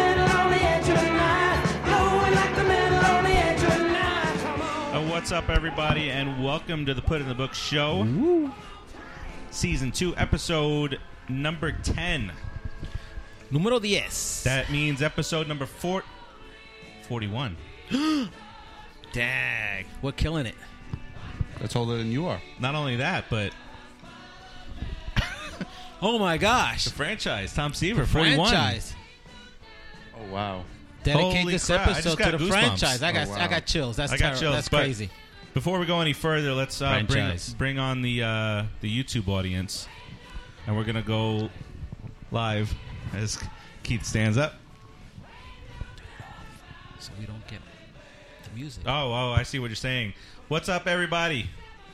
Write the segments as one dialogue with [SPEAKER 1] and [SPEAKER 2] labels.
[SPEAKER 1] Uh, What's up, everybody, and welcome to the Put in the Book Show, season two, episode number ten.
[SPEAKER 2] Número 10.
[SPEAKER 1] That means episode number four, 41.
[SPEAKER 2] Dag. We're killing it.
[SPEAKER 3] That's older than you are.
[SPEAKER 1] Not only that, but
[SPEAKER 2] Oh my gosh.
[SPEAKER 1] the franchise, Tom Seaver, forty-one.
[SPEAKER 2] Franchise.
[SPEAKER 3] Oh wow.
[SPEAKER 2] Dedicate
[SPEAKER 1] Holy
[SPEAKER 2] this
[SPEAKER 1] crap, I just
[SPEAKER 2] episode
[SPEAKER 1] got
[SPEAKER 2] to the
[SPEAKER 1] goosebumps.
[SPEAKER 2] franchise. I got
[SPEAKER 3] Oh, wow.
[SPEAKER 2] I got chills. That's
[SPEAKER 1] I got
[SPEAKER 2] terri-
[SPEAKER 1] chills,
[SPEAKER 2] That's
[SPEAKER 1] but-
[SPEAKER 2] crazy.
[SPEAKER 1] Before we go any further, let's uh, bring
[SPEAKER 2] Franchise.
[SPEAKER 1] bring on the uh, the YouTube audience, and we're gonna go live as Keith stands up.
[SPEAKER 2] So we don't get the music.
[SPEAKER 1] Oh, oh, I see what you're saying. What's up, everybody?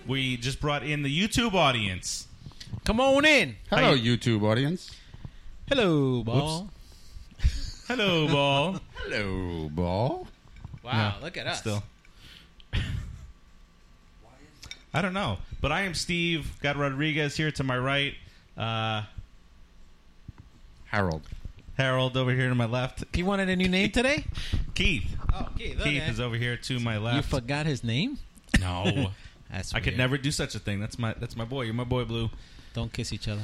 [SPEAKER 1] We just brought in the YouTube audience.
[SPEAKER 2] Come on in.
[SPEAKER 3] Hello,
[SPEAKER 1] Hi.
[SPEAKER 3] YouTube audience.
[SPEAKER 2] Hello, ball.
[SPEAKER 1] Hello, ball.
[SPEAKER 3] Hello, ball.
[SPEAKER 2] Wow,
[SPEAKER 1] Yeah.
[SPEAKER 2] look at us.
[SPEAKER 1] Still. I don't know, but I am Steve. Got Rodriguez here to my right. Uh,
[SPEAKER 3] Harold.
[SPEAKER 1] Harold over here to my left.
[SPEAKER 2] He wanted a new name today?
[SPEAKER 1] Keith.
[SPEAKER 2] Oh, Keith.
[SPEAKER 1] Keith is over here to my
[SPEAKER 2] You
[SPEAKER 1] left.
[SPEAKER 2] forgot his name?
[SPEAKER 1] no,
[SPEAKER 2] That's
[SPEAKER 1] I could
[SPEAKER 2] weird.
[SPEAKER 1] never do such a thing. That's my that's my boy. You're my boy, Blue.
[SPEAKER 2] Don't kiss each other.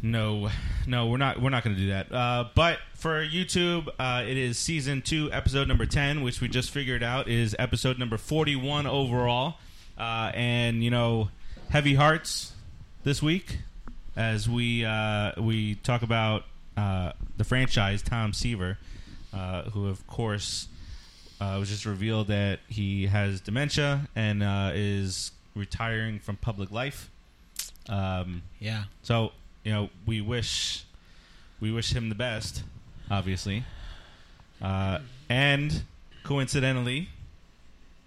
[SPEAKER 1] No, no, we're not. We're not going to do that. Uh, but for YouTube, uh, it is season two, episode number ten, which we just figured out is episode number forty-one overall. Uh, and you know, heavy hearts this week as we uh, we talk about uh, the franchise Tom Seaver, uh, who of course uh, it was just revealed that he has dementia and uh, is retiring from public life. Um,
[SPEAKER 2] Yeah.
[SPEAKER 1] so you know, we wish we wish him the best, obviously. Uh, and coincidentally,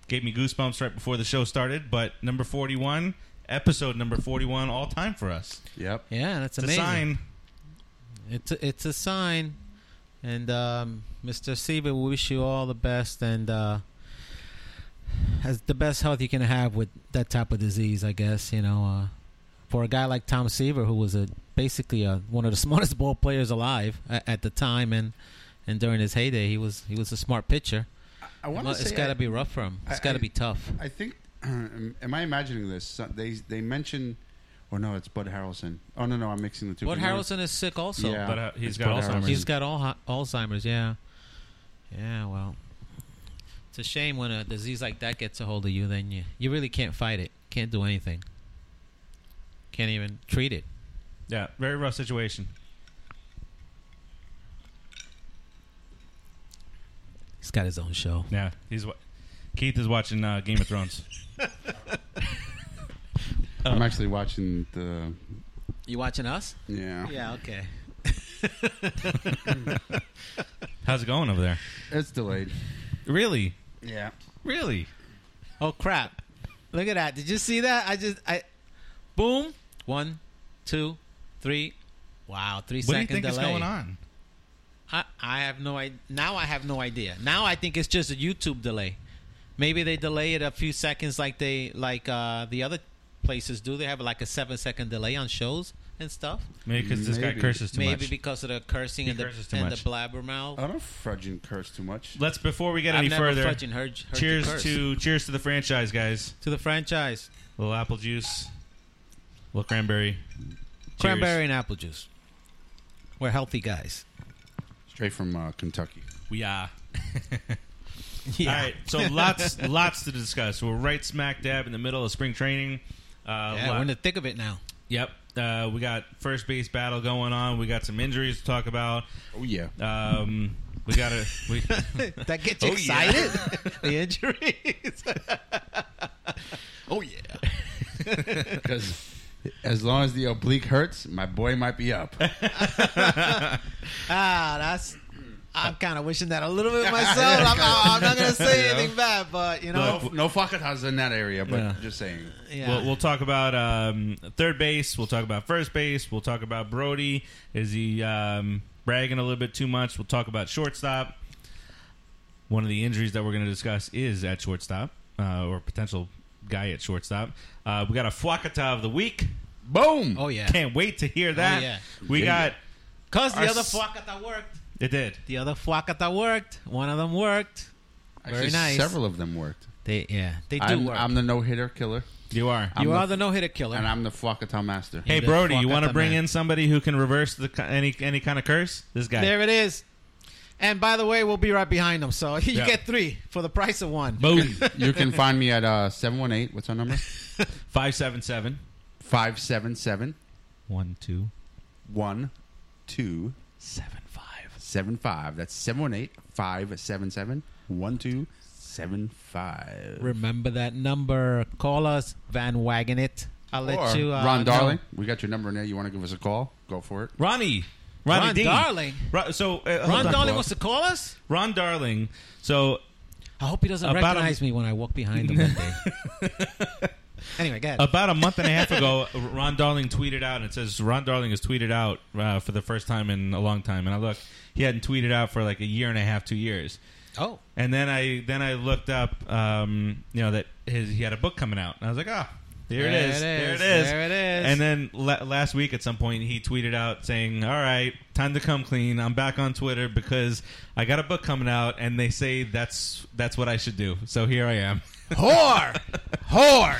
[SPEAKER 1] gave me goosebumps right before the show started. But number forty-one, episode number forty-one, all time for us.
[SPEAKER 3] Yep.
[SPEAKER 2] Yeah, that's
[SPEAKER 1] It's
[SPEAKER 2] amazing.
[SPEAKER 1] a sign.
[SPEAKER 2] It's a, it's a sign, and um, Mr. Sieber, we wish you all the best and uh, has the best health you can have with that type of disease. I guess you know, uh, for a guy like Tom Seaver, who was a basically a, one of the smartest ball players alive at, at the time, and and during his heyday, he was he was a smart pitcher.
[SPEAKER 3] I want to
[SPEAKER 2] It's
[SPEAKER 3] say.
[SPEAKER 2] got to
[SPEAKER 3] I,
[SPEAKER 2] be rough for him. It's
[SPEAKER 3] I-
[SPEAKER 2] got to
[SPEAKER 3] I-
[SPEAKER 2] be tough.
[SPEAKER 3] I think. am I imagining this? So- They they mention, or no, it's Bud Harrelson. Oh no, no, I'm mixing the two.
[SPEAKER 2] Bud
[SPEAKER 3] But no,
[SPEAKER 2] Harrelson is sick also.
[SPEAKER 3] Yeah,
[SPEAKER 1] But, uh, he's
[SPEAKER 3] it's
[SPEAKER 1] got
[SPEAKER 3] Bud
[SPEAKER 1] Alzheimer's.
[SPEAKER 2] He's got all Alzheimer's. Yeah, yeah. Well, it's a shame when a disease like that gets a hold of you. Then you you really can't fight it. Can't do anything. Can't even treat it.
[SPEAKER 1] Yeah, very rough situation.
[SPEAKER 2] He's got his own show.
[SPEAKER 1] Yeah, he's wa- Keith is watching uh, Game of Thrones.
[SPEAKER 3] I'm actually watching the.
[SPEAKER 2] You watching us?
[SPEAKER 3] Yeah.
[SPEAKER 2] Yeah. Okay.
[SPEAKER 1] How's it going over there?
[SPEAKER 3] It's delayed.
[SPEAKER 1] Really,
[SPEAKER 3] Yeah.
[SPEAKER 1] really.
[SPEAKER 2] Oh crap! Look at that. Did you see that? I just I, boom. One, two, three. Wow, three
[SPEAKER 1] What do
[SPEAKER 2] second
[SPEAKER 1] you think
[SPEAKER 2] delay.
[SPEAKER 1] is going on?
[SPEAKER 2] I, I have no idea. Now I have no idea. Now I think it's just a YouTube delay. Maybe they delay it a few seconds, like they like uh, the other places do. They have like a seven second delay on shows and stuff.
[SPEAKER 1] Maybe because this guy
[SPEAKER 3] Maybe.
[SPEAKER 1] curses too
[SPEAKER 2] Maybe
[SPEAKER 1] much.
[SPEAKER 2] because of the cursing
[SPEAKER 1] He
[SPEAKER 2] and the
[SPEAKER 1] curses too
[SPEAKER 2] and
[SPEAKER 1] much.
[SPEAKER 2] the blabbermouth.
[SPEAKER 3] I don't fudging curse too much.
[SPEAKER 1] Let's before we get
[SPEAKER 2] I've
[SPEAKER 1] any
[SPEAKER 2] never
[SPEAKER 1] further.
[SPEAKER 2] fudging heard, heard you
[SPEAKER 1] Cheers
[SPEAKER 2] curse.
[SPEAKER 1] to cheers to the franchise, guys.
[SPEAKER 2] to the franchise
[SPEAKER 1] little apple juice, little cranberry,
[SPEAKER 2] cranberry and apple juice. We're healthy guys.
[SPEAKER 3] Straight from uh, Kentucky.
[SPEAKER 1] We are.
[SPEAKER 2] Yeah.
[SPEAKER 1] All right, so lots lots to discuss. We're right smack dab in the middle of spring training. Uh,
[SPEAKER 2] Yeah,
[SPEAKER 1] lot-
[SPEAKER 2] we're in the thick of it now.
[SPEAKER 1] yep, uh, we got first base battle going on. We got some injuries to talk about.
[SPEAKER 3] Oh yeah.
[SPEAKER 1] Um, we got to we
[SPEAKER 2] That gets you
[SPEAKER 1] Oh, yeah.
[SPEAKER 2] excited. the injuries.
[SPEAKER 3] Oh yeah. Because as long as the oblique hurts, my boy might be up.
[SPEAKER 2] Ah, that's.
[SPEAKER 3] Hmm.
[SPEAKER 2] I'm kind of wishing that a little bit myself. I'm, I'm not gonna say
[SPEAKER 3] You know?
[SPEAKER 2] anything bad, but you know,
[SPEAKER 3] No, no fucking has in that area, but
[SPEAKER 1] Yeah.
[SPEAKER 3] just saying.
[SPEAKER 2] yeah.
[SPEAKER 1] We'll, we'll talk about um, third base. We'll talk about first base. We'll talk about Brody. Is he um, bragging a little bit too much? We'll talk about shortstop. One of the injuries that we're going to discuss is at shortstop uh, or potential guy at shortstop. Uh, we got a Fuakata of the week.
[SPEAKER 3] Boom!
[SPEAKER 2] oh yeah,
[SPEAKER 1] Can't wait to hear that.
[SPEAKER 2] yeah.
[SPEAKER 1] We
[SPEAKER 3] Yeah.
[SPEAKER 1] got
[SPEAKER 2] cause the
[SPEAKER 1] Our
[SPEAKER 2] other
[SPEAKER 1] s-
[SPEAKER 2] fuakata worked.
[SPEAKER 1] it. Did
[SPEAKER 2] The other fuakata worked. One of them worked. Very
[SPEAKER 3] Actually,
[SPEAKER 2] nice.
[SPEAKER 3] Several of them worked.
[SPEAKER 2] They yeah, they do
[SPEAKER 3] I'm,
[SPEAKER 2] work.
[SPEAKER 3] I'm the no hitter killer,
[SPEAKER 1] You are.
[SPEAKER 3] I'm
[SPEAKER 2] you
[SPEAKER 3] the-
[SPEAKER 2] are the no hitter killer.
[SPEAKER 3] and I'm the Flockatel master.
[SPEAKER 1] hey
[SPEAKER 2] the
[SPEAKER 1] Brody,
[SPEAKER 2] fuck
[SPEAKER 1] you
[SPEAKER 2] out
[SPEAKER 1] want to
[SPEAKER 2] the
[SPEAKER 1] bring
[SPEAKER 2] man.
[SPEAKER 1] in somebody who can reverse the ki- any any kind of curse? This guy.
[SPEAKER 2] There it is. And by the way, we'll be right behind them. So you
[SPEAKER 1] Yeah.
[SPEAKER 2] get three for the price of one.
[SPEAKER 1] Boom.
[SPEAKER 3] you can find me at uh, 718. What's our number?
[SPEAKER 1] Five seven seven.
[SPEAKER 3] 577
[SPEAKER 1] One two
[SPEAKER 3] 1275.
[SPEAKER 1] seven five.
[SPEAKER 3] That's 718 577 1275.
[SPEAKER 2] Remember that number. Call us, Van Wagon it. I'll let you. Uh,
[SPEAKER 3] Ron
[SPEAKER 2] know.
[SPEAKER 3] Darling, we got your number in there. You want to give us a call? Go for it.
[SPEAKER 1] Ronnie. Ronnie
[SPEAKER 2] Ron
[SPEAKER 1] D.
[SPEAKER 2] Darling.
[SPEAKER 1] Ro- so uh,
[SPEAKER 2] Ron
[SPEAKER 1] hold on.
[SPEAKER 2] Darling wants to call us.
[SPEAKER 1] Ron Darling. So
[SPEAKER 2] I hope he doesn't
[SPEAKER 1] About a-
[SPEAKER 2] recognize me when I walk behind him one day. anyway, go ahead.
[SPEAKER 1] about a month and a half ago, Ron Darling tweeted out, and it says Ron Darling has tweeted out uh, for the first time in a long time. And I look, he hadn't tweeted out for like a year and a half, two years.
[SPEAKER 2] oh,
[SPEAKER 1] And then I then I looked up, um, you know, that his he had a book coming out, and I was like, ah, there, it is, there it is,
[SPEAKER 2] There it is.
[SPEAKER 1] And then la- last week at some point he tweeted out saying, "All right, time to come clean. I'm back on Twitter because I got a book coming out, and they say that's that's what I should do. So here I am.
[SPEAKER 2] whore, whore.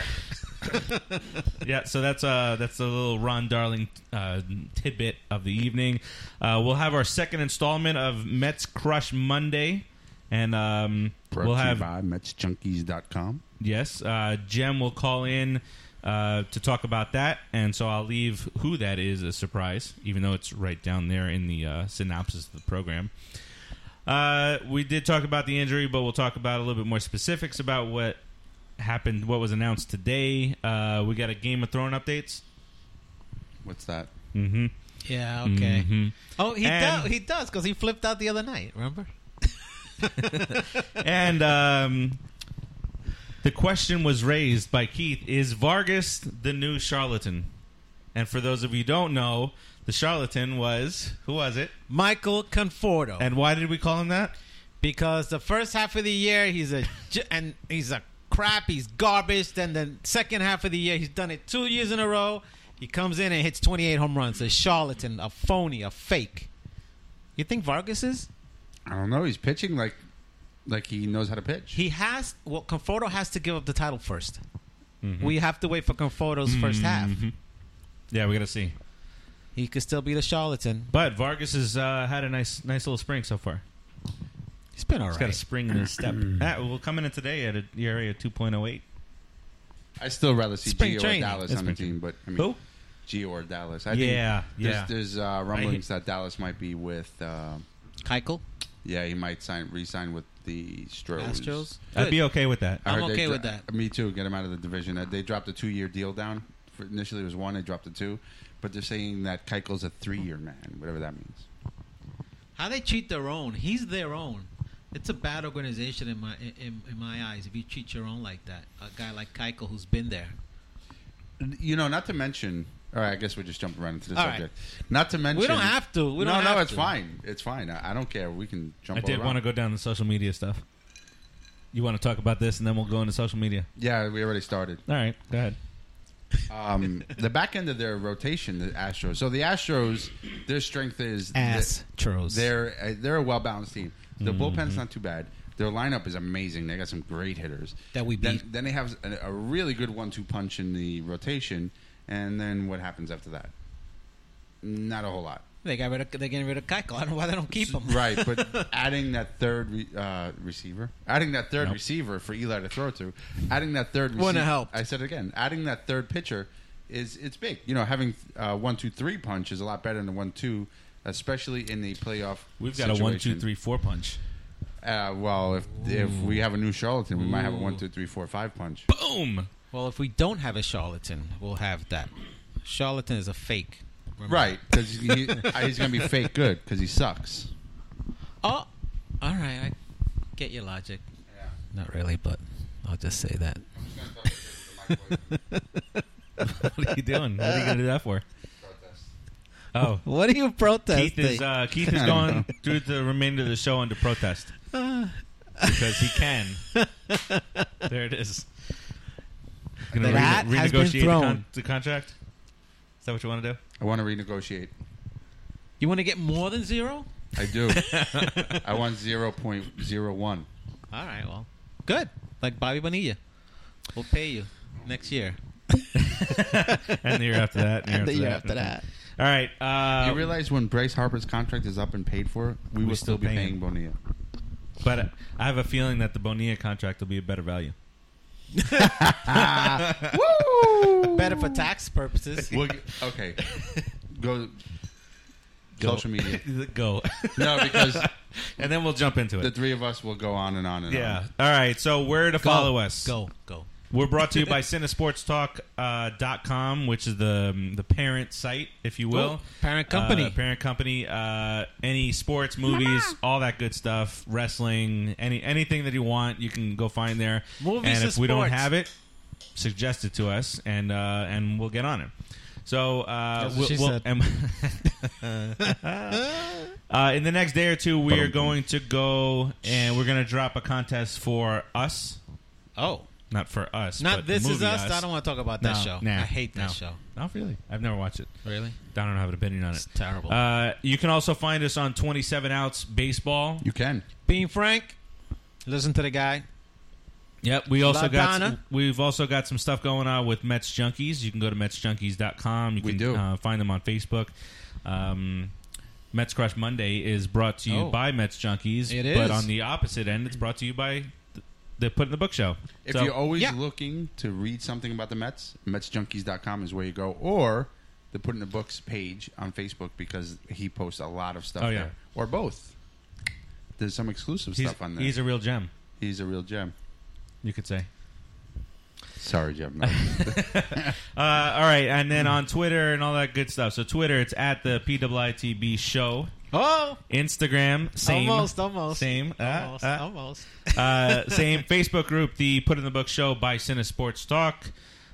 [SPEAKER 1] yeah. So that's uh that's a little Ron Darling uh, tidbit of the evening. Uh, we'll have our second installment of Mets Crush Monday, and um,
[SPEAKER 3] Brought
[SPEAKER 1] we'll
[SPEAKER 3] to you
[SPEAKER 1] have
[SPEAKER 3] by MetsJunkies.com.
[SPEAKER 1] Yes, uh, Jem will call in uh, to talk about that, and so I'll leave who that is a surprise, even though it's right down there in the uh, synopsis of the program. Uh, we did talk about the injury, but we'll talk about a little bit more specifics about what happened, what was announced today. Uh, we got a Game of Thrones updates.
[SPEAKER 3] What's that?
[SPEAKER 1] Mm-hmm.
[SPEAKER 2] Yeah. Okay. Oh, he
[SPEAKER 1] And-
[SPEAKER 2] does. He does because he flipped out the other night. Remember?
[SPEAKER 1] and um, the question was raised by Keith: Is Vargas the new charlatan? And for those of you who don't know, the charlatan was who was it?
[SPEAKER 2] Michael Conforto.
[SPEAKER 1] And why did we call him that?
[SPEAKER 2] because the first half of the year he's a j- and he's a crap, he's garbage. Then the second half of the year he's done it two years in a row. He comes in and hits 28 home runs. A charlatan, a phony, a fake. You think Vargas is?
[SPEAKER 3] I don't know. He's pitching like like he knows how to pitch.
[SPEAKER 2] He has. Well, Conforto has to give up the title 1st
[SPEAKER 1] Mm-hmm.
[SPEAKER 2] We have to wait for Conforto's first half.
[SPEAKER 1] Mhm. Yeah, we gotta see.
[SPEAKER 2] He could still be the charlatan.
[SPEAKER 1] But Vargas has uh, had a nice, nice little spring so far.
[SPEAKER 2] He's been all
[SPEAKER 1] He's got a
[SPEAKER 2] right.
[SPEAKER 1] spring in his step. That will come in today at a ERA of two point oh eight.
[SPEAKER 3] I still rather see
[SPEAKER 2] Spring
[SPEAKER 3] Gio or
[SPEAKER 2] training.
[SPEAKER 3] Dallas
[SPEAKER 1] It's
[SPEAKER 3] on the
[SPEAKER 1] spring
[SPEAKER 3] team, but I mean,
[SPEAKER 1] Who?
[SPEAKER 3] Gio or Dallas. I
[SPEAKER 1] Yeah,
[SPEAKER 3] think there's,
[SPEAKER 1] yeah.
[SPEAKER 3] There's uh, rumblings that Dallas might be with. Uh,
[SPEAKER 2] Keuchel,
[SPEAKER 3] yeah, he might sign re-sign with the Stros.
[SPEAKER 2] Astros.
[SPEAKER 1] I'd be okay with that.
[SPEAKER 3] I heard
[SPEAKER 2] I'm
[SPEAKER 3] they
[SPEAKER 2] okay with that.
[SPEAKER 3] Me too. Get him out of the division. Uh, They dropped a two-year deal down. For, initially, it was one. They dropped a two, but they're saying that Keuchel's a three-year man, whatever that means.
[SPEAKER 2] How they treat their own? He's their own. It's a bad organization in my in, in my eyes. If you treat your own like that, a guy like Keiko who's been there.
[SPEAKER 3] You know, not to mention. All right, I guess we're just jumping right into the
[SPEAKER 2] All right.
[SPEAKER 3] subject. Not to mention,
[SPEAKER 2] We don't have to. We
[SPEAKER 3] no,
[SPEAKER 2] don't
[SPEAKER 3] no,
[SPEAKER 2] have
[SPEAKER 3] it's
[SPEAKER 2] to.
[SPEAKER 3] fine. It's fine. I, I don't care. We can jump.
[SPEAKER 1] I did
[SPEAKER 3] want
[SPEAKER 1] want to go down the social media stuff. You want to talk about this, and then we'll go into social media.
[SPEAKER 3] Yeah, we already started.
[SPEAKER 1] All right, go ahead.
[SPEAKER 3] um, the back end of their rotation, the Astros. So the Astros, their strength is
[SPEAKER 2] Ass Mm-hmm. tros.
[SPEAKER 3] They're uh, they're a well balanced team. Their bullpen's not too bad. Their lineup is amazing. They got some great hitters
[SPEAKER 2] That we
[SPEAKER 3] Then,
[SPEAKER 2] beat.
[SPEAKER 3] then they have a, a really good one two punch in the rotation. And then what happens after that? Not a whole lot.
[SPEAKER 2] They got rid of. They're getting rid of Keiko. I don't know why they don't keep him.
[SPEAKER 3] Right, but adding that third re- uh, receiver, adding that third
[SPEAKER 1] Nope.
[SPEAKER 3] receiver for Eli to throw to, adding that third
[SPEAKER 2] Wouldn't have helped.
[SPEAKER 3] I said it again, adding that third pitcher is it's big. You know, having uh, one two three punch is a lot better than one two, especially in the playoff.
[SPEAKER 1] We've got a one, two,
[SPEAKER 3] situation.
[SPEAKER 1] three, four punch.
[SPEAKER 3] Uh, well, if if we have a new charlatan, we might have a one two three four five punch.
[SPEAKER 1] Boom.
[SPEAKER 2] Well, if we don't have a charlatan, we'll have that. Charlatan is a fake. Remember?
[SPEAKER 3] Right, because he, uh, he's going to be fake good because he sucks.
[SPEAKER 2] Oh, all right. I get your logic. Not really, but I'll just say that.
[SPEAKER 1] What are you doing? What are you gonna do that for? Oh,
[SPEAKER 2] What are you protesting?
[SPEAKER 1] Keith is uh, Keith is going through the remainder of the show under protest
[SPEAKER 2] Uh,
[SPEAKER 1] because he can. There it is. Gonna
[SPEAKER 2] The hat has been
[SPEAKER 1] renegotiate the,
[SPEAKER 2] thrown.
[SPEAKER 1] con- the contract. Is that what you want to do?
[SPEAKER 3] I want to renegotiate.
[SPEAKER 2] you want to get more than zero?
[SPEAKER 3] I do. I want zero point zero one.
[SPEAKER 2] All right. Well, good. Like Bobby Bonilla, we'll pay you next year.
[SPEAKER 1] and the year after that,
[SPEAKER 4] and the year after that.
[SPEAKER 1] All right. Uh,
[SPEAKER 3] you realize when Bryce Harper's contract is up and paid for, we
[SPEAKER 1] We
[SPEAKER 3] will
[SPEAKER 1] still
[SPEAKER 3] still be
[SPEAKER 1] pay
[SPEAKER 3] paying
[SPEAKER 1] him.
[SPEAKER 3] Bonilla.
[SPEAKER 1] but uh, I have a feeling that the Bonilla contract will be a better value.
[SPEAKER 2] Better for tax purposes.
[SPEAKER 3] We'll, okay, go, social media.
[SPEAKER 1] Go,
[SPEAKER 3] No, because
[SPEAKER 1] and then we'll jump into
[SPEAKER 3] the
[SPEAKER 1] it.
[SPEAKER 3] three of us will go on and on and
[SPEAKER 1] Yeah. All right. So where to follow us?
[SPEAKER 2] Go. Go.
[SPEAKER 1] We're brought to you by Cinesportstalk.com, which is the um, the parent site, if you will.
[SPEAKER 2] Oh, parent company.
[SPEAKER 1] Uh, parent company. Uh, any sports, movies, all that good stuff. Wrestling, any anything that you want, you can go find there.
[SPEAKER 2] Movies
[SPEAKER 1] and
[SPEAKER 2] and
[SPEAKER 1] if we don't
[SPEAKER 2] sports.
[SPEAKER 1] have it, suggest it to us, and uh, and we'll get on it. So uh,
[SPEAKER 2] That's what
[SPEAKER 1] we'll,
[SPEAKER 2] she
[SPEAKER 1] we'll-
[SPEAKER 2] said.
[SPEAKER 1] and- uh, in the next day or two, we are going to go and we're going to drop a contest for us.
[SPEAKER 2] Oh,
[SPEAKER 1] Not for us.
[SPEAKER 2] not
[SPEAKER 1] but the
[SPEAKER 2] this is
[SPEAKER 1] movie
[SPEAKER 2] us. I don't want to talk about that show.
[SPEAKER 1] nah,
[SPEAKER 2] I hate that
[SPEAKER 1] no.
[SPEAKER 2] show.
[SPEAKER 1] Not really. I've never watched it.
[SPEAKER 2] Really?
[SPEAKER 1] I don't have an opinion on it.
[SPEAKER 2] It's terrible.
[SPEAKER 1] Uh, you can also find us on 27 ounce baseball.
[SPEAKER 3] You can.
[SPEAKER 2] Being frank, listen to the guy.
[SPEAKER 1] Yep. We also got
[SPEAKER 2] Donna.
[SPEAKER 1] we've also got some stuff going on with Mets Junkies. You can go to MetsJunkies.com. You
[SPEAKER 3] We
[SPEAKER 1] can
[SPEAKER 3] do.
[SPEAKER 1] Uh, find them on Facebook. Um, Mets Crush Monday is brought to you
[SPEAKER 2] Oh.
[SPEAKER 1] by Mets Junkies.
[SPEAKER 2] It
[SPEAKER 1] But
[SPEAKER 2] is.
[SPEAKER 1] on the opposite end, it's brought to you by th- the Put in the Book Show.
[SPEAKER 3] If
[SPEAKER 1] So-
[SPEAKER 3] you're always
[SPEAKER 2] yeah.
[SPEAKER 3] looking to read something about the Mets, MetsJunkies.com is where you go, or the Put in the Books page on Facebook because he posts a lot of stuff
[SPEAKER 1] Oh, yeah.
[SPEAKER 3] there, or both. There's some exclusive
[SPEAKER 1] he's,
[SPEAKER 3] stuff on there.
[SPEAKER 1] he's a real gem,
[SPEAKER 3] He's a real gem.
[SPEAKER 1] you could say.
[SPEAKER 3] Sorry, Jim. No.
[SPEAKER 1] Uh, all right, and
[SPEAKER 2] Hmm.
[SPEAKER 1] then on Twitter and all that good stuff. So Twitter, it's at the PWITB show.
[SPEAKER 2] Oh,
[SPEAKER 1] Instagram, same,
[SPEAKER 2] almost, almost,
[SPEAKER 1] same, uh,
[SPEAKER 2] almost,
[SPEAKER 1] uh,
[SPEAKER 2] almost.
[SPEAKER 1] uh, same. Facebook group, the Put in the Book Show by Cinesports Talk.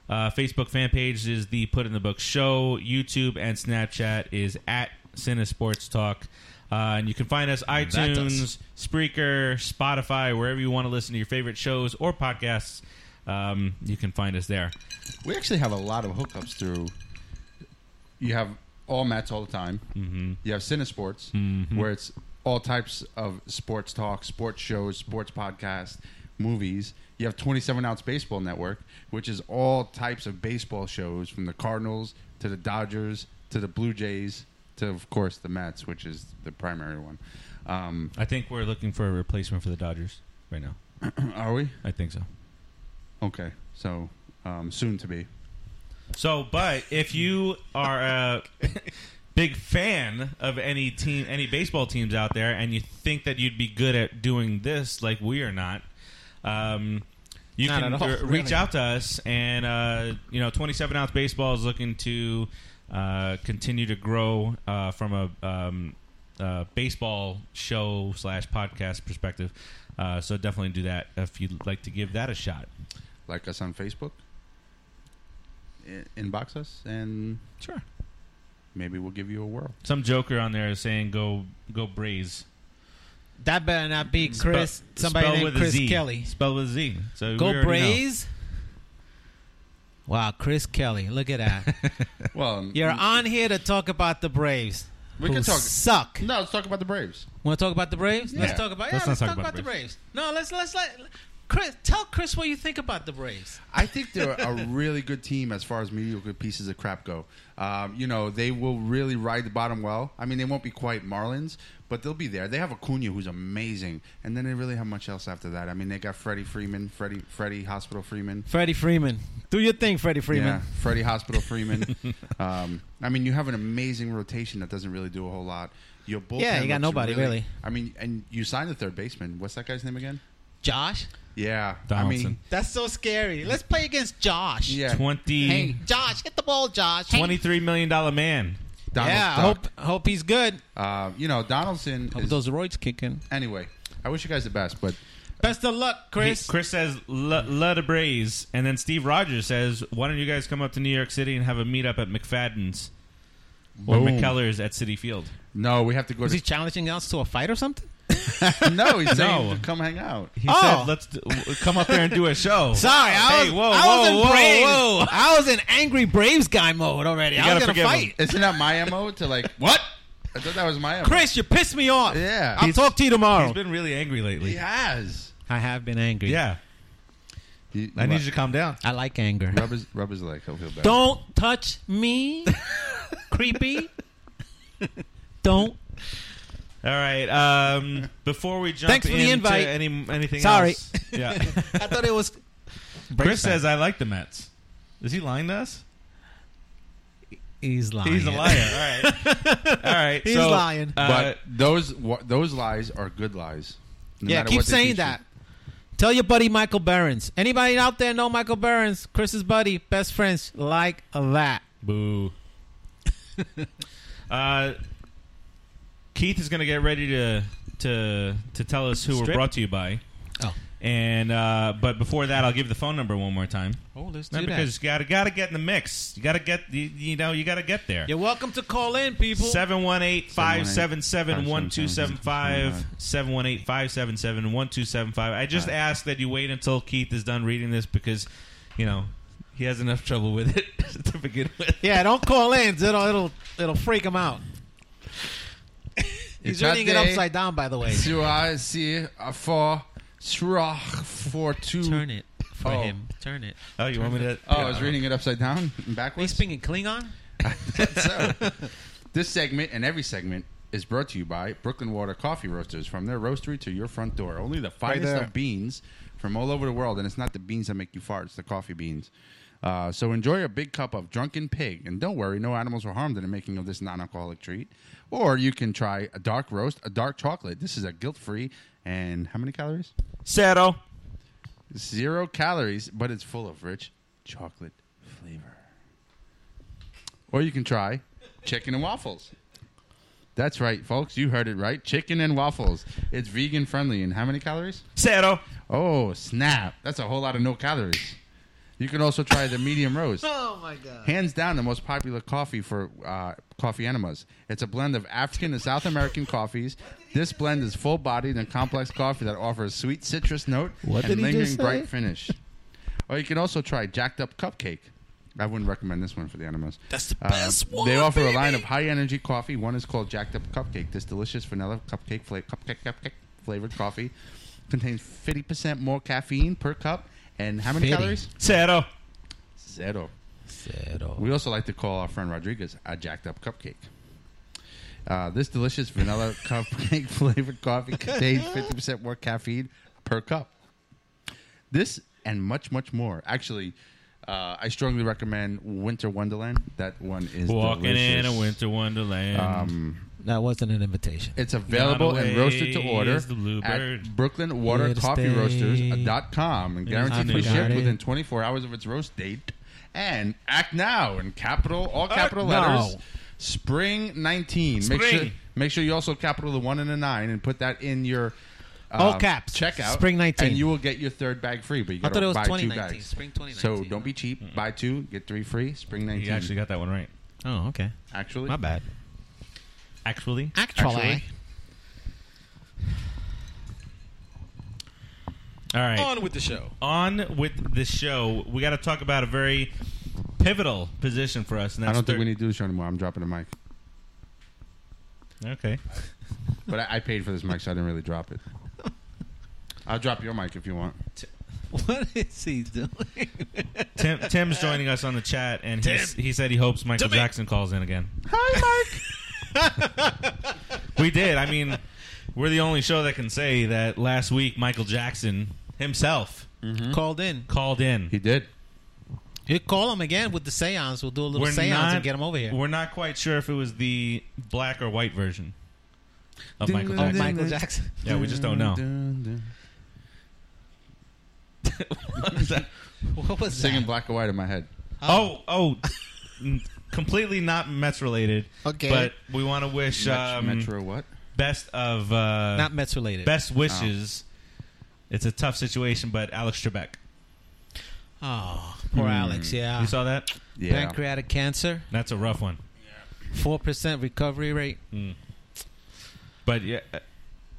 [SPEAKER 1] Uh, Facebook fan page is the Put in the Book Show. YouTube and Snapchat is at Cinesports Talk. Uh, and you can find us
[SPEAKER 2] that
[SPEAKER 1] iTunes,
[SPEAKER 2] does.
[SPEAKER 1] Spreaker, Spotify, wherever you want to listen to your favorite shows or podcasts. Um, you can find us there.
[SPEAKER 3] we actually have a lot of hookups through. You have all Mets all the time. Mm-hmm. You have Cinesports, where it's all types of sports talk, sports shows, sports podcasts, movies. You have 27 Ounce Baseball Network, which is all types of baseball shows from the Cardinals to the Dodgers to the Blue Jays to, of course, the Mets, which is the primary one. Um,
[SPEAKER 1] I think we're looking for a replacement for the Dodgers right now.
[SPEAKER 3] are we?
[SPEAKER 1] I think so.
[SPEAKER 3] Okay. So, um, soon to be.
[SPEAKER 1] So, but if you are a big fan of any team, any baseball teams out there, and you think that you'd be good at doing this, like we are not, um, you
[SPEAKER 2] Not
[SPEAKER 1] can
[SPEAKER 2] at all,
[SPEAKER 1] r-
[SPEAKER 2] really.
[SPEAKER 1] reach out to us. And uh, you know, twenty-seven ounce baseball is looking to uh, continue to grow uh, from a um, uh, baseball show slash podcast perspective. Uh, so definitely do that if you'd like to give that a shot.
[SPEAKER 3] like us on Facebook, i- inbox us, and
[SPEAKER 1] Sure.
[SPEAKER 3] maybe we'll give you a whirl.
[SPEAKER 1] Some joker on there is saying go go Braves.
[SPEAKER 2] That better not be
[SPEAKER 1] Spe-
[SPEAKER 2] Chris. somebody
[SPEAKER 1] spell
[SPEAKER 2] named
[SPEAKER 1] with a
[SPEAKER 2] Chris
[SPEAKER 1] Z.
[SPEAKER 2] Kelly.
[SPEAKER 1] Spell with a Z. So we
[SPEAKER 2] Go
[SPEAKER 1] already
[SPEAKER 2] Braves. Wow, Chris Kelly. Look at that.
[SPEAKER 3] Well, um,
[SPEAKER 2] You're on here to talk about the Braves.
[SPEAKER 3] We
[SPEAKER 2] who
[SPEAKER 3] can talk-
[SPEAKER 2] Suck.
[SPEAKER 3] No, let's talk about the Braves.
[SPEAKER 2] Want to talk about the Braves?
[SPEAKER 3] Yeah.
[SPEAKER 2] Let's talk about. Yeah,
[SPEAKER 1] Let's
[SPEAKER 2] let's,
[SPEAKER 1] not
[SPEAKER 2] talk, about, the Braves. No, let's let's let Chris tell Chris what you think about the Braves.
[SPEAKER 3] I think they're a really good team as far as mediocre pieces of crap go. Um, you know, they will really ride the bottom well. I mean, they won't be quite Marlins, but they'll be there. They have Acuna, who's amazing, and then they really have much else after that. I mean, they got Freddie Freeman, Freddie Freddie Hospital Freeman.
[SPEAKER 2] Freddie Freeman, do your thing, Freddie Freeman.
[SPEAKER 3] Yeah, Freddie Hospital Freeman. um, I mean, you have an amazing rotation that doesn't really do a whole lot. Your bullpen
[SPEAKER 2] Yeah, you got
[SPEAKER 3] looks
[SPEAKER 2] nobody, really.
[SPEAKER 3] I mean, and you signed the third baseman. What's that guy's name again?
[SPEAKER 2] Josh,
[SPEAKER 3] Yeah, I mean,
[SPEAKER 1] Donaldson.
[SPEAKER 2] that's so scary. Let's play against Josh.
[SPEAKER 3] yeah,
[SPEAKER 1] Twenty.
[SPEAKER 2] Hey, Josh, hit the ball, Josh. Hey.
[SPEAKER 1] Twenty-three million dollar man.
[SPEAKER 3] Donald
[SPEAKER 2] yeah, I
[SPEAKER 3] Duck.
[SPEAKER 2] hope hope he's good.
[SPEAKER 3] Uh, you know, Donaldson.
[SPEAKER 2] Hope
[SPEAKER 3] is-
[SPEAKER 2] those roids kicking.
[SPEAKER 3] anyway, I wish you guys the best, but
[SPEAKER 2] Best of luck, Chris.
[SPEAKER 1] He- Chris says "L- love the Braves, and then Steve Rogers says, "Why don't you guys come up to New York City and have a meetup at McFadden's or
[SPEAKER 3] Boom.
[SPEAKER 1] McKellar's at City Field?"
[SPEAKER 3] no, we have to go
[SPEAKER 2] Was
[SPEAKER 3] to.
[SPEAKER 2] he challenging us to a fight or something?
[SPEAKER 3] no, he's saying
[SPEAKER 1] No.
[SPEAKER 3] to come hang out.
[SPEAKER 1] He
[SPEAKER 2] Oh.
[SPEAKER 1] said, "Let's d- w- come up there and do a show."
[SPEAKER 2] Sorry,
[SPEAKER 1] Hey,
[SPEAKER 2] I was,
[SPEAKER 1] whoa,
[SPEAKER 2] I was
[SPEAKER 1] whoa,
[SPEAKER 2] in
[SPEAKER 1] whoa,
[SPEAKER 2] Braves.
[SPEAKER 1] whoa.
[SPEAKER 2] I was in angry Braves guy mode already. I
[SPEAKER 1] gotta
[SPEAKER 2] was gonna
[SPEAKER 1] forgive
[SPEAKER 2] fight.
[SPEAKER 1] him.
[SPEAKER 3] Isn't that my mo? To like what? I thought that was my mo.
[SPEAKER 2] Chris, you pissed me off.
[SPEAKER 3] Yeah.
[SPEAKER 2] I'll
[SPEAKER 3] He's-
[SPEAKER 2] talk to you tomorrow.
[SPEAKER 1] He's been really angry lately.
[SPEAKER 3] he has.
[SPEAKER 2] I have been angry.
[SPEAKER 1] Yeah,
[SPEAKER 3] He-
[SPEAKER 1] I need you to calm down.
[SPEAKER 2] I like anger.
[SPEAKER 3] Rub his, rub his leg. He'll feel better.
[SPEAKER 2] Don't touch me, creepy. Don't.
[SPEAKER 1] All right. Um, before we jump
[SPEAKER 2] Thanks for the
[SPEAKER 1] into
[SPEAKER 2] invite.
[SPEAKER 1] Any, anything
[SPEAKER 2] Sorry.
[SPEAKER 1] else? Yeah.
[SPEAKER 2] I thought it was.
[SPEAKER 1] Chris says I like the Mets. Is he lying to us?
[SPEAKER 2] he's lying.
[SPEAKER 1] He's a liar. All right. All right.
[SPEAKER 2] He's
[SPEAKER 1] so,
[SPEAKER 2] lying.
[SPEAKER 1] uh,
[SPEAKER 3] but those wa- those lies are good lies. No
[SPEAKER 2] yeah,
[SPEAKER 3] matter
[SPEAKER 2] keep
[SPEAKER 3] what they teach you.
[SPEAKER 2] saying that. Tell your buddy Michael Burns. Anybody out there know Michael Burns? Chris's buddy, best friends, like that.
[SPEAKER 1] Boo. uh, Keith is going to get ready to to to tell us who we're
[SPEAKER 2] Strip?
[SPEAKER 1] brought to you by.
[SPEAKER 2] Oh.
[SPEAKER 1] And uh, but before that, I'll give the phone number one more time.
[SPEAKER 2] Oh, let's
[SPEAKER 1] Remember, because you gotta gotta get in the mix. You gotta get you, you know you gotta get there.
[SPEAKER 2] You're welcome to call in, people.
[SPEAKER 1] 718-577-1275 718-577-1275 I just ask that you wait until Keith is done reading this because you know he has enough trouble with it to begin with.
[SPEAKER 2] Yeah, don't call in. It'll it'll it'll freak him out. He's
[SPEAKER 3] It's not
[SPEAKER 2] reading it
[SPEAKER 3] day.
[SPEAKER 2] upside down, by the way.
[SPEAKER 3] So I see a four, shrach for two.
[SPEAKER 2] it
[SPEAKER 3] for Oh. him.
[SPEAKER 2] Turn it.
[SPEAKER 1] Oh, you want me to
[SPEAKER 3] Oh, I was reading it upside down and backwards.
[SPEAKER 2] speaking Klingon?
[SPEAKER 3] so, this segment and every segment is brought to you by Brooklyn Water Coffee Roasters. From their roastery to your front door, only the finest
[SPEAKER 2] there.
[SPEAKER 3] of beans from all over the world. And it's not the beans that make you fart; it's the coffee beans. Uh, so enjoy a big cup of drunken pig, and don't worry, no animals were harmed in the making of this non-alcoholic treat. Or you can try a dark roast, a dark chocolate. This is a guilt-free and how many calories?
[SPEAKER 1] Settle.
[SPEAKER 3] Zero calories, but it's full of rich chocolate flavor. Or you can try chicken and waffles. That's right, folks. You heard it right. Chicken and waffles. It's vegan friendly. And how many calories?
[SPEAKER 1] Settle.
[SPEAKER 3] Oh, snap. That's a whole lot of no calories. You can also try the medium roast.
[SPEAKER 2] Oh my god.
[SPEAKER 3] Hands down, the most popular coffee for uh, coffee enemas. It's a blend of African and South American coffees. This blend is full bodied and complex coffee that offers a sweet citrus note
[SPEAKER 2] What
[SPEAKER 3] and
[SPEAKER 2] did he
[SPEAKER 3] lingering
[SPEAKER 2] just say?
[SPEAKER 3] bright finish. or you can also try Jacked Up Cupcake. I wouldn't recommend this one for the enemas.
[SPEAKER 2] That's the
[SPEAKER 3] Uh, they offer a line of high energy coffee. One is called Jacked Up Cupcake. This delicious vanilla cupcake, fla- cupcake, cupcake flavored coffee contains 50% more caffeine per cup. And how many
[SPEAKER 2] 50.
[SPEAKER 3] calories?
[SPEAKER 1] Settle.
[SPEAKER 3] Zero.
[SPEAKER 2] Settle.
[SPEAKER 3] We also like to call our friend Rodriguez a jacked up cupcake. Uh, this delicious vanilla cupcake flavored coffee contains 50% more caffeine per cup. This and much, much more. Actually, uh, I strongly recommend Winter Wonderland. That one is
[SPEAKER 1] Walking in
[SPEAKER 3] delicious.
[SPEAKER 1] a winter wonderland.
[SPEAKER 3] Um,
[SPEAKER 2] That wasn't an invitation.
[SPEAKER 3] it's available
[SPEAKER 1] Gone
[SPEAKER 3] and roasted to
[SPEAKER 1] away
[SPEAKER 3] order
[SPEAKER 1] is the bluebird.
[SPEAKER 3] at Brooklyn
[SPEAKER 2] Here
[SPEAKER 3] Water
[SPEAKER 2] to
[SPEAKER 3] Coffee
[SPEAKER 2] stay.
[SPEAKER 3] Roasters.com and guaranteed
[SPEAKER 1] Honey
[SPEAKER 3] free shipped
[SPEAKER 2] Garden.
[SPEAKER 3] within 24 hours of its roast date. And act now in capital, all capital
[SPEAKER 2] now.
[SPEAKER 3] letters. Spring 19. Make
[SPEAKER 1] Spring.
[SPEAKER 3] sure make sure you also capital the one and the nine and put that in your uh,
[SPEAKER 2] All caps.
[SPEAKER 3] checkout.
[SPEAKER 2] Spring 19.
[SPEAKER 3] and you will get your third bag free. But you
[SPEAKER 2] I
[SPEAKER 3] got
[SPEAKER 2] thought it
[SPEAKER 3] to
[SPEAKER 2] was
[SPEAKER 3] buy two
[SPEAKER 2] 2019.
[SPEAKER 3] bags.
[SPEAKER 2] Spring 2019.
[SPEAKER 3] So don't be cheap. Buy two, get three free. Spring 19.
[SPEAKER 1] you actually got that one right.
[SPEAKER 2] Oh, okay.
[SPEAKER 3] actually,
[SPEAKER 2] My bad.
[SPEAKER 1] Actually,
[SPEAKER 2] Actually,
[SPEAKER 3] Actually.
[SPEAKER 1] all right.
[SPEAKER 2] with the show.
[SPEAKER 1] on with the show, we got to talk about a very pivotal position for us. And that's
[SPEAKER 3] I don't think
[SPEAKER 1] thir-
[SPEAKER 3] we need to do this show anymore. I'm dropping the mic.
[SPEAKER 1] Okay.
[SPEAKER 3] But I, I paid for this mic, so I didn't really drop it. I'll drop your mic if you want.
[SPEAKER 2] What is he doing?
[SPEAKER 1] Tim, Tim's joining us on the chat, and he's, he said he hopes Michael
[SPEAKER 2] Timmy.
[SPEAKER 1] Jackson calls in again.
[SPEAKER 2] Hi,
[SPEAKER 1] We did. I mean, we're the only show that can say that last week Michael Jackson himself
[SPEAKER 2] Mike. Hmm? Called in.
[SPEAKER 1] called in.
[SPEAKER 3] He did.
[SPEAKER 2] You call him again with the seance. We'll do a little
[SPEAKER 1] We're
[SPEAKER 2] seance
[SPEAKER 1] not-
[SPEAKER 2] and get him over here.
[SPEAKER 1] We're not quite sure if it was the black or white version of Michael
[SPEAKER 2] Oh,
[SPEAKER 1] Jackson.
[SPEAKER 2] Michael Jackson.
[SPEAKER 1] Yeah, we just don't know.
[SPEAKER 2] What was
[SPEAKER 3] Singing
[SPEAKER 2] that?
[SPEAKER 3] black and white in my head.
[SPEAKER 1] Oh, oh, n- completely not Mets related.
[SPEAKER 2] Okay.
[SPEAKER 1] But we want to wish
[SPEAKER 3] Met-
[SPEAKER 1] um,
[SPEAKER 3] Metro what?
[SPEAKER 1] best of uh,
[SPEAKER 2] Not Mets related.
[SPEAKER 1] best wishes. It's a tough situation, but Alex Trebek.
[SPEAKER 2] Oh, poor
[SPEAKER 3] Hmm.
[SPEAKER 2] Alex. Yeah.
[SPEAKER 1] You saw that?
[SPEAKER 3] Yeah.
[SPEAKER 2] Pancreatic cancer,
[SPEAKER 1] That's a rough one.
[SPEAKER 2] four percent recovery rate.
[SPEAKER 1] Mm. But yeah, uh,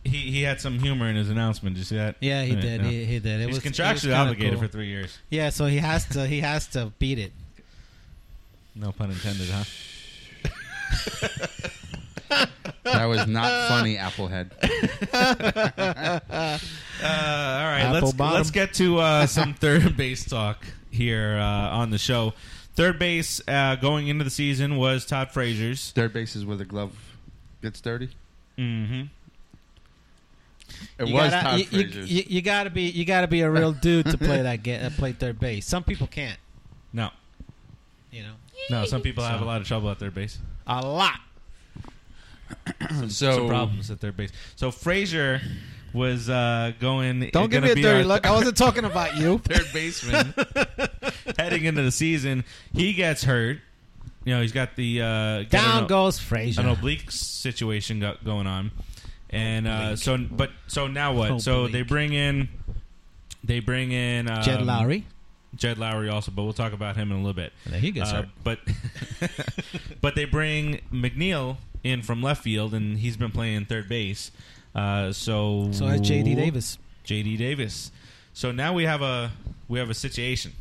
[SPEAKER 1] he he had some humor in his announcement. Did you see that?
[SPEAKER 2] Yeah, he
[SPEAKER 1] Yeah,
[SPEAKER 2] did.
[SPEAKER 1] yeah.
[SPEAKER 2] He, he did. It
[SPEAKER 1] He's
[SPEAKER 2] was it was
[SPEAKER 1] contractually
[SPEAKER 2] kinda
[SPEAKER 1] obligated
[SPEAKER 2] cool.
[SPEAKER 1] for three years.
[SPEAKER 2] Yeah, so he has to. He has to beat it.
[SPEAKER 1] No pun intended, huh?
[SPEAKER 3] That was not funny, Applehead.
[SPEAKER 1] Uh, all right,
[SPEAKER 2] Apple
[SPEAKER 1] let's
[SPEAKER 2] bottom.
[SPEAKER 1] let's get to uh, some third base talk here uh, on the show. Third base uh, going into the season was Todd Frazier's.
[SPEAKER 3] Third base is where the glove gets dirty.
[SPEAKER 1] Mm-hmm.
[SPEAKER 3] It
[SPEAKER 2] You
[SPEAKER 3] was
[SPEAKER 2] gotta-
[SPEAKER 3] Todd
[SPEAKER 2] you, you-
[SPEAKER 3] Frazier's.
[SPEAKER 2] you- you gotta be you gotta be a real dude to play that game, uh, play third base. Some people can't,
[SPEAKER 1] No,
[SPEAKER 2] you know,
[SPEAKER 1] no. Some people have a lot of trouble at third base.
[SPEAKER 2] a lot.
[SPEAKER 3] so
[SPEAKER 1] Some
[SPEAKER 2] Oh.
[SPEAKER 1] problems at third base. So Frazier was uh, going.
[SPEAKER 2] Don't give
[SPEAKER 1] gonna
[SPEAKER 2] me a
[SPEAKER 1] be
[SPEAKER 2] dirty
[SPEAKER 1] our
[SPEAKER 2] look. I wasn't talking about you.
[SPEAKER 1] Third baseman heading into the season, he gets hurt. You know, he's got the uh, got an-
[SPEAKER 2] Down goes
[SPEAKER 1] an
[SPEAKER 2] Frazier.
[SPEAKER 1] oblique situation go- going on, and uh, so but so now what? So
[SPEAKER 2] Oblique.
[SPEAKER 1] they bring in, they bring in um,
[SPEAKER 2] Jed Lowry.
[SPEAKER 1] Jed Lowry also, but we'll talk about him in a little bit.
[SPEAKER 2] He gets
[SPEAKER 1] Uh,
[SPEAKER 2] hurt.
[SPEAKER 1] But but they bring McNeil in from left field, and he's been playing third base. Uh, so
[SPEAKER 2] So has J.D. Davis.
[SPEAKER 1] JD Davis. So now we have a we have a situation.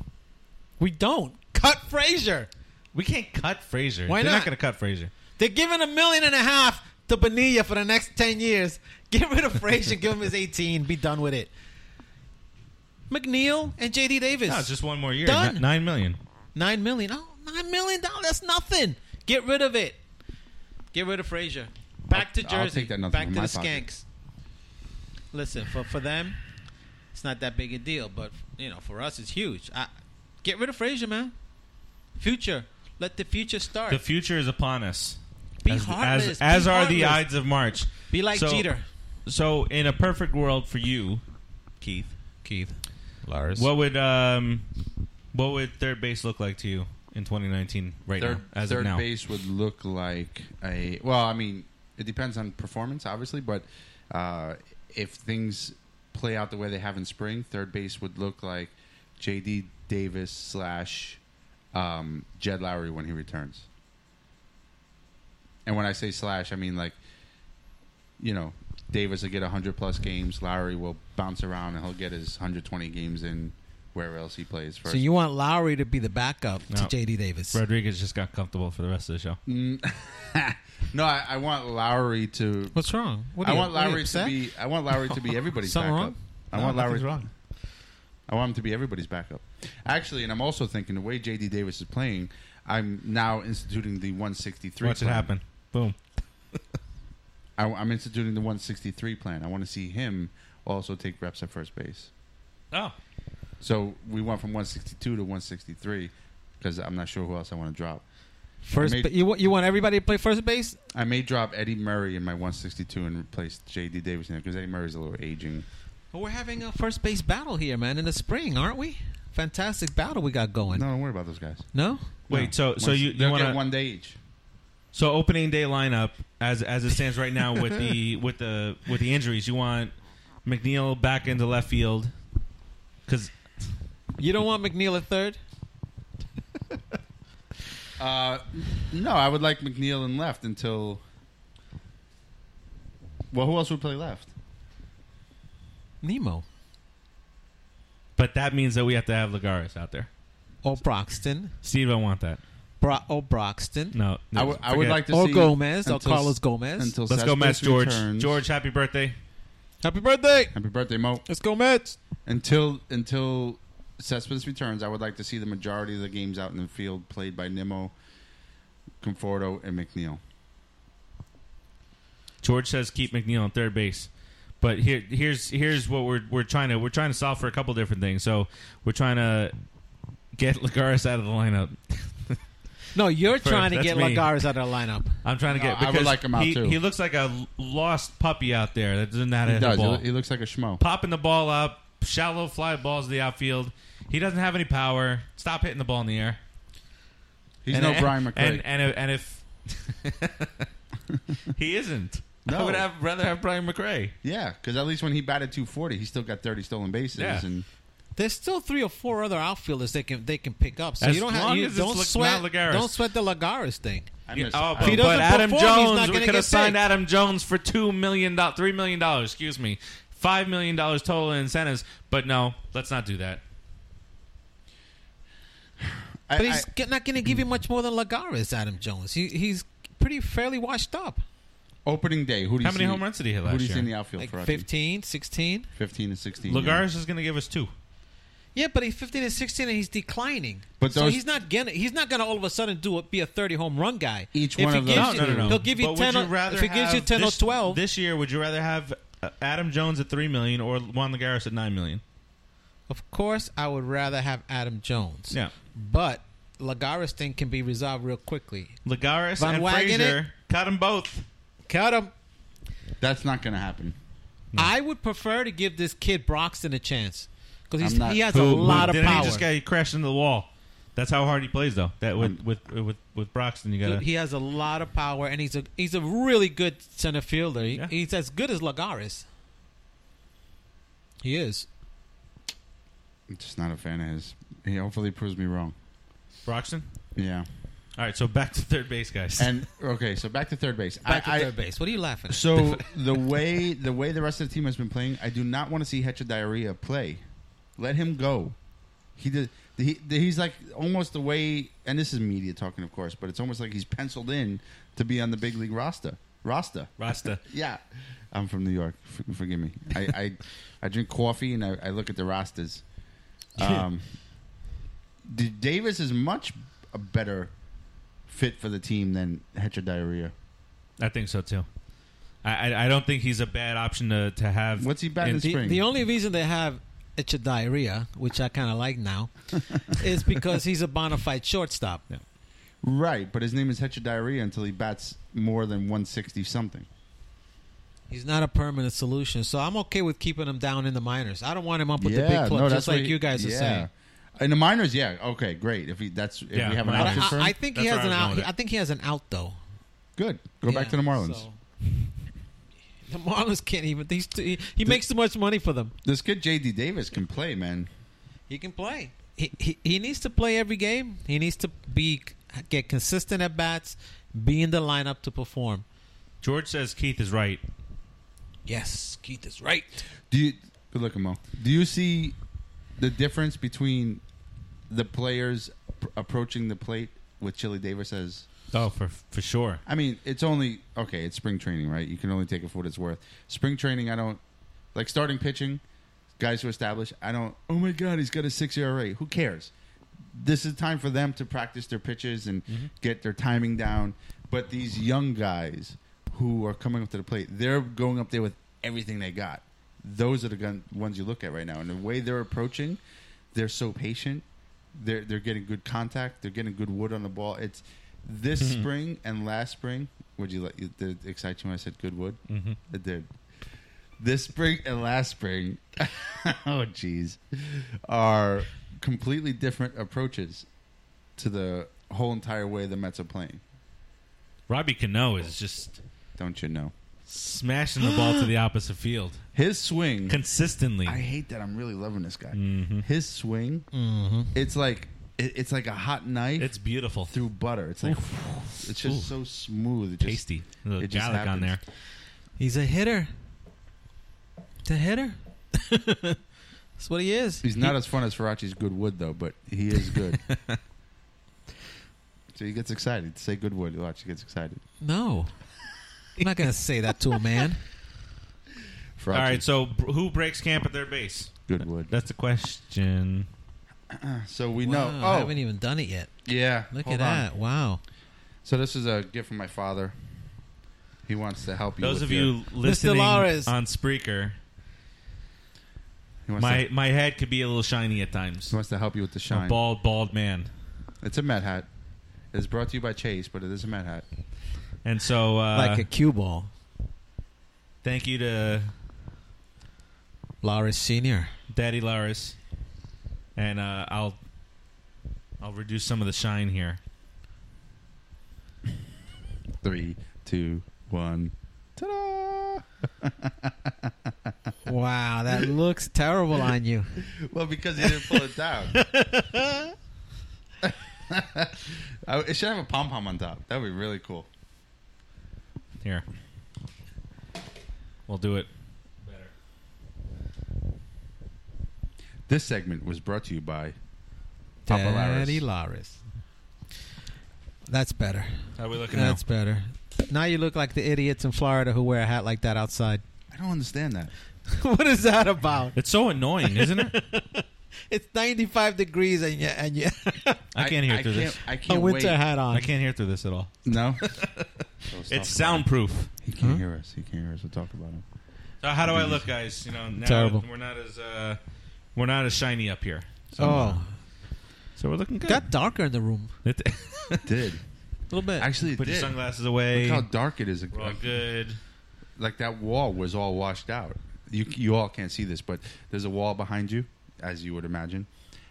[SPEAKER 2] We don't cut Frazier.
[SPEAKER 1] We can't cut Frazier.
[SPEAKER 2] Why
[SPEAKER 1] They're
[SPEAKER 2] not?
[SPEAKER 1] going to cut Frazier.
[SPEAKER 2] They're giving a million and a half to Bonilla for the next ten years. Get rid of Frazier. give him his eighteen. Be done with it. McNeil and J.D. Davis.
[SPEAKER 1] No, it's just one more year.
[SPEAKER 2] Done.
[SPEAKER 1] Ni- Nine million.
[SPEAKER 2] Nine million. Oh, nine million dollars. That's nothing. Get rid of it. Get rid of Frazier. Back to Jersey.
[SPEAKER 3] I'll take that nothing
[SPEAKER 2] Back
[SPEAKER 3] from
[SPEAKER 2] to
[SPEAKER 3] my
[SPEAKER 2] the
[SPEAKER 3] pocket.
[SPEAKER 2] skanks. Listen, for for them, it's not that big a deal, but you know, for us, it's huge. I, get rid of Frazier, man. Future. Let the future start.
[SPEAKER 1] The future is upon us.
[SPEAKER 2] Be
[SPEAKER 1] as,
[SPEAKER 2] heartless.
[SPEAKER 1] As, as
[SPEAKER 2] Be
[SPEAKER 1] are the
[SPEAKER 2] heartless.
[SPEAKER 1] Ides of March.
[SPEAKER 2] Be like
[SPEAKER 1] So-
[SPEAKER 2] Jeter.
[SPEAKER 1] So, in a perfect world for you, Keith,
[SPEAKER 5] Keith, Lars.
[SPEAKER 1] what would um, what would third base look like to you in 2019 right
[SPEAKER 3] third,
[SPEAKER 1] now? As
[SPEAKER 3] third
[SPEAKER 1] of now,
[SPEAKER 3] base would look like a well i mean it depends on performance obviously but uh, if things play out the way they have in spring third base would look like jd davis slash um, jed lowry when he returns and when i say slash i mean like you know davis will get 100 plus games lowry will bounce around and he'll get his 120 games in wherever else he plays first
[SPEAKER 2] So you want Lowry to be the backup
[SPEAKER 1] No.
[SPEAKER 2] to J.D. Davis?
[SPEAKER 1] Rodriguez just got comfortable for the rest of the show.
[SPEAKER 3] no I, I want lowry to
[SPEAKER 2] What's wrong? What
[SPEAKER 3] I
[SPEAKER 2] are you-
[SPEAKER 3] want
[SPEAKER 2] what are you
[SPEAKER 3] Lowry to
[SPEAKER 2] upset?
[SPEAKER 3] be. I want Lowry to be everybody's
[SPEAKER 2] Something
[SPEAKER 3] backup.
[SPEAKER 2] wrong?
[SPEAKER 3] I want Lowry. I want him to be everybody's backup. Actually, and I'm also thinking the way J.D. Davis is playing, I'm now instituting the 163.
[SPEAKER 1] Watch it
[SPEAKER 3] plan.
[SPEAKER 1] happen. Boom.
[SPEAKER 3] I, I'm instituting the 163 plan. I want to see him also take reps at first base.
[SPEAKER 1] Oh,
[SPEAKER 3] So we went from 162 to 163 because I'm not sure who else I want to drop.
[SPEAKER 2] First,
[SPEAKER 3] made-
[SPEAKER 2] ba- you want you want everybody to play first base?
[SPEAKER 3] I may drop Eddie Murray in my 162 and replace J.D. Davis in there because Eddie Murray's a little aging.
[SPEAKER 2] Well, we're having a first base battle here, man, in the spring, aren't we? Fantastic battle we got going.
[SPEAKER 3] No,
[SPEAKER 2] No,
[SPEAKER 3] don't worry about those guys.
[SPEAKER 1] wait. So, so
[SPEAKER 3] Once-
[SPEAKER 1] you, you
[SPEAKER 3] they'll
[SPEAKER 1] want
[SPEAKER 3] get
[SPEAKER 1] to
[SPEAKER 3] one day each.
[SPEAKER 1] so opening day lineup as as it stands right now with the with the with the injuries. You want McNeil back into left field because
[SPEAKER 2] you don't want McNeil at third.
[SPEAKER 3] Uh, no, I would like McNeil in left until. Well, who else would play left?
[SPEAKER 2] Nemo
[SPEAKER 1] But that means that we have to have Lagares out there.
[SPEAKER 2] or Broxton,
[SPEAKER 1] Steve, I want that.
[SPEAKER 2] Bro- or Broxton,
[SPEAKER 1] No,
[SPEAKER 3] I would- I would
[SPEAKER 1] forget.
[SPEAKER 3] like to
[SPEAKER 2] or
[SPEAKER 3] see
[SPEAKER 2] Gomez, or
[SPEAKER 3] until-
[SPEAKER 2] Carlos Gomez.
[SPEAKER 3] Until
[SPEAKER 1] Let's go,
[SPEAKER 3] Cespedes
[SPEAKER 1] Mets. George.
[SPEAKER 3] returns.
[SPEAKER 1] George, happy birthday.
[SPEAKER 2] Happy birthday!
[SPEAKER 3] happy birthday, Mo.
[SPEAKER 2] Let's go Mets.
[SPEAKER 3] Until until Cespedes returns, I would like to see the majority of the games out in the field played by Nimmo, Conforto, and McNeil.
[SPEAKER 1] George says keep McNeil on third base. But here, here's here's what we're we're trying to we're trying to solve for a couple different things. So we're trying to get Lagares out of the lineup.
[SPEAKER 2] No, you're
[SPEAKER 1] First,
[SPEAKER 2] trying to
[SPEAKER 1] that's
[SPEAKER 2] get
[SPEAKER 1] me.
[SPEAKER 2] Lagares out of the lineup.
[SPEAKER 1] I'm trying to
[SPEAKER 3] No,
[SPEAKER 1] get.
[SPEAKER 3] I would
[SPEAKER 1] because
[SPEAKER 3] like him out,
[SPEAKER 1] he,
[SPEAKER 3] too.
[SPEAKER 1] He looks like a l- lost puppy out there that doesn't know how to
[SPEAKER 3] He
[SPEAKER 1] hit
[SPEAKER 3] does.
[SPEAKER 1] the
[SPEAKER 3] He,
[SPEAKER 1] ball.
[SPEAKER 3] lo- he looks like a schmo.
[SPEAKER 1] Popping the ball up, shallow fly balls to the outfield. He doesn't have any power. Stop hitting the ball in the air.
[SPEAKER 3] He's
[SPEAKER 1] And
[SPEAKER 3] no
[SPEAKER 1] I-
[SPEAKER 3] Brian McCray.
[SPEAKER 1] And and if, and if he isn't, I
[SPEAKER 3] No.
[SPEAKER 1] would have, rather have Brian McRae.
[SPEAKER 3] yeah, because at least when he batted 240, he still got 30 stolen bases.
[SPEAKER 1] Yeah.
[SPEAKER 3] And
[SPEAKER 2] There's still three or four other outfielders they can they can pick up. So
[SPEAKER 1] As
[SPEAKER 2] you don't have
[SPEAKER 1] long
[SPEAKER 2] you
[SPEAKER 1] as it's
[SPEAKER 2] don't
[SPEAKER 1] Lag-
[SPEAKER 2] sweat
[SPEAKER 1] not Lagares.
[SPEAKER 2] don't sweat the Lagares thing.
[SPEAKER 3] I
[SPEAKER 1] Yeah,
[SPEAKER 3] miss,
[SPEAKER 1] oh,
[SPEAKER 3] I-
[SPEAKER 1] but,
[SPEAKER 2] If he doesn't
[SPEAKER 1] but Adam
[SPEAKER 2] perform, he's
[SPEAKER 1] Jones,
[SPEAKER 2] not
[SPEAKER 1] we
[SPEAKER 2] gonna
[SPEAKER 1] could have
[SPEAKER 2] get
[SPEAKER 1] signed
[SPEAKER 2] paid.
[SPEAKER 1] Adam Jones for two million dollars, three million dollars, excuse me, five million dollars total in incentives. But no, let's not do that.
[SPEAKER 3] I-
[SPEAKER 2] But
[SPEAKER 3] I- mm-hmm.
[SPEAKER 2] he's g- not going to give you much more than Lagares, Adam Jones. He, he's pretty fairly washed up.
[SPEAKER 3] Opening day. Who do you
[SPEAKER 1] How many
[SPEAKER 3] see-
[SPEAKER 1] home runs did he hit
[SPEAKER 3] Who
[SPEAKER 1] last
[SPEAKER 3] do you see
[SPEAKER 1] year?
[SPEAKER 3] in the outfield
[SPEAKER 2] Like
[SPEAKER 3] for us?
[SPEAKER 2] 15, 16?
[SPEAKER 3] 15 and 16. yeah.
[SPEAKER 1] Lagares is going to give us two.
[SPEAKER 2] Yeah, but he's 15 and 16 and he's declining.
[SPEAKER 3] But
[SPEAKER 2] so
[SPEAKER 3] those-
[SPEAKER 2] he's not gonna he's not gonna all of a sudden do a, be a 30 home run guy.
[SPEAKER 3] Each
[SPEAKER 2] If
[SPEAKER 3] one
[SPEAKER 2] he
[SPEAKER 3] of those
[SPEAKER 1] No,
[SPEAKER 2] gives you-
[SPEAKER 1] no, no, no.
[SPEAKER 2] He'll give you
[SPEAKER 1] But would
[SPEAKER 2] 10 or-
[SPEAKER 1] rather
[SPEAKER 2] if he gives you
[SPEAKER 1] have
[SPEAKER 2] 10
[SPEAKER 1] this-
[SPEAKER 2] or 12.
[SPEAKER 1] this year, would you rather have uh, Adam Jones at three million or Juan Lagares at nine million?
[SPEAKER 2] of course, I would rather have Adam Jones.
[SPEAKER 1] Yeah,
[SPEAKER 2] But Lagares thing can be resolved real quickly.
[SPEAKER 1] Lagares
[SPEAKER 2] Von
[SPEAKER 1] and
[SPEAKER 2] Wagenen?
[SPEAKER 1] Frazier cut them both.
[SPEAKER 2] Cut him.
[SPEAKER 3] That's not going to happen.
[SPEAKER 2] I would prefer to give this kid Broxton a chance because
[SPEAKER 3] I'm not-
[SPEAKER 2] he has
[SPEAKER 1] Who-
[SPEAKER 2] a
[SPEAKER 1] who-
[SPEAKER 2] lot of
[SPEAKER 1] didn't
[SPEAKER 2] power.
[SPEAKER 1] He just got crashed into the wall. That's how hard he plays, though. That with with with, with Broxton, you
[SPEAKER 2] Dude,
[SPEAKER 1] got to.
[SPEAKER 2] he has a lot of power, and he's a he's a really good center fielder. He-
[SPEAKER 1] Yeah.
[SPEAKER 2] He's as good as Lagares. He is.
[SPEAKER 3] I'm just not a fan of his. He hopefully proves me wrong.
[SPEAKER 1] Broxton.
[SPEAKER 3] Yeah.
[SPEAKER 1] All right, so back to third base, guys.
[SPEAKER 3] And okay, so back to third base.
[SPEAKER 2] Back
[SPEAKER 3] I,
[SPEAKER 2] to
[SPEAKER 3] I,
[SPEAKER 2] third base. What are you laughing? at?
[SPEAKER 3] So the way the way the rest of the team has been playing, I do not want to see Hetcher Diarrhea play. Let him go. He did. He, he's like almost the way, and this is media talking, of course, but it's almost like he's penciled in to be on the big league roster. Roster.
[SPEAKER 1] Rasta.
[SPEAKER 3] Yeah, I'm from New York. F- forgive me. I, I I drink coffee and I, I look at the rosters. Um, D- Davis is much a better fit for the team than Hetcher Diarrhea.
[SPEAKER 1] I think so too. I, I I don't think he's a bad option to, to have.
[SPEAKER 3] What's he batting
[SPEAKER 1] in-
[SPEAKER 3] this year?
[SPEAKER 2] the,
[SPEAKER 3] spring.
[SPEAKER 2] the only reason they have it's a diarrhea, which I kind of like now, is because he's a bona fide shortstop.
[SPEAKER 3] Right, but his name is Hetcher Diarrhea until he bats more than 160 something.
[SPEAKER 2] He's not a permanent solution, so I'm okay with keeping him down in the minors. I don't want him up with the big club, just like
[SPEAKER 3] what he-
[SPEAKER 2] you guys are
[SPEAKER 3] yeah.
[SPEAKER 2] saying.
[SPEAKER 3] In the minors, yeah, okay, great. If he that's if
[SPEAKER 1] Yeah,
[SPEAKER 3] we have an
[SPEAKER 1] minors.
[SPEAKER 2] But
[SPEAKER 3] option for him,
[SPEAKER 2] I, I think he
[SPEAKER 1] That's
[SPEAKER 2] has
[SPEAKER 1] where
[SPEAKER 2] an
[SPEAKER 1] I was going
[SPEAKER 2] out.
[SPEAKER 1] with
[SPEAKER 2] I
[SPEAKER 1] it.
[SPEAKER 2] think he has an out though.
[SPEAKER 3] good. Go back
[SPEAKER 2] Yeah,
[SPEAKER 3] to the Marlins.
[SPEAKER 2] so- The Marlins can't even. He's too, he, he makes too much money for them.
[SPEAKER 3] This kid JD Davis can play, man.
[SPEAKER 2] He can play. He, he, he needs to play every game. He needs to be get consistent at bats, be in the lineup to perform.
[SPEAKER 1] George says Keith is right.
[SPEAKER 2] Yes, Keith is right.
[SPEAKER 3] Do you good looking Mo? Do you see the difference between the players pr- approaching the plate with Chili Davis as
[SPEAKER 1] Oh, for for sure.
[SPEAKER 3] I mean, it's only okay. It's spring training, right? You can only take it for what it's worth. Spring training, I don't like starting pitching. Guys who establish, I don't. Oh my God, he's got a six ERA. Who cares? This is time for them to practice their pitches and get their timing down. But these young guys who are coming up to the plate, they're going up there with everything they got. Those are the gun, ones you look at right now, and the way they're approaching, they're so patient. They're they're getting good contact. They're getting good wood on the ball. It's this spring and last spring. Would you let you, did it excite you when I said good wood? Mm-hmm. It did. This spring and last spring. oh jeez, are completely different approaches to the whole entire way the Mets are playing.
[SPEAKER 1] Robbie Cano is just
[SPEAKER 3] Don't you know?
[SPEAKER 1] smashing the ball to the opposite field
[SPEAKER 3] His swing.
[SPEAKER 1] consistently.
[SPEAKER 3] I hate that. I'm really loving this guy.
[SPEAKER 1] Mm-hmm.
[SPEAKER 3] His swing. It's like it, it's like a hot knife.
[SPEAKER 1] It's beautiful.
[SPEAKER 3] through butter. It's like it's just
[SPEAKER 1] Oof.
[SPEAKER 3] so smooth, it just-
[SPEAKER 1] tasty. A little
[SPEAKER 3] it just
[SPEAKER 1] garlic on there.
[SPEAKER 3] happens.
[SPEAKER 2] He's a hitter. He's a hitter. That's what he is.
[SPEAKER 3] He's not as fun as Farachi's good wood though, but he is good. so he gets excited. Say good wood. Watch, he gets excited.
[SPEAKER 2] No, I'm not gonna say that to a man.
[SPEAKER 3] Farachi,
[SPEAKER 1] All right, so br- who breaks camp at their base?
[SPEAKER 3] good wood.
[SPEAKER 1] That's the question.
[SPEAKER 3] So we
[SPEAKER 2] wow,
[SPEAKER 3] know.
[SPEAKER 2] I
[SPEAKER 3] Oh,
[SPEAKER 2] haven't even done it yet.
[SPEAKER 3] yeah.
[SPEAKER 2] Look
[SPEAKER 3] hold
[SPEAKER 2] at
[SPEAKER 3] on.
[SPEAKER 2] that! Wow,
[SPEAKER 3] So this is a gift from my father. He wants to help you.
[SPEAKER 1] Those
[SPEAKER 3] with
[SPEAKER 1] of
[SPEAKER 3] your-
[SPEAKER 1] you listening
[SPEAKER 2] Lares.
[SPEAKER 1] on Spreaker,
[SPEAKER 3] he wants,
[SPEAKER 1] my
[SPEAKER 3] to,
[SPEAKER 1] my head could be a little shiny at times.
[SPEAKER 3] he wants to help you with the
[SPEAKER 1] A
[SPEAKER 3] shine.
[SPEAKER 1] bald, bald man.
[SPEAKER 3] It's a Met hat. It's brought to you by Chase, but it is a Met hat.
[SPEAKER 1] And so, uh,
[SPEAKER 2] like a cue ball,
[SPEAKER 1] thank you to
[SPEAKER 2] Laris Senior.
[SPEAKER 1] Daddy Laris, and uh, I'll I'll reduce some of the shine here.
[SPEAKER 3] Three, two, one. Ta-da!
[SPEAKER 2] Wow, that looks terrible on you.
[SPEAKER 3] Well, because he didn't pull it down. I, it should have a pom pom on top. That would be really cool.
[SPEAKER 1] Here, we'll do it. Better.
[SPEAKER 3] This segment was brought to you by Papa Laris.
[SPEAKER 2] Daddy Laris. That's better.
[SPEAKER 1] How are we looking
[SPEAKER 2] That's better. Now you look like the idiots in Florida who wear a hat like that outside.
[SPEAKER 3] I don't understand that.
[SPEAKER 2] what is that about?
[SPEAKER 1] It's so annoying, isn't it?
[SPEAKER 2] It's 95 degrees and you and you
[SPEAKER 1] I can't hear through this. Oh,
[SPEAKER 3] I
[SPEAKER 2] a
[SPEAKER 3] can't wait.
[SPEAKER 2] winter hat on.
[SPEAKER 1] I can't hear through this at all.
[SPEAKER 3] No,
[SPEAKER 1] It's soundproof.
[SPEAKER 3] He can't hear us. He can't hear us. We'll talk about him.
[SPEAKER 1] So how do I look, guys? You know, now
[SPEAKER 2] Terrible.
[SPEAKER 1] We're not as uh, we're not as shiny up here.
[SPEAKER 2] Oh,
[SPEAKER 1] So we're looking good.
[SPEAKER 2] got darker in the room
[SPEAKER 1] It-
[SPEAKER 3] It did
[SPEAKER 2] a little bit.
[SPEAKER 3] actually it
[SPEAKER 1] Put your
[SPEAKER 3] did.
[SPEAKER 1] sunglasses away.
[SPEAKER 3] Look how dark it is.
[SPEAKER 1] We're all good.
[SPEAKER 3] Like that wall was all washed out. You you all can't see this, but there's a wall behind you, as you would imagine,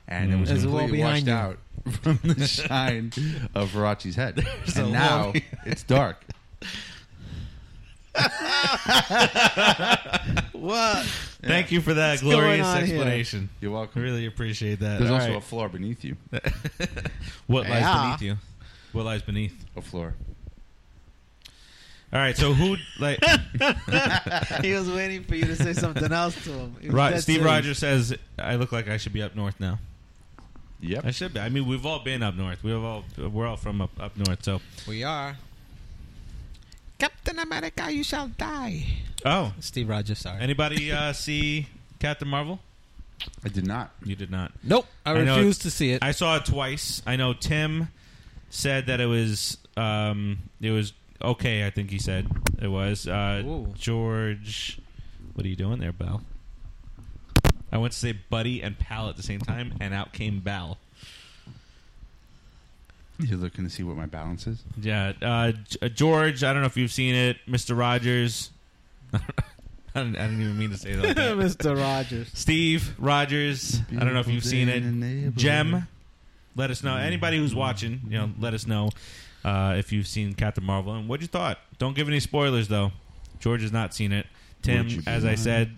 [SPEAKER 3] and it was
[SPEAKER 2] There's a wall
[SPEAKER 3] completely washed
[SPEAKER 2] behind you.
[SPEAKER 3] out from the shine of Farachi's head.
[SPEAKER 1] a
[SPEAKER 3] and now it's dark.
[SPEAKER 2] What?
[SPEAKER 1] Thank you for that
[SPEAKER 2] going
[SPEAKER 1] glorious
[SPEAKER 2] on here?
[SPEAKER 1] explanation.
[SPEAKER 3] You're
[SPEAKER 1] I
[SPEAKER 3] welcome.
[SPEAKER 1] Really appreciate that.
[SPEAKER 3] There's
[SPEAKER 1] All
[SPEAKER 3] also
[SPEAKER 1] right.
[SPEAKER 3] a floor beneath you.
[SPEAKER 1] what lies
[SPEAKER 2] Yeah.
[SPEAKER 1] beneath you? What lies beneath?
[SPEAKER 3] A floor.
[SPEAKER 1] All right. So who like
[SPEAKER 2] he was waiting for you to say something else to him. He was
[SPEAKER 1] Ro-
[SPEAKER 2] that
[SPEAKER 1] Steve
[SPEAKER 2] serious.
[SPEAKER 1] Rogers says I look like I should be up north now.
[SPEAKER 3] Yep.
[SPEAKER 1] I should be. I mean, we've all been up north. We've all we're all from up, up north. So
[SPEAKER 2] We are. Captain America, you shall die.
[SPEAKER 1] oh,
[SPEAKER 2] Steve Rogers, sorry.
[SPEAKER 1] anybody uh, see Captain Marvel?
[SPEAKER 3] I did not.
[SPEAKER 1] You did not.
[SPEAKER 2] nope, I,
[SPEAKER 1] I know
[SPEAKER 2] refuse to see it.
[SPEAKER 1] I saw it twice. I know Tim said that it was um, it was okay. I think he said it was uh,
[SPEAKER 2] Ooh.
[SPEAKER 1] George. What are you doing there, Bal? I went to say buddy and pal at the same time, and out came Bal.
[SPEAKER 3] You're looking to see what my balance is.
[SPEAKER 1] Yeah, uh, G- uh, George. I don't know if you've seen it, Mister Rogers. I didn't, I didn't even mean to say that.
[SPEAKER 2] Mr. Rogers.
[SPEAKER 1] Steve Rogers. I don't know if you've seen it. Gem. Let us know. Anybody who's watching, you know, let us know uh, if you've seen Captain Marvel and what you thought. Don't give any spoilers though. George has not seen it.
[SPEAKER 3] Would you
[SPEAKER 1] Tim,
[SPEAKER 3] be
[SPEAKER 1] as I
[SPEAKER 3] mine?
[SPEAKER 1] said,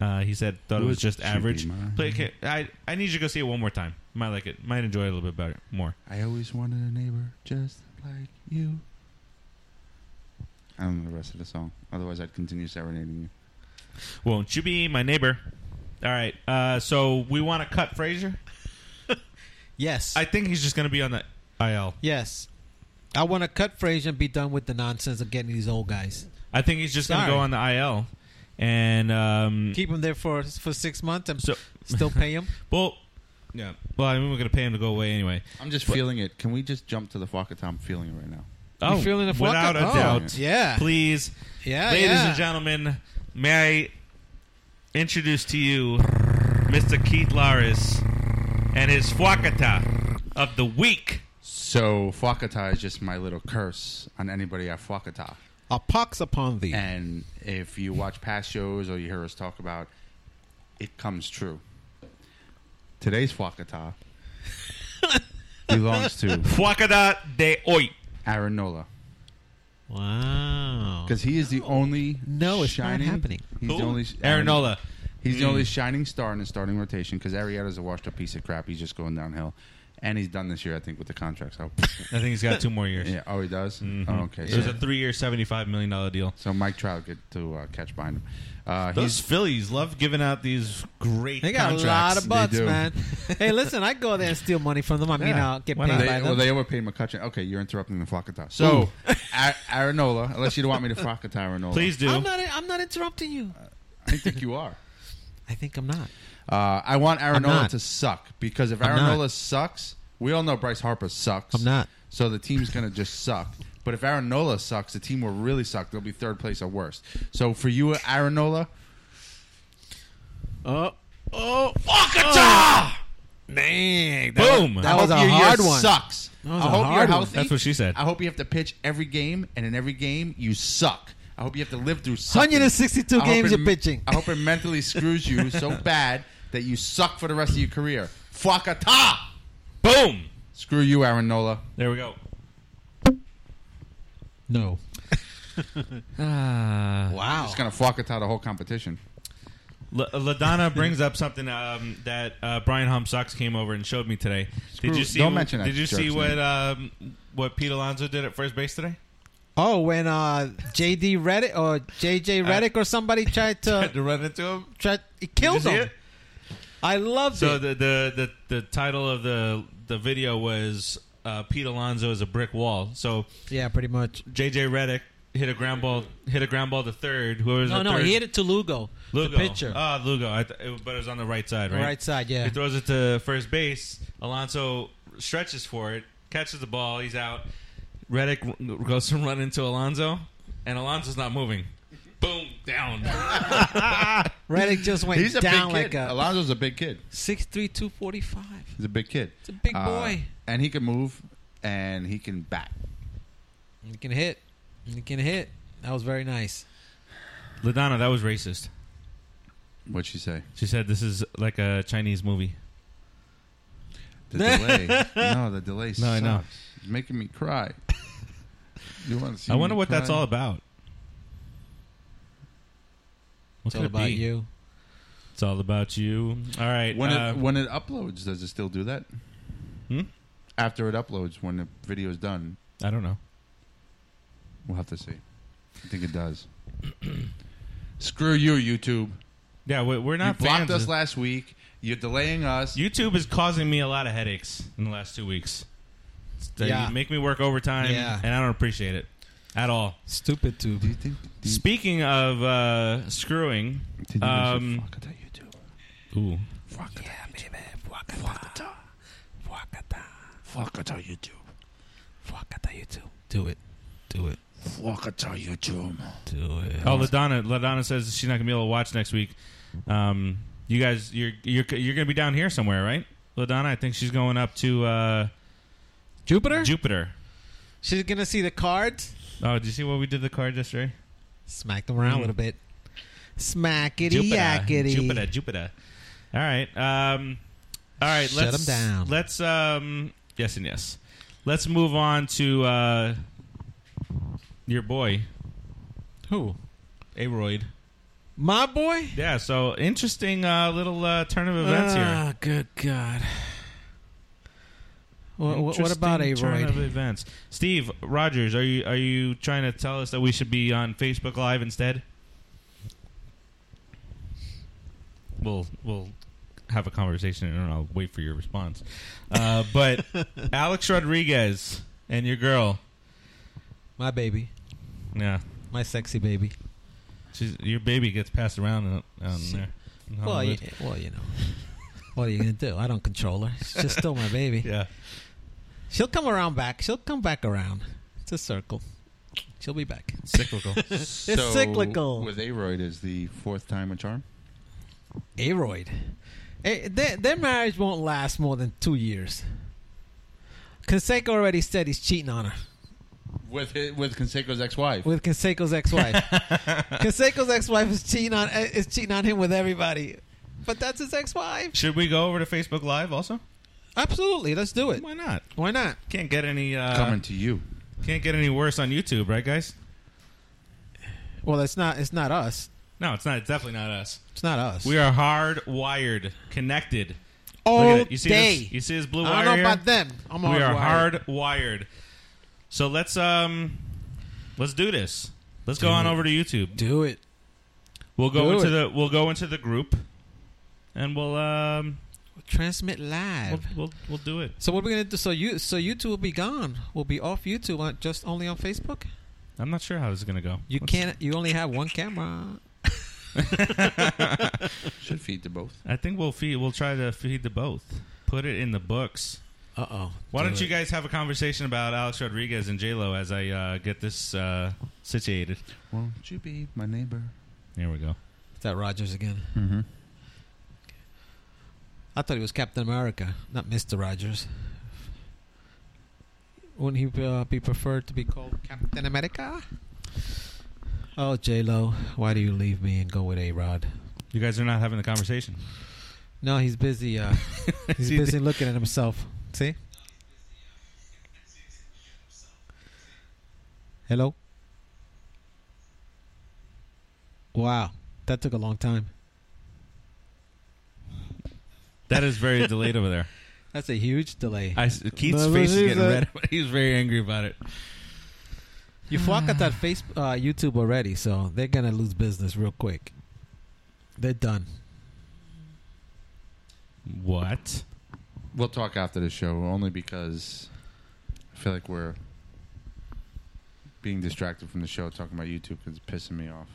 [SPEAKER 1] uh, he said thought it was just average. But
[SPEAKER 3] But
[SPEAKER 1] okay, I I need you to go see it one more time. Might like it. Might enjoy it a little bit better. More.
[SPEAKER 3] I always wanted a neighbor just like you. I don't know the rest of the song. Otherwise, I'd continue serenading you.
[SPEAKER 1] Won't you be my neighbor? All right. Uh, so we want to cut Frazier.
[SPEAKER 2] Yes.
[SPEAKER 1] I think he's just going to be on the IL.
[SPEAKER 2] yes. I want to cut Frazier and be done with the nonsense of getting these old guys.
[SPEAKER 1] I think he's just going to
[SPEAKER 2] Sorry.
[SPEAKER 1] go on the IL. And um,
[SPEAKER 2] Keep them there for for six months and
[SPEAKER 1] So-
[SPEAKER 2] still pay them.
[SPEAKER 1] Well, yeah. Well, I mean, we're gonna pay him to go away anyway.
[SPEAKER 3] I'm just feeling it. Can we just jump to the Faka Tom feeling right now?
[SPEAKER 1] Oh,
[SPEAKER 2] you feeling the fuck
[SPEAKER 1] without
[SPEAKER 2] up?
[SPEAKER 1] a
[SPEAKER 2] Oh,
[SPEAKER 1] doubt.
[SPEAKER 2] Yeah.
[SPEAKER 1] Please,
[SPEAKER 2] Yeah.
[SPEAKER 1] ladies
[SPEAKER 2] yeah.
[SPEAKER 1] and gentlemen, may I introduce to you Mr. Keith Laris and his Fuakata of the week.
[SPEAKER 3] So, Fakata is just my little curse on anybody at Fakata.
[SPEAKER 2] A pox upon thee.
[SPEAKER 3] And if you watch past shows or you hear us talk about, it comes true. Today's Fakata belongs to
[SPEAKER 1] Fuakata de hoy.
[SPEAKER 3] Aaron Nola.
[SPEAKER 2] Wow.
[SPEAKER 3] Because he is the only
[SPEAKER 2] No, it's not
[SPEAKER 3] shining,
[SPEAKER 2] happening.
[SPEAKER 3] He's the
[SPEAKER 1] Who?
[SPEAKER 3] only
[SPEAKER 1] Aaron Nola. Hmm.
[SPEAKER 3] He's the only shining star in the starting rotation because Arietta's a washed up piece of crap. He's just going downhill, and he's done this year, I think, with the contract. So
[SPEAKER 1] I think he's got two more years.
[SPEAKER 3] yeah, oh, he does. Oh, okay,
[SPEAKER 1] Mm-hmm. It was
[SPEAKER 3] so,
[SPEAKER 1] a three-year, seventy-five million dollar deal.
[SPEAKER 3] so Mike Trout get to uh, catch behind him. Uh,
[SPEAKER 1] Those
[SPEAKER 3] he's
[SPEAKER 1] Phillies love giving out these great.
[SPEAKER 2] They got
[SPEAKER 1] contracts.
[SPEAKER 2] a lot of butts,
[SPEAKER 3] do.
[SPEAKER 2] man. hey, listen, I go there and steal money from them. I mean,
[SPEAKER 1] Yeah.
[SPEAKER 2] I'll get
[SPEAKER 1] Why
[SPEAKER 2] paid
[SPEAKER 1] not?
[SPEAKER 2] by
[SPEAKER 3] they,
[SPEAKER 2] them.
[SPEAKER 3] well, they overpaid McCutcheon. Okay, you're interrupting the Flocata. So, A- Arenola, unless you don't want me to Flocata Arenola.
[SPEAKER 1] Please do.
[SPEAKER 2] I'm not. I'm not interrupting you.
[SPEAKER 3] I think you are.
[SPEAKER 2] I think I'm not.
[SPEAKER 3] Uh, I want Arenola
[SPEAKER 2] not.
[SPEAKER 3] to suck because if
[SPEAKER 2] I'm
[SPEAKER 3] Arenola
[SPEAKER 2] not.
[SPEAKER 3] sucks, we all know Bryce Harper sucks.
[SPEAKER 2] I'm not.
[SPEAKER 3] So the team's going to just suck. But if Arenola sucks, the team will really suck. They'll be third place or worse. So for you, Arenola,
[SPEAKER 2] Oh, oh, man!
[SPEAKER 1] Boom.
[SPEAKER 2] That was a
[SPEAKER 3] your
[SPEAKER 2] hard
[SPEAKER 3] year
[SPEAKER 2] one.
[SPEAKER 3] Sucks.
[SPEAKER 2] That was
[SPEAKER 3] I
[SPEAKER 2] a
[SPEAKER 3] hope you're
[SPEAKER 2] hard one.
[SPEAKER 3] healthy.
[SPEAKER 1] That's what she said.
[SPEAKER 3] I hope you have to pitch every game, and in every game you suck. I hope you have to live through sucking.
[SPEAKER 2] 162
[SPEAKER 3] I hope
[SPEAKER 2] games
[SPEAKER 3] it-
[SPEAKER 2] you're pitching.
[SPEAKER 3] I hope it mentally screws you so bad that you suck for the rest of your career. Fuckata!
[SPEAKER 1] Boom.
[SPEAKER 3] Screw you, Arenola.
[SPEAKER 1] There we go.
[SPEAKER 2] No.
[SPEAKER 3] Wow. Just gonna fuck it out the whole competition.
[SPEAKER 1] L- Ladonna brings up something um, that uh, Brian Humsox came over and showed me today.
[SPEAKER 3] Screw-
[SPEAKER 1] did you see?
[SPEAKER 3] don't mention that
[SPEAKER 1] Did you see
[SPEAKER 3] jerk's
[SPEAKER 1] what
[SPEAKER 3] name.
[SPEAKER 1] um, what Pete Alonso did at first base today?
[SPEAKER 2] Oh, when uh, JD Reddick or
[SPEAKER 1] Uh,
[SPEAKER 2] JJ Reddick or somebody tried to
[SPEAKER 1] to run into him.
[SPEAKER 2] tried, it killed
[SPEAKER 1] Did you see
[SPEAKER 2] him.
[SPEAKER 1] it?
[SPEAKER 2] I loved
[SPEAKER 1] So
[SPEAKER 2] it.
[SPEAKER 1] the, the the the title of the the video was uh, Pete Alonso is a brick wall. So
[SPEAKER 2] yeah, pretty much.
[SPEAKER 1] JJ Reddick hit a ground ball, hit a ground ball to third. Whoever's
[SPEAKER 2] No,
[SPEAKER 1] at
[SPEAKER 2] no,
[SPEAKER 1] third,
[SPEAKER 2] he hit it to Lugo.
[SPEAKER 1] Lugo.
[SPEAKER 2] The pitcher.
[SPEAKER 1] Ah, Lugo. I th- it- but it was on the right side, right?
[SPEAKER 2] Right side, yeah.
[SPEAKER 1] He throws it to first base. Alonso stretches for it, catches the ball. He's out. Reddick r- goes to run into Alonso, and Alonso's not moving. Boom, down.
[SPEAKER 2] Reddick just went
[SPEAKER 3] He's a
[SPEAKER 2] down
[SPEAKER 3] big
[SPEAKER 2] like
[SPEAKER 3] kid.
[SPEAKER 2] a
[SPEAKER 3] Alonzo's a big kid.
[SPEAKER 2] six three two forty five.
[SPEAKER 3] He's a big kid.
[SPEAKER 2] It's a big
[SPEAKER 3] Uh,
[SPEAKER 2] boy.
[SPEAKER 3] and he can move, and he can bat.
[SPEAKER 2] He can hit. He can hit. That was very nice.
[SPEAKER 1] Ladonna, that was racist.
[SPEAKER 3] What'd she say?
[SPEAKER 1] She said this is like a Chinese movie.
[SPEAKER 3] The delay. No, the delay.
[SPEAKER 1] No, I know.
[SPEAKER 3] sucks. It's making me cry. You want to see
[SPEAKER 1] I wonder
[SPEAKER 3] me
[SPEAKER 1] what that's
[SPEAKER 3] cry?
[SPEAKER 1] all about. What's
[SPEAKER 2] It's all about you.
[SPEAKER 1] It's all about you. All right.
[SPEAKER 3] When
[SPEAKER 1] uh,
[SPEAKER 3] it when it uploads, does it still do that?
[SPEAKER 1] Hmm?
[SPEAKER 3] After it uploads, when the video is done,
[SPEAKER 1] I don't know.
[SPEAKER 3] we'll have to see. I think it does. Screw you, YouTube.
[SPEAKER 1] Yeah, we- we're
[SPEAKER 3] You
[SPEAKER 1] not
[SPEAKER 3] blocked
[SPEAKER 1] fans
[SPEAKER 3] us
[SPEAKER 1] of-
[SPEAKER 3] last week. You're delaying us.
[SPEAKER 1] YouTube is causing me a lot of headaches in the last two weeks. It's- They
[SPEAKER 2] Yeah.
[SPEAKER 1] make me work overtime,
[SPEAKER 2] Yeah.
[SPEAKER 1] and I don't appreciate it at all.
[SPEAKER 2] Stupid too.
[SPEAKER 3] do you think?
[SPEAKER 2] Mm.
[SPEAKER 3] Do you,
[SPEAKER 1] Speaking of uh, screwing,
[SPEAKER 3] do you think we
[SPEAKER 1] um,
[SPEAKER 3] should fuck with that YouTube?
[SPEAKER 1] ooh,
[SPEAKER 3] Fuck yeah, baby. Wakata. Wakata. Wakata YouTube.
[SPEAKER 2] Do it. Do it.
[SPEAKER 3] Wakata YouTube.
[SPEAKER 2] Do it.
[SPEAKER 1] oh, Ladonna, Ladonna says she's not gonna be able to watch next week. Um, you guys, you're you're you're gonna be down here somewhere, right? Ladonna, I think she's going up to uh,
[SPEAKER 2] Jupiter?
[SPEAKER 1] Jupiter.
[SPEAKER 2] She's gonna see the cards.
[SPEAKER 1] Oh, did you see what we did the card yesterday?
[SPEAKER 2] Smack them around
[SPEAKER 1] Mm.
[SPEAKER 2] a little bit. Smackity
[SPEAKER 1] Jupiter,
[SPEAKER 2] yackity.
[SPEAKER 1] Jupiter, Jupiter. All right. Um, all right.
[SPEAKER 2] Shut
[SPEAKER 1] let's
[SPEAKER 2] 'em down.
[SPEAKER 1] Let's. Um, yes and yes. Let's move on to uh, your boy,
[SPEAKER 2] Who?
[SPEAKER 1] Aroyd.
[SPEAKER 2] My boy.
[SPEAKER 1] Yeah. So interesting uh, little uh, turn of events here.
[SPEAKER 2] Ah, good God. What, what, what about
[SPEAKER 1] Interesting Turn of
[SPEAKER 2] Aroyd?
[SPEAKER 1] events. Steve Rogers, are you are you trying to tell us that we should be on Facebook Live instead? We'll we'll have a conversation and I'll wait for your response. Uh, but Alex Rodriguez and your girl,
[SPEAKER 2] My baby.
[SPEAKER 1] yeah,
[SPEAKER 2] My sexy baby.
[SPEAKER 1] she's, your baby gets passed around out- out in there. in
[SPEAKER 2] Well, you,
[SPEAKER 1] Hollywood.
[SPEAKER 2] well, you know. What are you gonna do? I don't control her. She's still my baby.
[SPEAKER 1] yeah.
[SPEAKER 2] She'll come around back. She'll come back around. It's a circle. She'll be back.
[SPEAKER 1] cyclical.
[SPEAKER 3] It's
[SPEAKER 2] cyclical.
[SPEAKER 3] With Aroid is the fourth time a charm.
[SPEAKER 2] Aroyd. Eh, their, their marriage won't last more than two years. Conseco already said he's cheating on her
[SPEAKER 3] With his, with Conseco's ex-wife.
[SPEAKER 2] with Conseco's ex-wife. Conseco's ex-wife is cheating on eh, is cheating on him with everybody, but that's his ex-wife.
[SPEAKER 1] Should we go over to Facebook Live also?
[SPEAKER 2] Absolutely, let's do it.
[SPEAKER 1] Why not?
[SPEAKER 2] Why not?
[SPEAKER 1] Can't get any uh,
[SPEAKER 3] Coming to you.
[SPEAKER 1] Can't get any worse on YouTube, right, guys?
[SPEAKER 2] Well, it's not. It's not us.
[SPEAKER 1] No, it's not. It's definitely not us.
[SPEAKER 2] It's not us.
[SPEAKER 1] We are hardwired, connected. Look
[SPEAKER 2] all
[SPEAKER 1] at it. You see
[SPEAKER 2] day.
[SPEAKER 1] This, you see this blue
[SPEAKER 2] I
[SPEAKER 1] wire
[SPEAKER 2] don't know
[SPEAKER 1] here?
[SPEAKER 2] about them. I'm
[SPEAKER 1] we are
[SPEAKER 2] hardwired.
[SPEAKER 1] hardwired. So let's um, let's do this. Let's go on over to YouTube.
[SPEAKER 2] Do it.
[SPEAKER 1] We'll go
[SPEAKER 2] Do
[SPEAKER 1] into
[SPEAKER 2] it.
[SPEAKER 1] the we'll go into the group, and we'll um,
[SPEAKER 2] Transmit
[SPEAKER 1] we'll
[SPEAKER 2] live.
[SPEAKER 1] we'll, we'll do it.
[SPEAKER 2] So what are we gonna do? So you, so YouTube will be gone. We'll be off YouTube, uh, just only on Facebook.
[SPEAKER 1] I'm not sure how this is gonna go.
[SPEAKER 2] You
[SPEAKER 1] Let's-
[SPEAKER 2] can't. You only have one camera.
[SPEAKER 3] Should feed to both.
[SPEAKER 1] I think we'll feed. We'll try to feed the both. Put it in the books.
[SPEAKER 2] Uh oh.
[SPEAKER 1] Why don't you guys have a conversation about Alex Rodriguez and J Lo as I uh, get this uh, situated?
[SPEAKER 3] Won't you be my neighbor?
[SPEAKER 1] Here we go.
[SPEAKER 2] Is that Rogers again?
[SPEAKER 3] Mm-hmm.
[SPEAKER 2] I thought he was Captain America, not Mister Rogers. Wouldn't he uh, be preferred to be called Captain America? Oh, J Lo, why do you leave me and go with A Rod?
[SPEAKER 1] You guys are not having the conversation.
[SPEAKER 2] No, he's busy. Uh, he's
[SPEAKER 1] See,
[SPEAKER 2] busy looking at himself. See? Hello? Wow. That took a long time.
[SPEAKER 1] That is very delayed over there.
[SPEAKER 2] That's a huge delay.
[SPEAKER 1] I, Keith's
[SPEAKER 2] Never
[SPEAKER 1] face is
[SPEAKER 2] see
[SPEAKER 1] getting red.
[SPEAKER 2] that.
[SPEAKER 1] He's very angry about it.
[SPEAKER 2] You flock at that face uh, YouTube already, so they're gonna lose business real quick. They're done.
[SPEAKER 1] What?
[SPEAKER 3] We'll talk after the show, only because I feel like we're being distracted from the show talking about YouTube because it's pissing me off.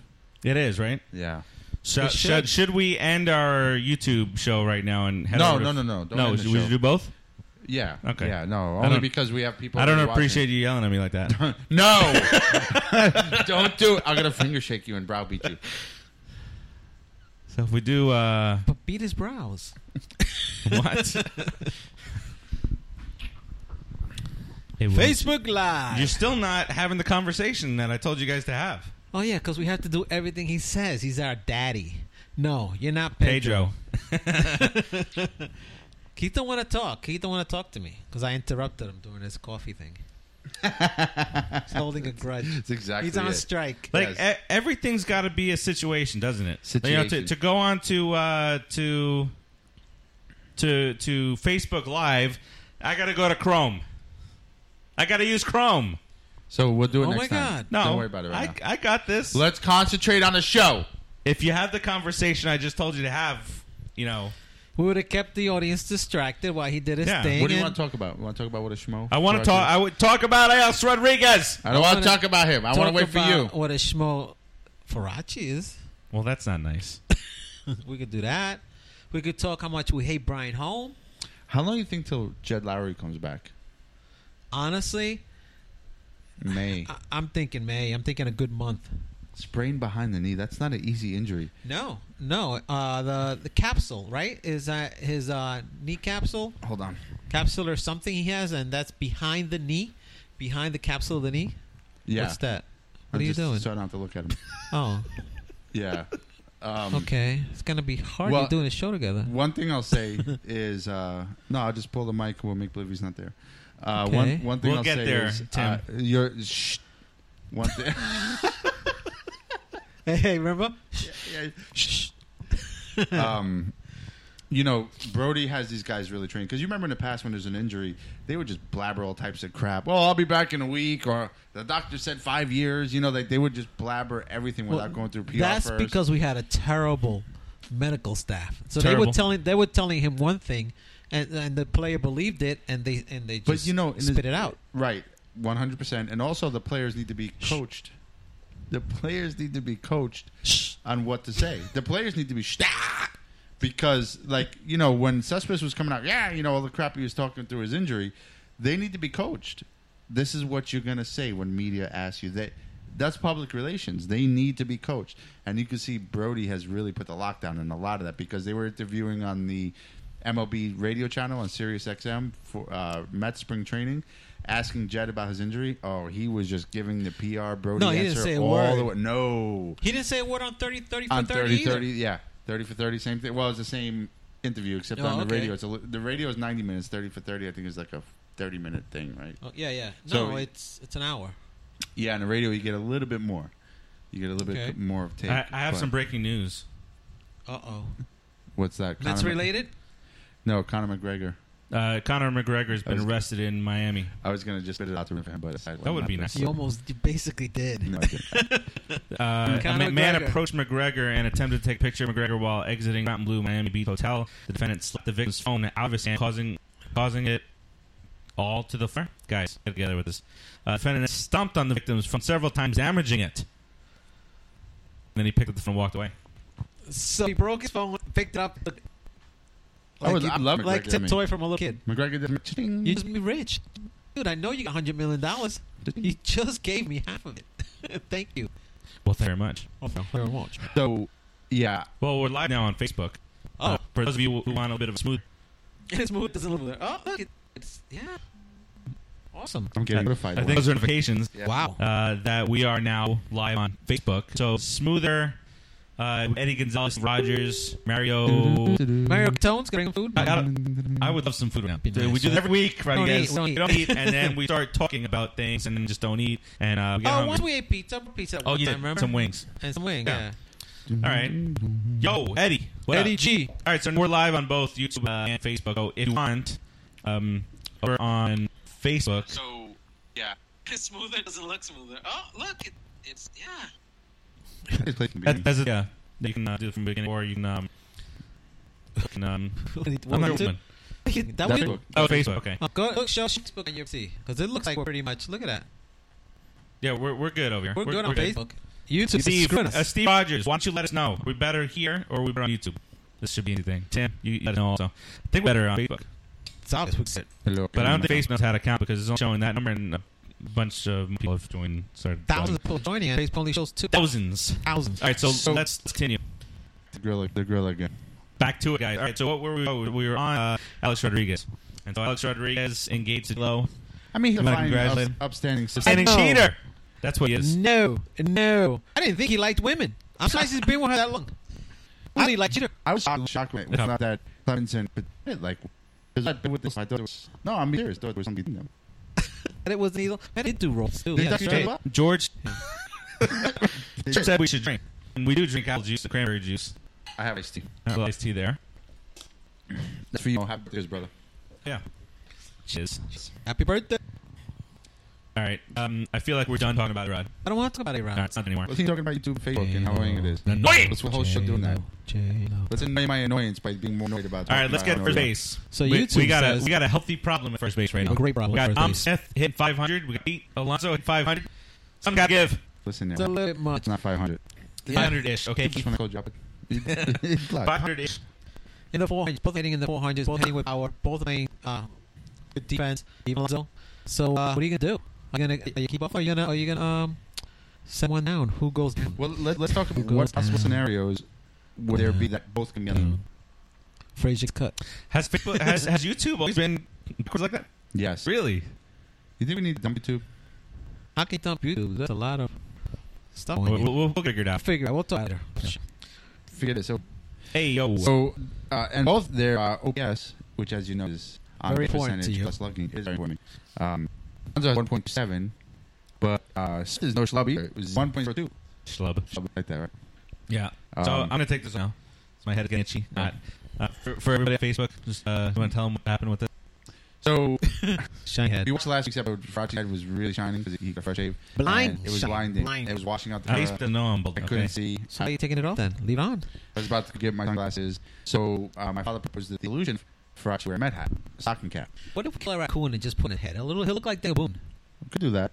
[SPEAKER 1] It is right.
[SPEAKER 3] Yeah.
[SPEAKER 1] Should,
[SPEAKER 6] It
[SPEAKER 1] should.
[SPEAKER 6] should.
[SPEAKER 1] should we end our YouTube show right now and head
[SPEAKER 3] No,
[SPEAKER 1] over
[SPEAKER 3] no,
[SPEAKER 1] to-
[SPEAKER 3] no, no. Don't
[SPEAKER 1] no?
[SPEAKER 3] end
[SPEAKER 1] we
[SPEAKER 3] the
[SPEAKER 1] should we
[SPEAKER 3] show.
[SPEAKER 1] should do both.
[SPEAKER 3] Yeah.
[SPEAKER 1] Okay.
[SPEAKER 3] Yeah. No.
[SPEAKER 1] I
[SPEAKER 3] Only
[SPEAKER 1] don't-
[SPEAKER 3] because we have people.
[SPEAKER 1] I don't appreciate you yelling at me like that.
[SPEAKER 3] No. don't do it. I'm gonna finger shake you and browbeat you.
[SPEAKER 1] so if we do uh,
[SPEAKER 2] But beat his brows.
[SPEAKER 1] what? Hey, Will,
[SPEAKER 2] Facebook Live.
[SPEAKER 1] You're still not having the conversation that I told you guys to have.
[SPEAKER 2] oh yeah, because we have to do everything he says. He's our daddy. No, you're not Pedro.
[SPEAKER 1] Pedro.
[SPEAKER 2] Keith don't want to talk. Keith don't want to talk to me because I interrupted him during his coffee thing. He's holding a grudge.
[SPEAKER 3] That's exactly.
[SPEAKER 2] He's on
[SPEAKER 3] it.
[SPEAKER 2] strike.
[SPEAKER 1] Like
[SPEAKER 3] Yes.
[SPEAKER 1] e- everything's got to be a situation, doesn't it? You know, to,
[SPEAKER 3] Situation.
[SPEAKER 1] to go on to uh, to to to Facebook Live, I got to go to Chrome. I got to use Chrome.
[SPEAKER 3] So we'll do it
[SPEAKER 2] Oh
[SPEAKER 3] next
[SPEAKER 2] my
[SPEAKER 3] time.
[SPEAKER 2] God.
[SPEAKER 1] No,
[SPEAKER 3] Don't worry about it right now.
[SPEAKER 1] I, I got this.
[SPEAKER 3] Let's concentrate on the show.
[SPEAKER 1] if you have the conversation I just told you to have, you know,
[SPEAKER 2] We would have kept the audience distracted while he did his
[SPEAKER 1] Yeah.
[SPEAKER 2] thing.
[SPEAKER 3] What do you
[SPEAKER 2] and-
[SPEAKER 3] want to talk about? Want to talk about what a schmo?
[SPEAKER 1] I want to
[SPEAKER 3] Drug
[SPEAKER 1] talk.
[SPEAKER 3] is?
[SPEAKER 1] I would talk about Alex Rodriguez.
[SPEAKER 3] I don't want to
[SPEAKER 2] wanna
[SPEAKER 3] talk about him. I want to
[SPEAKER 2] talk
[SPEAKER 3] wait for you.
[SPEAKER 2] about What a schmo Farachi is.
[SPEAKER 1] Well, that's not nice.
[SPEAKER 2] We could do that. We could talk how much we hate Brian Home.
[SPEAKER 3] How long do you think till Jed Lowry comes back?
[SPEAKER 2] Honestly,
[SPEAKER 3] May.
[SPEAKER 2] I- I'm thinking May. I'm thinking a good month.
[SPEAKER 3] Sprain behind the knee. That's not an easy injury.
[SPEAKER 2] No, no. Uh, the the capsule, right? Is uh, his uh, knee capsule,
[SPEAKER 3] Hold on.
[SPEAKER 2] capsule or something he has, and that's behind the knee, behind the capsule of the knee.
[SPEAKER 3] Yeah.
[SPEAKER 2] What's that? What
[SPEAKER 3] I'm
[SPEAKER 2] are you
[SPEAKER 3] just
[SPEAKER 2] doing?
[SPEAKER 3] So I don't have to look at him.
[SPEAKER 2] Oh,
[SPEAKER 3] Yeah. Um,
[SPEAKER 2] okay. It's gonna be hard
[SPEAKER 3] Well-
[SPEAKER 2] doing a show together.
[SPEAKER 3] One thing I'll say is uh, no. I'll just pull the mic. We'll make believe he's not there. Uh,
[SPEAKER 2] Okay.
[SPEAKER 3] One one thing
[SPEAKER 1] We'll
[SPEAKER 3] I'll
[SPEAKER 1] get
[SPEAKER 3] say
[SPEAKER 1] there,
[SPEAKER 3] is uh, you're shh. One thing.
[SPEAKER 2] Hey, remember?
[SPEAKER 3] Shh. um, you know, Brody has these guys really trained because you remember in the past when there's an injury, they would just blabber all types of crap. Well, I'll be back in a week, or the doctor said five years. You know, like they would just blabber everything without going through PR
[SPEAKER 2] That's
[SPEAKER 3] first.
[SPEAKER 2] because we had a terrible medical staff. So they
[SPEAKER 1] Terrible.
[SPEAKER 2] were telling they were telling him one thing, and, and the player believed it, and they and they just
[SPEAKER 3] But you know, in
[SPEAKER 2] spit
[SPEAKER 3] this-
[SPEAKER 2] it out.
[SPEAKER 3] right, one hundred percent, and also the players need to be coached. The players need to be coached on what to say. The players need to be sh- because, like you know, when Cespedes was coming out, yeah, you know all the crap he was talking through his injury. They need to be coached. This is what you're gonna say when media asks you that. That's public relations. They need to be coached, and you can see Brody has really put the lockdown in a lot of that because they were interviewing on the MLB radio channel on Sirius XM for uh, Met spring training, asking Jed about his injury. Oh, he was just giving the PR Brody
[SPEAKER 2] No, he
[SPEAKER 3] answer
[SPEAKER 2] didn't say a
[SPEAKER 3] all
[SPEAKER 2] word.
[SPEAKER 3] the way. No,
[SPEAKER 2] He didn't say a word on 30, 30 for
[SPEAKER 3] on
[SPEAKER 2] 30,
[SPEAKER 3] 30
[SPEAKER 2] either.
[SPEAKER 3] 30 yeah 30 for 30 same thing well it's the same interview except
[SPEAKER 2] Oh,
[SPEAKER 3] on the
[SPEAKER 2] okay.
[SPEAKER 3] radio it's a, li- the radio is 90 minutes 30 for 30 i think is like a 30 minute thing right
[SPEAKER 2] Oh, yeah, yeah. No,
[SPEAKER 3] So-
[SPEAKER 2] it's it's an hour.
[SPEAKER 3] yeah on the radio you get a little bit more you get a little
[SPEAKER 2] Okay.
[SPEAKER 3] bit more of take
[SPEAKER 1] I, I have
[SPEAKER 3] but-
[SPEAKER 1] some breaking news.
[SPEAKER 2] Uh oh.
[SPEAKER 3] what's that
[SPEAKER 2] That's
[SPEAKER 3] Conor Mc-
[SPEAKER 2] related.
[SPEAKER 3] no conor mcgregor
[SPEAKER 1] Uh, Conor McGregor has been
[SPEAKER 3] was-
[SPEAKER 1] arrested in Miami.
[SPEAKER 3] i was gonna just spit it out to him but I,
[SPEAKER 1] That would be nice.
[SPEAKER 2] You almost you basically did.
[SPEAKER 3] No, I didn't.
[SPEAKER 1] Uh, a
[SPEAKER 2] Conor
[SPEAKER 1] ma- man
[SPEAKER 2] McGregor.
[SPEAKER 1] approached McGregor and attempted to take a picture of McGregor while exiting Mountain Blue Miami Beach Hotel. The defendant slapped the victim's phone out of his hand, causing causing it all to the floor. Guys, get together with this. Uh, the defendant stomped on the victim's phone several times, damaging it. And then he picked up the phone and walked away.
[SPEAKER 2] So he broke his phone, picked it up. Like,
[SPEAKER 3] I would-
[SPEAKER 2] you-
[SPEAKER 3] I'd love
[SPEAKER 2] like
[SPEAKER 3] McGregor, I
[SPEAKER 2] a
[SPEAKER 3] mean.
[SPEAKER 2] toy from a little kid.
[SPEAKER 3] mcgregor did
[SPEAKER 2] You just be rich, dude. I know you got hundred million dollars. You just gave me half of it. Thank you.
[SPEAKER 1] Well, thank you very much.
[SPEAKER 2] Very much.
[SPEAKER 3] so yeah
[SPEAKER 1] Well, we're live now on Facebook.
[SPEAKER 2] Oh,
[SPEAKER 1] Uh, for those of you who want a bit of a smooth,
[SPEAKER 2] his mood doesn't look there. Oh, look, it- it's yeah, awesome.
[SPEAKER 3] i'm getting notified
[SPEAKER 1] I think those are notifications.
[SPEAKER 3] Yeah.
[SPEAKER 2] Wow.
[SPEAKER 1] uh, that we are now live on Facebook. So Smoother, uh, Eddie Gonzalez, Rogers, Mario.
[SPEAKER 2] Mario Tone's gonna bring food.
[SPEAKER 1] I, gotta- I would love some food right now.
[SPEAKER 2] Be nice.
[SPEAKER 1] We do that every week, right?
[SPEAKER 2] Don't
[SPEAKER 1] guys?
[SPEAKER 2] eat, don't
[SPEAKER 1] we
[SPEAKER 2] eat.
[SPEAKER 1] don't eat, and then we start talking about things, and then just don't eat, and uh, we get
[SPEAKER 2] Oh,
[SPEAKER 1] hungry.
[SPEAKER 2] once we ate pizza, pizza.
[SPEAKER 1] oh, yeah,
[SPEAKER 2] time, remember?
[SPEAKER 1] some wings.
[SPEAKER 2] and some wing.
[SPEAKER 1] Yeah.
[SPEAKER 2] Yeah.
[SPEAKER 1] All right, yo, Eddie, what up?
[SPEAKER 2] Eddie G.
[SPEAKER 1] All right, so we're live on both YouTube uh, and Facebook. So if you want, um, over on Facebook.
[SPEAKER 7] So, yeah. It's smoother doesn't look smoother. Oh, look, it, it's yeah.
[SPEAKER 1] That, that's it. Yeah, you can uh, do it from the beginning, or you can. Um, you can um, I'm not open.
[SPEAKER 2] that
[SPEAKER 3] That's
[SPEAKER 2] would.
[SPEAKER 3] cool.
[SPEAKER 1] Oh, Facebook. Okay.
[SPEAKER 2] Oh, go look, show Facebook and your see, because it looks like we're pretty much. Look at that.
[SPEAKER 1] Yeah, we're, we're good over here.
[SPEAKER 6] We're, good on Facebook.
[SPEAKER 2] YouTube is
[SPEAKER 1] Steve,
[SPEAKER 2] screwing us.
[SPEAKER 1] uh, Steve Rogers, why don't you let us know? We better here or we better on YouTube. This should be anything. Tim, you you let us know also. I think we better on Facebook,
[SPEAKER 6] It's obvious.
[SPEAKER 3] Hello.
[SPEAKER 1] but I don't think Facebook knows how to count because it's only showing that number and a bunch of people have joined. Started
[SPEAKER 6] Thousands of people joining, and Facebook only shows two
[SPEAKER 1] thousands.
[SPEAKER 6] thousands.
[SPEAKER 1] All right, so,
[SPEAKER 3] So-
[SPEAKER 1] let's continue.
[SPEAKER 3] the gorilla, the gorilla again.
[SPEAKER 1] Back to it, guys. All right, so what were we? oh, We were on uh, Alex Rodriguez, and so Alex Rodriguez engaged Low
[SPEAKER 3] I mean, he's a
[SPEAKER 1] I'm gonna
[SPEAKER 3] fine,
[SPEAKER 1] congratulate
[SPEAKER 3] up,
[SPEAKER 1] him.
[SPEAKER 3] upstanding
[SPEAKER 1] and
[SPEAKER 3] citizen.
[SPEAKER 1] a
[SPEAKER 2] know.
[SPEAKER 1] cheater. That's what he is.
[SPEAKER 2] No, no. I didn't think he liked women. I'm surprised he's been with her that long. Only he liked you.
[SPEAKER 3] I was shocked, shocked when it was
[SPEAKER 1] No.
[SPEAKER 3] not that Clemenson, but it, like, because I've been with this. I thought it was no. I'm serious. Thought it was something. You know.
[SPEAKER 2] But it wasn't either. I did do roles too.
[SPEAKER 3] Did
[SPEAKER 2] Yeah,
[SPEAKER 3] that
[SPEAKER 2] that's
[SPEAKER 3] show
[SPEAKER 2] right.
[SPEAKER 3] up?
[SPEAKER 1] George said we should drink, and we do drink apple juice and cranberry juice.
[SPEAKER 3] I have iced tea.
[SPEAKER 1] Uh, iced tea there.
[SPEAKER 3] That's for you. Oh, happy birthdays, brother.
[SPEAKER 1] Yeah. Cheers.
[SPEAKER 2] Happy birthday.
[SPEAKER 1] All right. Um, I feel like we're done talking about it, Rod.
[SPEAKER 2] I don't want to talk about it,
[SPEAKER 1] No,
[SPEAKER 2] Ron.
[SPEAKER 1] it's not anymore.
[SPEAKER 3] Let's keep talking about YouTube, Facebook, and how annoying it is.
[SPEAKER 1] Annoying!
[SPEAKER 3] That's the whole show doing that.
[SPEAKER 2] J-Lo.
[SPEAKER 3] Let's annoy my annoyance by being more annoyed about.
[SPEAKER 1] All right,
[SPEAKER 3] talking
[SPEAKER 1] let's
[SPEAKER 3] about
[SPEAKER 1] get
[SPEAKER 3] how
[SPEAKER 1] first
[SPEAKER 3] annoying.
[SPEAKER 1] base.
[SPEAKER 6] So
[SPEAKER 1] we,
[SPEAKER 6] YouTube
[SPEAKER 1] we got
[SPEAKER 6] says-
[SPEAKER 1] a we got a healthy problem at first base right now.
[SPEAKER 2] A great problem
[SPEAKER 1] We
[SPEAKER 2] at
[SPEAKER 1] got
[SPEAKER 2] first
[SPEAKER 1] Tom
[SPEAKER 2] base.
[SPEAKER 1] Smith hit 500. We got beat Alonso hit 500. Some got to give
[SPEAKER 3] Listen,
[SPEAKER 2] It's a
[SPEAKER 3] now.
[SPEAKER 2] little bit much.
[SPEAKER 3] it's not 500.
[SPEAKER 1] 500 ish. Okay,
[SPEAKER 3] Just want to drop it.
[SPEAKER 1] 500 ish.
[SPEAKER 2] In the 400s, both hitting in the 400s, both hitting with power, both playing uh, good defense, even Lonzo. So uh, what are you gonna do? Are you gonna are you keep up? Or are you gonna are you gonna um send one down? Who goes down?
[SPEAKER 3] Well, let, let's talk about
[SPEAKER 2] Go
[SPEAKER 3] what possible
[SPEAKER 1] Mm.
[SPEAKER 2] down.
[SPEAKER 3] scenarios would there be that both can be. on-
[SPEAKER 2] Frazier's cut.
[SPEAKER 1] Has Facebook has, has YouTube always been backwards like that?
[SPEAKER 3] Yes.
[SPEAKER 1] Really?
[SPEAKER 3] You think we need to dump YouTube?
[SPEAKER 2] I can dump YouTube. That's a lot of stuff.
[SPEAKER 1] We'll, we'll, we'll figure it out.
[SPEAKER 2] figure out. We'll talk later.
[SPEAKER 3] Forget it. So,
[SPEAKER 1] Hey yo.
[SPEAKER 3] so uh, and both their uh, OPS, which as you know is on
[SPEAKER 2] Very
[SPEAKER 3] the
[SPEAKER 2] important to
[SPEAKER 3] percentage
[SPEAKER 2] you.
[SPEAKER 3] plus lucky, is very important. Um, Lonzo has 1.7, but uh, Smith is no schlub either. It was 1.42.
[SPEAKER 1] Schlub.
[SPEAKER 3] Schlub like that, right?
[SPEAKER 1] Yeah. So
[SPEAKER 3] Um,
[SPEAKER 1] I'm gonna take this one now. It's my head getting itchy. Not uh, for, for everybody at Facebook. Just uh, you want to tell them what happened with it?
[SPEAKER 3] So
[SPEAKER 2] Shiny head.
[SPEAKER 3] If you watched last week's episode, Fratty's head was really shining because he got a fresh shave.
[SPEAKER 2] Blind.
[SPEAKER 3] And It was
[SPEAKER 2] Shine.
[SPEAKER 3] blinding.
[SPEAKER 2] Blind.
[SPEAKER 3] It was washing out the
[SPEAKER 1] At least
[SPEAKER 3] camera.
[SPEAKER 1] I know I'm bald.
[SPEAKER 3] Uh, I couldn't
[SPEAKER 1] Okay.
[SPEAKER 3] see.
[SPEAKER 2] So why are
[SPEAKER 3] I
[SPEAKER 2] you taking it off then? Leave it on.
[SPEAKER 3] was about to get my sunglasses. So uh, my father proposed the illusion for Fratty to wear a Met hat, a stocking cap.
[SPEAKER 2] What if we kill a raccoon and just put it head? A little, he'll look like Dagaboon.
[SPEAKER 3] We could do that.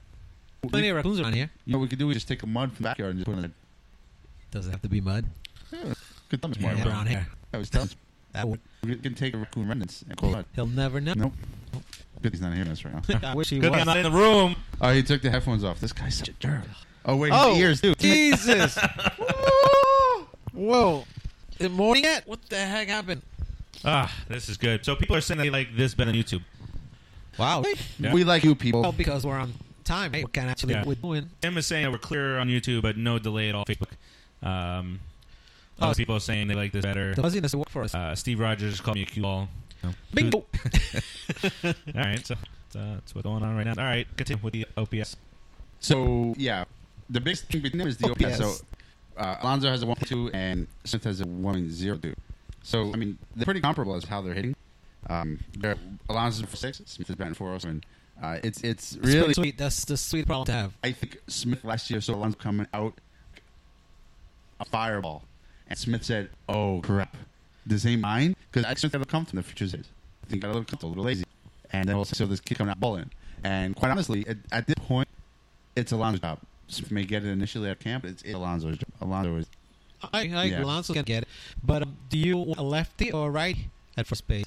[SPEAKER 2] Plenty of raccoons around here.
[SPEAKER 3] You know what we could do is just take a mud from the backyard and just put it in a
[SPEAKER 2] Doesn't have to be mud.
[SPEAKER 3] good thumbs
[SPEAKER 1] Yeah,
[SPEAKER 3] mark.
[SPEAKER 1] right.
[SPEAKER 2] brown hair.
[SPEAKER 3] I was telling
[SPEAKER 2] That would.
[SPEAKER 3] you. We can take a raccoon remnants and call it.
[SPEAKER 2] He'll never know.
[SPEAKER 3] Nope. Good he's not hearing us right now.
[SPEAKER 2] I wish he
[SPEAKER 1] Good thing I'm
[SPEAKER 2] was.
[SPEAKER 1] not in the room.
[SPEAKER 3] Oh, he took the headphones off. This guy's such a jerk. Oh, wait,
[SPEAKER 2] Oh.
[SPEAKER 3] his ears, too.
[SPEAKER 2] Jesus. Whoa. Is it morning yet? What the heck happened?
[SPEAKER 1] Ah, this is good. So people are saying they like this better than YouTube.
[SPEAKER 2] Wow.
[SPEAKER 1] Yeah.
[SPEAKER 3] We like you
[SPEAKER 2] Well,
[SPEAKER 3] people.
[SPEAKER 2] because we're on time. Right? We can actually
[SPEAKER 1] Yeah.
[SPEAKER 2] we're doing.
[SPEAKER 1] Tim is saying that we're clearer on YouTube, but no delay at all. Facebook. Um,
[SPEAKER 2] Oh,
[SPEAKER 1] other people are saying they like this better.
[SPEAKER 2] The fuzziness will work for us.
[SPEAKER 1] Uh, Steve Rogers called me a cue ball.
[SPEAKER 2] Bingo.
[SPEAKER 1] All right, so so that's what's going on right now. All right, continue with the OPS.
[SPEAKER 3] So yeah, the biggest thing between them is the
[SPEAKER 2] Oh,
[SPEAKER 3] OPS.
[SPEAKER 2] yes.
[SPEAKER 3] So uh, Alonso has a one two and Smith has a one zero two. So I mean they're pretty comparable as how they're hitting. Um, they're, Alonso's for six, Smith is batting four oh seven. Uh, it's it's
[SPEAKER 2] It's pretty
[SPEAKER 3] really
[SPEAKER 2] sweet. That's the sweet problem to have.
[SPEAKER 3] I think Smith last year saw Alonso coming out a fireball, and Smith said, "Oh crap, this ain't mine." Because I Smith never come from the futures days. I think I got a little comfortable, a little lazy, and then also so this kid coming out balling. And quite honestly, at, at this point, it's Alonso's job. Smith may get it initially at camp, but it's, it's Alonso's job. Alonso is
[SPEAKER 2] I, I agree.
[SPEAKER 3] Yeah.
[SPEAKER 2] Alonso can get it. But um, do you want a lefty or a righty at first base?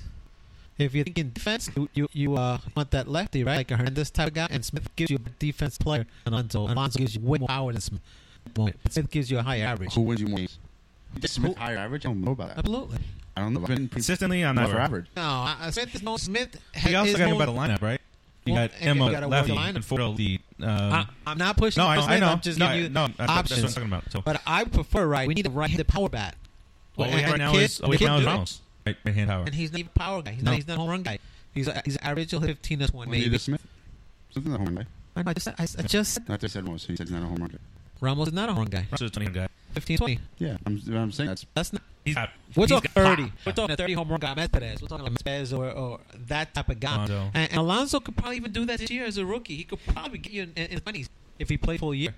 [SPEAKER 2] If you're thinking defense, you you, you uh, want that lefty, right? Like a Hernandez type of guy, and Smith gives you a defense player. And Alonso, Alonso gives you way more power than Smith. But Smith gives you a higher average.
[SPEAKER 3] who wins you more games. You think Smith higher average? I don't know about that.
[SPEAKER 2] Absolutely.
[SPEAKER 3] I don't know. I've been pretty
[SPEAKER 1] Consistently on
[SPEAKER 3] much
[SPEAKER 1] that.
[SPEAKER 3] for average.
[SPEAKER 2] No, I, I- Smith is no Smith.
[SPEAKER 1] We
[SPEAKER 2] ha-
[SPEAKER 1] also
[SPEAKER 2] is
[SPEAKER 1] got
[SPEAKER 2] no-
[SPEAKER 1] about a lineup, right? You
[SPEAKER 2] Well,
[SPEAKER 1] got
[SPEAKER 2] and you
[SPEAKER 1] Emma
[SPEAKER 2] gotta work
[SPEAKER 1] lefty
[SPEAKER 2] the lineup. Ah.
[SPEAKER 1] and Ford lead. Um,
[SPEAKER 2] I, I'm not pushing.
[SPEAKER 1] no, I,
[SPEAKER 2] Smith,
[SPEAKER 1] I know.
[SPEAKER 2] I'm just
[SPEAKER 1] no,
[SPEAKER 2] giving you
[SPEAKER 1] no, I- that's what
[SPEAKER 2] options.
[SPEAKER 1] I'm talking about. So,
[SPEAKER 2] But I prefer right. We need a right-handed power bat.
[SPEAKER 1] what we
[SPEAKER 2] and
[SPEAKER 1] have
[SPEAKER 2] the
[SPEAKER 1] now
[SPEAKER 2] kid-
[SPEAKER 1] is, what we
[SPEAKER 2] the
[SPEAKER 1] have now
[SPEAKER 2] kid
[SPEAKER 1] is
[SPEAKER 2] do-
[SPEAKER 1] Reynolds. Right, right hand power.
[SPEAKER 2] And he's not even a power guy. He's
[SPEAKER 1] No.
[SPEAKER 2] not. He's not a home run guy. He's a, he's average of 15 as one
[SPEAKER 3] Well, neither
[SPEAKER 2] maybe.
[SPEAKER 3] Smith. Smith's not a home run guy.
[SPEAKER 2] I, know, I just I, I just said
[SPEAKER 3] Not that I said most. He said he's not a home run guy.
[SPEAKER 2] Ramos is not a home run guy.
[SPEAKER 1] Russell's 20 guy.
[SPEAKER 2] 15, 20.
[SPEAKER 3] Yeah, I'm, I'm saying that's
[SPEAKER 2] That's not.
[SPEAKER 1] He's got,
[SPEAKER 2] We're
[SPEAKER 1] he's
[SPEAKER 2] talking
[SPEAKER 1] got
[SPEAKER 2] 30.
[SPEAKER 1] pop.
[SPEAKER 2] We're talking a 30 home run guy, Mezpez. We're talking like Mezpez or, or that type of guy.
[SPEAKER 1] Alonso.
[SPEAKER 2] And, and Alonso could probably even do that this year as a rookie. He could probably get you in, in, in the 20s if he played full year.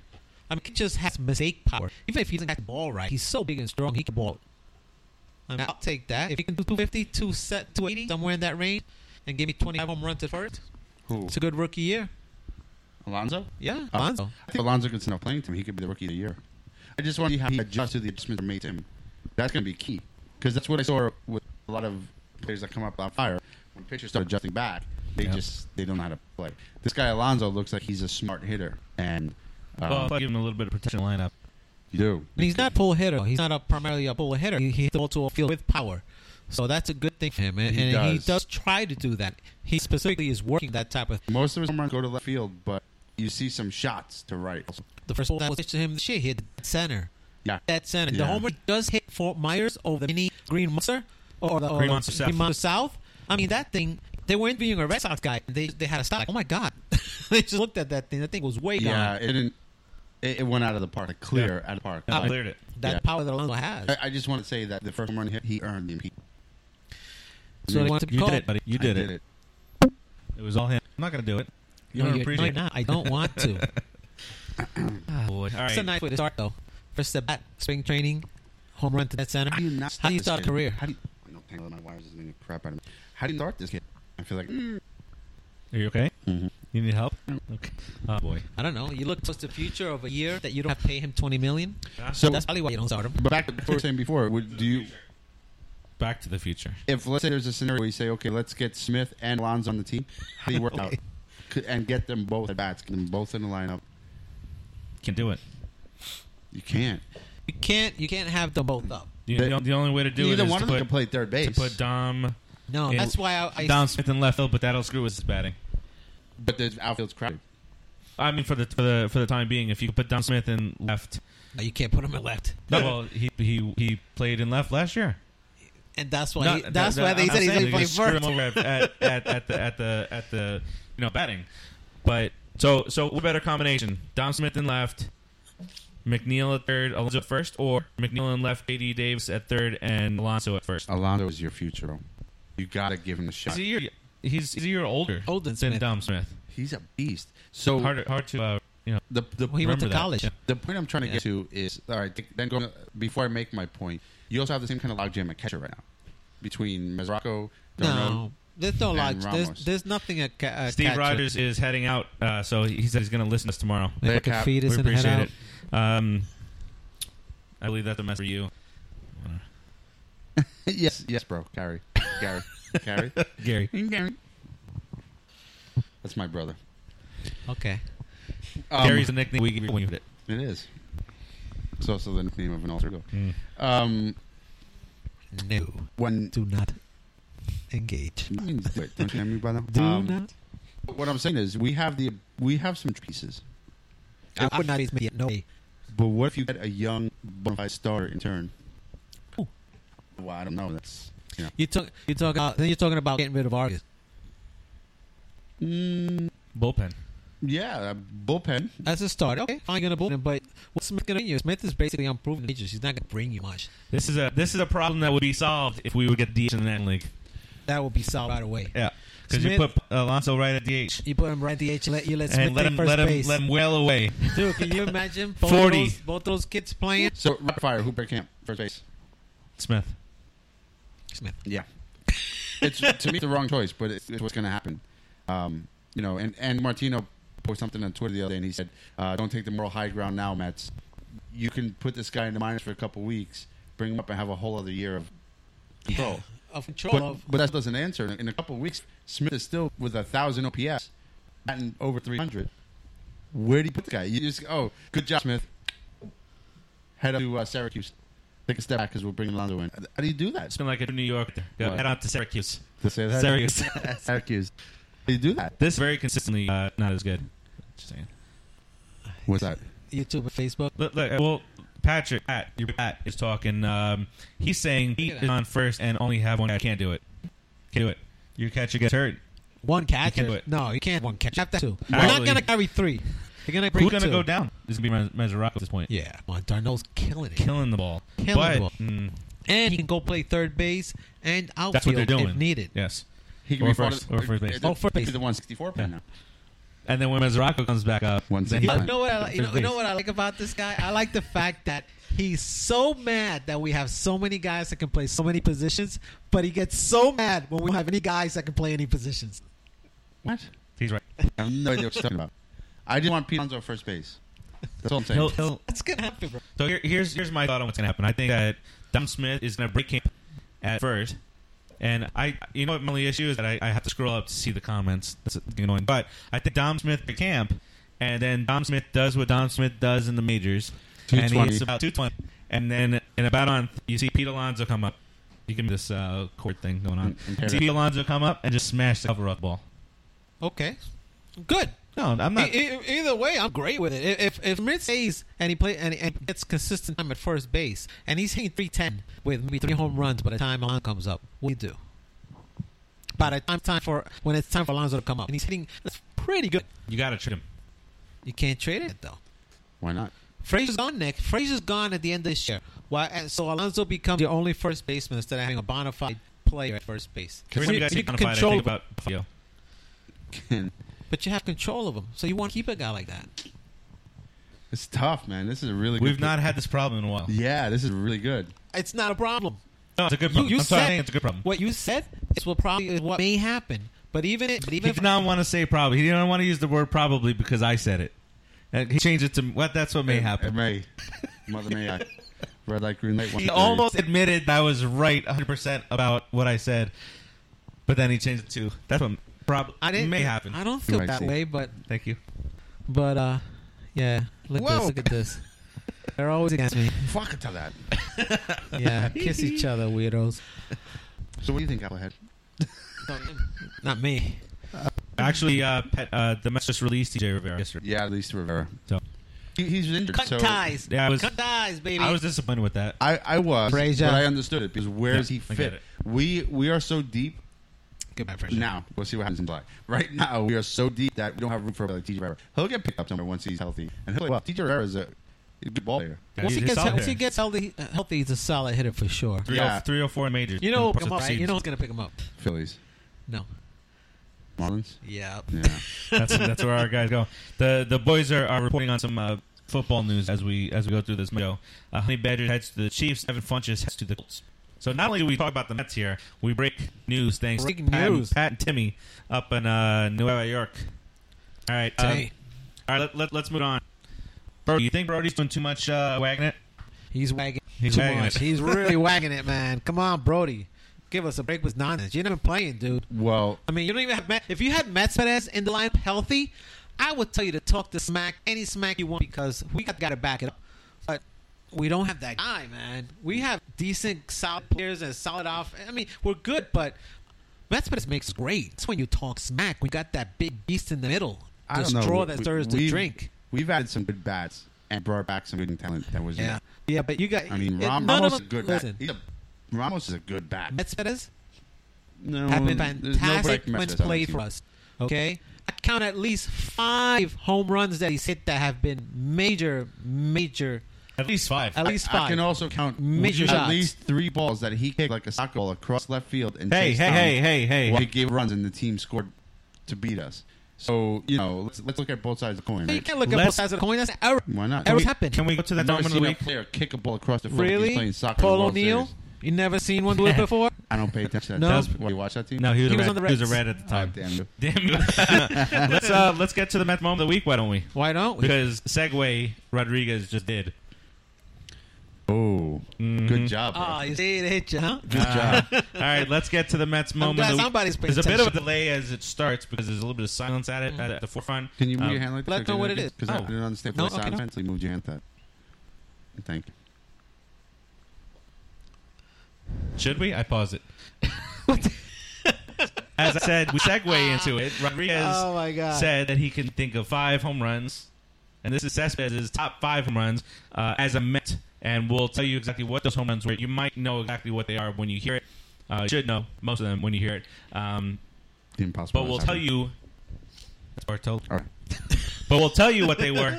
[SPEAKER 2] I mean, he just has mistake power. Even if he doesn't have the ball right, he's so big and strong, he can ball. I mean, I'll take that. If he can do 250, 270, 280, somewhere in that range, and give me 25 home runs at first,
[SPEAKER 3] who.
[SPEAKER 2] it's a good rookie year.
[SPEAKER 3] Alonzo?
[SPEAKER 2] Yeah,
[SPEAKER 1] Uh, oh.
[SPEAKER 2] Alonso.
[SPEAKER 3] I think Alonzo can no playing time. He could be the rookie of the year. I just want to see how he adjusts to the adjustments made to him. That's going to be key because that's what I saw with a lot of players that come up on fire. When pitchers start adjusting back, they
[SPEAKER 1] Yeah.
[SPEAKER 3] just they don't know how to play. This guy Alonzo looks like he's a smart hitter, and um,
[SPEAKER 1] Well, if I give him a little bit of protection lineup.
[SPEAKER 3] you do.
[SPEAKER 2] And he's not a pull hitter. He's not a primarily a pull hitter. He, he hits the ball to a field with power. So that's a good thing for him. And,
[SPEAKER 3] He
[SPEAKER 2] and he
[SPEAKER 3] does.
[SPEAKER 2] does try to do that. He specifically is working that type of
[SPEAKER 3] Most of his home runs go to left field, but you see some shots to right.
[SPEAKER 2] The first ball that was pitched to him this year, he hit dead center.
[SPEAKER 3] Yeah,
[SPEAKER 2] Dead center. The
[SPEAKER 3] Yeah.
[SPEAKER 2] homer does hit Fort Myers over the mini Green Monster or the or
[SPEAKER 1] Green
[SPEAKER 2] the
[SPEAKER 1] Monster South.
[SPEAKER 2] Green Monster South. I mean, that thing, they were interviewing a Red Sox guy. And they, they had a stop. Like, oh, my God. they just looked at that thing. That thing was way gone.
[SPEAKER 3] yeah. It didn't. It, it went out of the park, clear out of the park.
[SPEAKER 1] No,
[SPEAKER 3] Like,
[SPEAKER 1] cleared it.
[SPEAKER 2] That
[SPEAKER 3] Yeah.
[SPEAKER 2] power that Alonso
[SPEAKER 1] Uh,
[SPEAKER 2] has.
[SPEAKER 3] I, I just want to say that the first home run hit, he earned the MVP.
[SPEAKER 2] so they want to be
[SPEAKER 1] You
[SPEAKER 2] called.
[SPEAKER 1] did it, buddy. You
[SPEAKER 3] I
[SPEAKER 1] did, it. it. was all him. I'm not gonna do it. You
[SPEAKER 2] No,
[SPEAKER 1] don't
[SPEAKER 2] you're- no,
[SPEAKER 1] appreciate
[SPEAKER 2] you're not. I don't want to.
[SPEAKER 1] it. Boy. All
[SPEAKER 2] That's a
[SPEAKER 1] right.
[SPEAKER 2] nice way to start, though. First step back, spring training, home run to that center.
[SPEAKER 3] How do you not?
[SPEAKER 2] How do you start a
[SPEAKER 3] this kid?
[SPEAKER 2] career?
[SPEAKER 3] How do you? I know, hang on, my wires is getting the crap out of me. How do you start this kid? I feel like mm,
[SPEAKER 1] Are you okay?
[SPEAKER 3] Mhm.
[SPEAKER 1] You need help? Okay. Oh boy.
[SPEAKER 2] I don't know. You look towards the future of a year that you don't have to pay him twenty million.
[SPEAKER 3] so.
[SPEAKER 2] That's probably why you don't start him.
[SPEAKER 3] But back to what we were saying before, would do you?
[SPEAKER 1] Back to the future.
[SPEAKER 3] If let's say there's a scenario where you say, okay, let's get Smith and Lonzo on the team, how do you work it out? Could- And get them both at bats, get them both in the lineup.
[SPEAKER 1] Can do it.
[SPEAKER 3] You can't.
[SPEAKER 2] You can't. You can't have them both up.
[SPEAKER 1] The,
[SPEAKER 3] They-
[SPEAKER 1] the, the only way to do it
[SPEAKER 3] Either
[SPEAKER 1] is
[SPEAKER 3] one
[SPEAKER 1] to
[SPEAKER 3] of them
[SPEAKER 1] put,
[SPEAKER 3] can play third base.
[SPEAKER 1] to put Dom,
[SPEAKER 2] No,
[SPEAKER 1] Yeah.
[SPEAKER 2] that's why I. I
[SPEAKER 1] Dom Smith in left field, but that'll screw with his batting.
[SPEAKER 3] but the outfield's crowded.
[SPEAKER 1] I mean, for the for the for the time being, if you could put Dom Smith in left,
[SPEAKER 2] No, Oh, you can't put him at left,
[SPEAKER 1] no, well, he he he played in left last year.
[SPEAKER 2] and that's why.
[SPEAKER 1] No,
[SPEAKER 2] he, that's
[SPEAKER 1] no,
[SPEAKER 2] why
[SPEAKER 1] no,
[SPEAKER 2] they
[SPEAKER 1] I'm
[SPEAKER 2] said he's
[SPEAKER 1] saying
[SPEAKER 2] going to
[SPEAKER 1] they
[SPEAKER 2] play
[SPEAKER 1] screw him
[SPEAKER 2] first.
[SPEAKER 1] over at, at, at, at the at the at the you know batting. But so so what better combination? Dom Smith in left, McNeil at third, Alonso at first, or McNeil in left, JD Davis at third, and Alonso at first.
[SPEAKER 3] Alonzo is your future. bro. You got to give him a shot.
[SPEAKER 1] He's a year he's, he's a year older
[SPEAKER 2] Older
[SPEAKER 1] than
[SPEAKER 2] than Smith.
[SPEAKER 1] Dom Smith.
[SPEAKER 3] He's a beast. So
[SPEAKER 1] Hard hard to uh, you know.
[SPEAKER 3] the the
[SPEAKER 2] Well, he went to
[SPEAKER 1] remember that.
[SPEAKER 2] college.
[SPEAKER 1] Yeah.
[SPEAKER 3] The point I'm trying to get to is all right. th- Then going before I make my point, you also have the same kind of logjam at catcher right now between Mesoraco,
[SPEAKER 2] No, there's no
[SPEAKER 3] And
[SPEAKER 2] lodge.
[SPEAKER 3] Ramos.
[SPEAKER 2] There's, there's nothing at. Ca- uh,
[SPEAKER 1] Steve
[SPEAKER 2] catcher.
[SPEAKER 1] Rogers is heading out, uh, so he said he's going to listen to us tomorrow.
[SPEAKER 2] They
[SPEAKER 3] Layer
[SPEAKER 2] put the
[SPEAKER 3] cap.
[SPEAKER 2] fetus
[SPEAKER 1] we
[SPEAKER 2] and head
[SPEAKER 1] appreciate
[SPEAKER 2] out.
[SPEAKER 1] it. Um, I believe that's a mess for you,
[SPEAKER 3] yes, yes, bro, Gary, Gary, Gary,
[SPEAKER 1] Gary.
[SPEAKER 3] Gary. That's my brother.
[SPEAKER 2] Okay.
[SPEAKER 3] Um,
[SPEAKER 1] Gary's the nickname we give you when you did it.
[SPEAKER 3] It is. It's also the nickname of an alter ego.
[SPEAKER 2] Mm.
[SPEAKER 3] Um,
[SPEAKER 2] No,
[SPEAKER 3] when
[SPEAKER 2] do not engage.
[SPEAKER 3] wait, don't you know me by now?
[SPEAKER 2] Do
[SPEAKER 3] Um,
[SPEAKER 2] not.
[SPEAKER 3] What I'm saying is, we have the we have some pieces.
[SPEAKER 2] I would not admit it. No way.
[SPEAKER 3] But what if you get a young bona fide starter in turn?
[SPEAKER 2] Ooh.
[SPEAKER 3] Well, I don't know. That's you know.
[SPEAKER 2] You talk. You talk about. Then you're talking about getting rid of Argus.
[SPEAKER 3] Mm,
[SPEAKER 1] Bullpen.
[SPEAKER 3] yeah, a bullpen.
[SPEAKER 2] As a start, okay, fine, you're gonna boot him, but what's Smith gonna bring you? Smith is basically unproven nature. He's not gonna bring you much.
[SPEAKER 1] This is a this is a problem that would be solved if we would get DH in the National League.
[SPEAKER 2] That will be solved right away.
[SPEAKER 1] Yeah, because you put
[SPEAKER 2] Smith-
[SPEAKER 1] Alonso right at DH
[SPEAKER 2] You put him right at the H, let you let Smith
[SPEAKER 1] and let
[SPEAKER 2] take
[SPEAKER 1] him
[SPEAKER 2] first
[SPEAKER 1] let him
[SPEAKER 2] base.
[SPEAKER 1] let him wail away.
[SPEAKER 2] Dude, can you imagine both
[SPEAKER 1] 40.
[SPEAKER 2] those both those kids playing?
[SPEAKER 3] So rapid fire, Hooper Camp, first base.
[SPEAKER 1] Smith.
[SPEAKER 2] Smith,
[SPEAKER 3] Yeah, it's to me the wrong choice, but it's, it's what's going to happen. Um, you know, and and Martino posted something on Twitter the other day, and he said, uh, "Don't take the moral high ground now, Mets. You can put this guy in the minors for a couple weeks, bring him up, and have a whole other year of control."
[SPEAKER 2] of control
[SPEAKER 3] But,
[SPEAKER 2] of
[SPEAKER 3] but that doesn't answer. In a couple of weeks, Smith is still with a thousand OPS, batting over three hundred. Where do you put the guy? You just oh, good job, Smith. Head up to uh, Syracuse. Take a step back because we're bringing Lonzo in. How do you do that?
[SPEAKER 1] It's been like a New York. Go
[SPEAKER 3] What?
[SPEAKER 1] Head out to Syracuse.
[SPEAKER 3] To say that,
[SPEAKER 1] Syracuse.
[SPEAKER 3] Syracuse. How do you do that?
[SPEAKER 1] this very consistently uh, not as good. Just saying.
[SPEAKER 3] What's that?
[SPEAKER 2] YouTube and Facebook.
[SPEAKER 1] Look, look, well, Patrick, Pat, your Pat is talking. Um, he's saying he
[SPEAKER 2] Look at
[SPEAKER 1] is
[SPEAKER 2] that.
[SPEAKER 1] on first and only have one. I can't do it. Can't do it. Your catcher gets hurt.
[SPEAKER 2] One catcher.
[SPEAKER 1] do it.
[SPEAKER 2] No, you can't one catch. You have to two. We're
[SPEAKER 1] Actually-
[SPEAKER 2] not gonna carry three. You're gonna bring
[SPEAKER 1] Who's gonna
[SPEAKER 2] two.
[SPEAKER 1] go down? This is gonna be Mesoraco at this point.
[SPEAKER 2] Yeah, come on, Darnold's killing it,
[SPEAKER 1] Killing the ball.
[SPEAKER 2] Killing
[SPEAKER 1] but,
[SPEAKER 2] the ball.
[SPEAKER 1] mm,
[SPEAKER 2] and he can go play third base and outfield
[SPEAKER 1] that's what they're doing.
[SPEAKER 2] if needed.
[SPEAKER 1] Yes.
[SPEAKER 3] He
[SPEAKER 1] Or first- or first base.
[SPEAKER 3] uh,
[SPEAKER 2] Oh, first
[SPEAKER 3] he's
[SPEAKER 2] base.
[SPEAKER 3] the one sixty-four
[SPEAKER 1] Yeah.
[SPEAKER 3] plan now.
[SPEAKER 1] And then when Mesoraco comes back up,
[SPEAKER 3] Once
[SPEAKER 1] then
[SPEAKER 3] again.
[SPEAKER 2] You
[SPEAKER 3] Fine.
[SPEAKER 2] know what I like? You know, you know
[SPEAKER 1] Please.
[SPEAKER 2] what I like about this guy? I like the fact that he's so mad that we have so many guys that can play so many positions, but he gets so mad when we don't have any guys that can play any positions.
[SPEAKER 3] What?
[SPEAKER 1] he's right.
[SPEAKER 3] I have no idea what you're talking about. I just want Pete Alonso at first base. That's all I'm saying.
[SPEAKER 1] He'll, he'll,
[SPEAKER 2] That's gonna happen, bro.
[SPEAKER 1] so here, here's here's my thought on what's gonna happen. I think that Dom Smith is gonna break camp at first, and I you know what my only issue is that I, I have to scroll up to see the comments. That's annoying. But I think Dom Smith break camp, and then Dom Smith does what Dom Smith does in the majors, and
[SPEAKER 3] 220.
[SPEAKER 1] he's about two twenty. And then in about on you see Pete Alonso come up. You can this uh, court thing going on.
[SPEAKER 3] Mm, mm.
[SPEAKER 1] See Pete Alonso come up and just smash the cover up ball.
[SPEAKER 2] Okay, good.
[SPEAKER 1] No, I'm not.
[SPEAKER 2] E- e- either way, I'm great with it. I- If if Mitch stays and he play and, and gets consistent time at first base, and he's hitting three ten with maybe three home runs by the time Alonso comes up, what do you do? By the time time for when it's time for Alonso to come up, and he's hitting that's pretty good.
[SPEAKER 1] You got to treat him.
[SPEAKER 2] You can't trade it though.
[SPEAKER 3] Why not?
[SPEAKER 2] Frazier's gone, Nick. Frazier's gone at the end of this year. Why? and So Alonso becomes your only first baseman instead of having a bona fide player at first base.
[SPEAKER 1] Can we
[SPEAKER 2] So
[SPEAKER 1] you guys
[SPEAKER 2] you
[SPEAKER 1] think
[SPEAKER 2] can
[SPEAKER 1] about
[SPEAKER 2] control
[SPEAKER 1] about Buffalo?
[SPEAKER 2] But you have control of him, so you want to keep a guy like that.
[SPEAKER 3] it's tough, man. This is a really.
[SPEAKER 1] We've
[SPEAKER 3] good
[SPEAKER 1] not had this problem in a while.
[SPEAKER 3] Yeah, this is really good.
[SPEAKER 2] It's not a problem.
[SPEAKER 1] No, it's a good
[SPEAKER 2] You,
[SPEAKER 1] problem.
[SPEAKER 2] you
[SPEAKER 1] I'm
[SPEAKER 2] said
[SPEAKER 1] sorry, I think it's a good problem.
[SPEAKER 2] What you said is what probably is what may happen. But even it, but
[SPEAKER 1] He
[SPEAKER 2] even
[SPEAKER 1] did not want to say probably. He didn't want to use the word probably because I said it. And he changed it to what? That's what may
[SPEAKER 3] It
[SPEAKER 1] happen.
[SPEAKER 3] may. Mother may I. Red light, green light.
[SPEAKER 1] He almost admitted that I was right 100 percent about what I said, but then he changed it to that's what probably
[SPEAKER 2] I didn't
[SPEAKER 1] may happen.
[SPEAKER 2] I don't feel
[SPEAKER 3] Right,
[SPEAKER 2] that
[SPEAKER 3] see.
[SPEAKER 2] way, but
[SPEAKER 1] Thank you.
[SPEAKER 2] but uh, yeah. Look at
[SPEAKER 3] Whoa.
[SPEAKER 2] this. Look at this. They're always against me.
[SPEAKER 3] Fuck it to that.
[SPEAKER 2] Yeah, kiss each other, weirdos.
[SPEAKER 3] So what do you think, Applehead?
[SPEAKER 2] Not me.
[SPEAKER 1] Actually, uh, Pet, uh, the Mets just released TJ Rivera yesterday.
[SPEAKER 3] Yeah, at least Rivera.
[SPEAKER 1] So
[SPEAKER 3] He, he's injured.
[SPEAKER 2] Cut
[SPEAKER 3] so
[SPEAKER 2] ties.
[SPEAKER 1] Yeah, I was-
[SPEAKER 2] Cut ties, baby.
[SPEAKER 1] I was disappointed with that.
[SPEAKER 3] I, I was,
[SPEAKER 2] Frazier.
[SPEAKER 3] but I understood it because where
[SPEAKER 1] Yeah,
[SPEAKER 3] does he
[SPEAKER 1] I get
[SPEAKER 3] fit?
[SPEAKER 1] it.
[SPEAKER 3] We we are so deep
[SPEAKER 2] Goodbye, Frazier.
[SPEAKER 3] now. We'll see what happens in July. Right now, we are so deep that we don't have room for like TJ Rivera. He'll get picked up somewhere once he's healthy, and he'll play well. TJ Rivera is a he's a good ball player.
[SPEAKER 1] Yeah,
[SPEAKER 2] Once
[SPEAKER 1] he's
[SPEAKER 2] he, gets,
[SPEAKER 1] solid
[SPEAKER 2] once he
[SPEAKER 1] there.
[SPEAKER 2] gets healthy, uh, healthy, he's a solid hitter for sure.
[SPEAKER 1] three,
[SPEAKER 3] Yeah.
[SPEAKER 1] or, three or four majors.
[SPEAKER 2] You know,
[SPEAKER 1] in the
[SPEAKER 2] come up, right?
[SPEAKER 1] season.
[SPEAKER 2] You know who's gonna pick him up?
[SPEAKER 3] Phillies,
[SPEAKER 2] No.
[SPEAKER 3] Marlins.
[SPEAKER 2] Yeah.
[SPEAKER 3] Yeah,
[SPEAKER 1] that's that's where our guys go. The the boys are, are reporting on some uh, football news as we as we go through this show. Uh, Honey Badger heads to the Chiefs. Evan Funches heads to the Colts. So not only do we talk about the Mets here, we break news thanks to
[SPEAKER 2] Breaking
[SPEAKER 1] Pat,
[SPEAKER 2] news.
[SPEAKER 1] Pat and Timmy up in uh, New York. All right, um,
[SPEAKER 2] Today.
[SPEAKER 1] all right. Let, let, let's move on. Brody, you think Brody's doing too much uh, wagging it?
[SPEAKER 2] He's wagging.
[SPEAKER 1] He's
[SPEAKER 2] too
[SPEAKER 1] wagging
[SPEAKER 2] much.
[SPEAKER 1] it.
[SPEAKER 2] He's really wagging it, man. Come on, Brody. Give us a break with nonsense. You're never playing, dude.
[SPEAKER 3] well,
[SPEAKER 2] I mean, you don't even have Met. If you had Mets Perez in the lineup healthy, I would tell you to talk to smack any smack you want because we got got to back it up. But we don't have that guy, man. We have decent, solid players and solid off. I mean, we're good, but Mets Perez makes great. That's when you talk smack. We got that big beast in the middle.
[SPEAKER 3] I
[SPEAKER 2] The
[SPEAKER 3] don't know.
[SPEAKER 2] straw that serves the
[SPEAKER 3] we've-
[SPEAKER 2] drink.
[SPEAKER 3] We've added some good bats and brought back some good talent that was.
[SPEAKER 2] Yeah, yeah, but you got.
[SPEAKER 3] I mean,
[SPEAKER 2] it-
[SPEAKER 3] Ram-
[SPEAKER 2] none of
[SPEAKER 3] Ramos is a
[SPEAKER 2] them-
[SPEAKER 3] good bat.
[SPEAKER 2] listen,
[SPEAKER 3] He's a- Ramos is a good bat.
[SPEAKER 2] Mets Perez
[SPEAKER 3] No,
[SPEAKER 2] have been
[SPEAKER 3] Mm, there's nobody
[SPEAKER 2] fantastic
[SPEAKER 3] can match
[SPEAKER 2] when
[SPEAKER 3] that on
[SPEAKER 2] played
[SPEAKER 3] the
[SPEAKER 2] for
[SPEAKER 3] team.
[SPEAKER 2] us.
[SPEAKER 3] Oh.
[SPEAKER 2] Okay, I count at least five home runs that he's hit that have been major, major,
[SPEAKER 1] At least five.
[SPEAKER 2] at least
[SPEAKER 3] I
[SPEAKER 2] five.
[SPEAKER 3] can also count
[SPEAKER 2] Major
[SPEAKER 3] at
[SPEAKER 2] shots.
[SPEAKER 3] least three balls that he kicked like a soccer ball across left field and
[SPEAKER 1] hey,
[SPEAKER 3] chased
[SPEAKER 1] hey,
[SPEAKER 3] down
[SPEAKER 1] hey, hey, hey,
[SPEAKER 3] while he gave runs and the team scored to beat us. So you know, let's let's look at both sides of the coin.
[SPEAKER 2] you
[SPEAKER 3] Right?
[SPEAKER 2] can't look at both
[SPEAKER 1] Let's-
[SPEAKER 2] sides of the coin. That's error.
[SPEAKER 3] Why not?
[SPEAKER 2] Errors
[SPEAKER 3] Can
[SPEAKER 2] happen.
[SPEAKER 1] Can we go to that
[SPEAKER 3] I've never
[SPEAKER 1] diamond of the
[SPEAKER 3] seen a
[SPEAKER 1] week?
[SPEAKER 3] player kick a ball across the field. when he's
[SPEAKER 2] really?
[SPEAKER 3] playing soccer. in the
[SPEAKER 2] Paul
[SPEAKER 3] World
[SPEAKER 2] O'Neill?
[SPEAKER 3] Series.
[SPEAKER 2] You never seen one do it before?
[SPEAKER 3] I don't pay attention.
[SPEAKER 2] No.
[SPEAKER 3] to that. Wait, you watch that team?
[SPEAKER 1] No, he was,
[SPEAKER 2] He
[SPEAKER 1] a
[SPEAKER 2] was
[SPEAKER 1] red.
[SPEAKER 2] on the
[SPEAKER 1] he was a
[SPEAKER 2] Reds.
[SPEAKER 1] red at the
[SPEAKER 3] Oh,
[SPEAKER 1] time.
[SPEAKER 3] damn you.
[SPEAKER 1] Damn you. let's uh, let's get to the Mets moment of the week. Why don't we?
[SPEAKER 2] Why don't we?
[SPEAKER 1] Because Segway Rodriguez just did.
[SPEAKER 3] Oh, good job. Bro.
[SPEAKER 2] Ah, you see, it hit you, huh?
[SPEAKER 3] good job.
[SPEAKER 1] All right, let's get to the Mets
[SPEAKER 2] I'm
[SPEAKER 1] moment.
[SPEAKER 2] glad
[SPEAKER 1] of the week.
[SPEAKER 2] somebody's paying
[SPEAKER 1] There's a bit of a
[SPEAKER 2] attention.
[SPEAKER 1] delay as it starts because there's a little bit of silence at it at the forefront.
[SPEAKER 3] Can you move
[SPEAKER 1] Um,
[SPEAKER 3] your hand like that?
[SPEAKER 2] Oh. let know what it is.
[SPEAKER 3] Because I
[SPEAKER 1] Oh.
[SPEAKER 3] didn't understand
[SPEAKER 2] No,
[SPEAKER 3] what
[SPEAKER 2] okay,
[SPEAKER 3] sound
[SPEAKER 2] no.
[SPEAKER 3] meant, so you moved your hand that. Thank you.
[SPEAKER 1] Should we? I pause it. as I said, we segue into it. Rodriguez
[SPEAKER 2] Oh my god.
[SPEAKER 1] said that he can think of five home runs, and this is Cespedes' top five home runs uh, as a Met, and we'll tell you exactly what those home runs were. You might know exactly what they are when you hear it. Uh, you should know most of them when you hear it. Um,
[SPEAKER 3] The impossible.
[SPEAKER 1] but we'll
[SPEAKER 3] has
[SPEAKER 1] tell
[SPEAKER 3] happened.
[SPEAKER 1] you. That's Bartol.
[SPEAKER 3] All right.
[SPEAKER 1] But we'll tell you what they were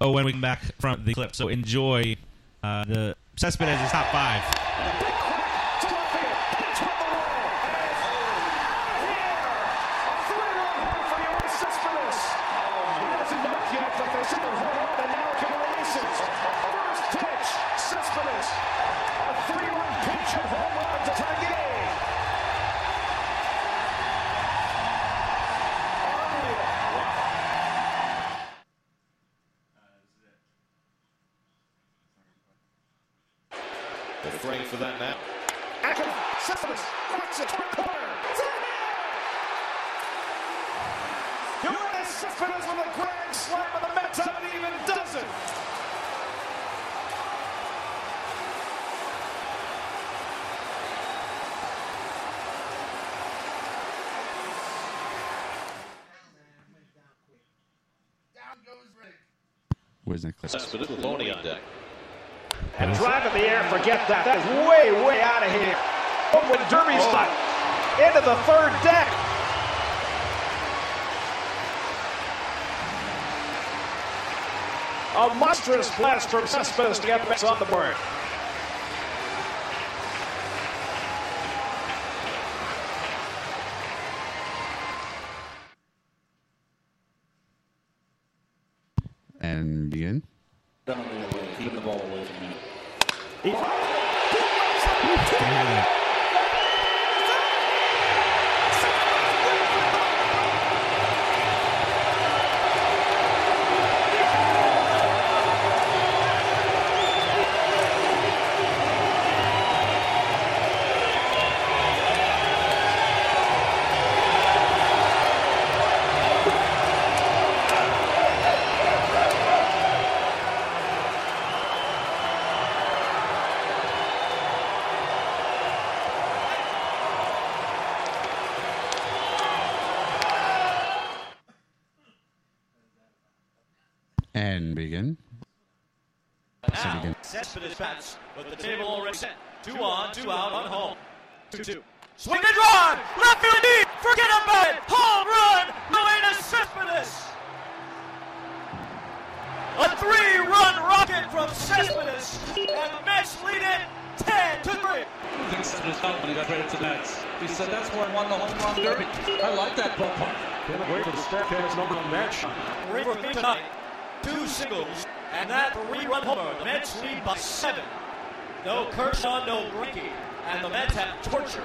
[SPEAKER 1] oh, when we come back from the clip. So enjoy uh, the Cespedes' top five.
[SPEAKER 8] refrain for that now.
[SPEAKER 9] Akram, Sesame, Watson, corner. Jonas Cespedes with a grand slam, and the Mets haven't even does it.
[SPEAKER 3] Wisnick.
[SPEAKER 8] Cespedes with Loney on deck.
[SPEAKER 9] And drive in the air, forget that. Oh. That's way, way out of here. Over the derby slot. Into the third deck. A monstrous blast from Cespedes to get Mets on the board.
[SPEAKER 3] And begin.
[SPEAKER 8] Keeping the ball away from him.
[SPEAKER 3] And begin. Set again.
[SPEAKER 8] Cespedes bats, but the table already set. Two on, two out, on home. Two two.
[SPEAKER 9] Swing and drive! Left field deep! Forget about it! Home run! Noena Cespedes! A three-run rocket from Cespedes! And Mets lead it 10 to 3.
[SPEAKER 10] I think Cespedes felt when he got traded to the Mets. He said, that's where I won the home run derby. I like that ballpark.
[SPEAKER 8] Can't wait for the Starcast number one match.
[SPEAKER 9] River tonight. Two singles, and that three-run homer. The Mets lead by seven. No Kershaw, no Greinke, and the Mets have tortured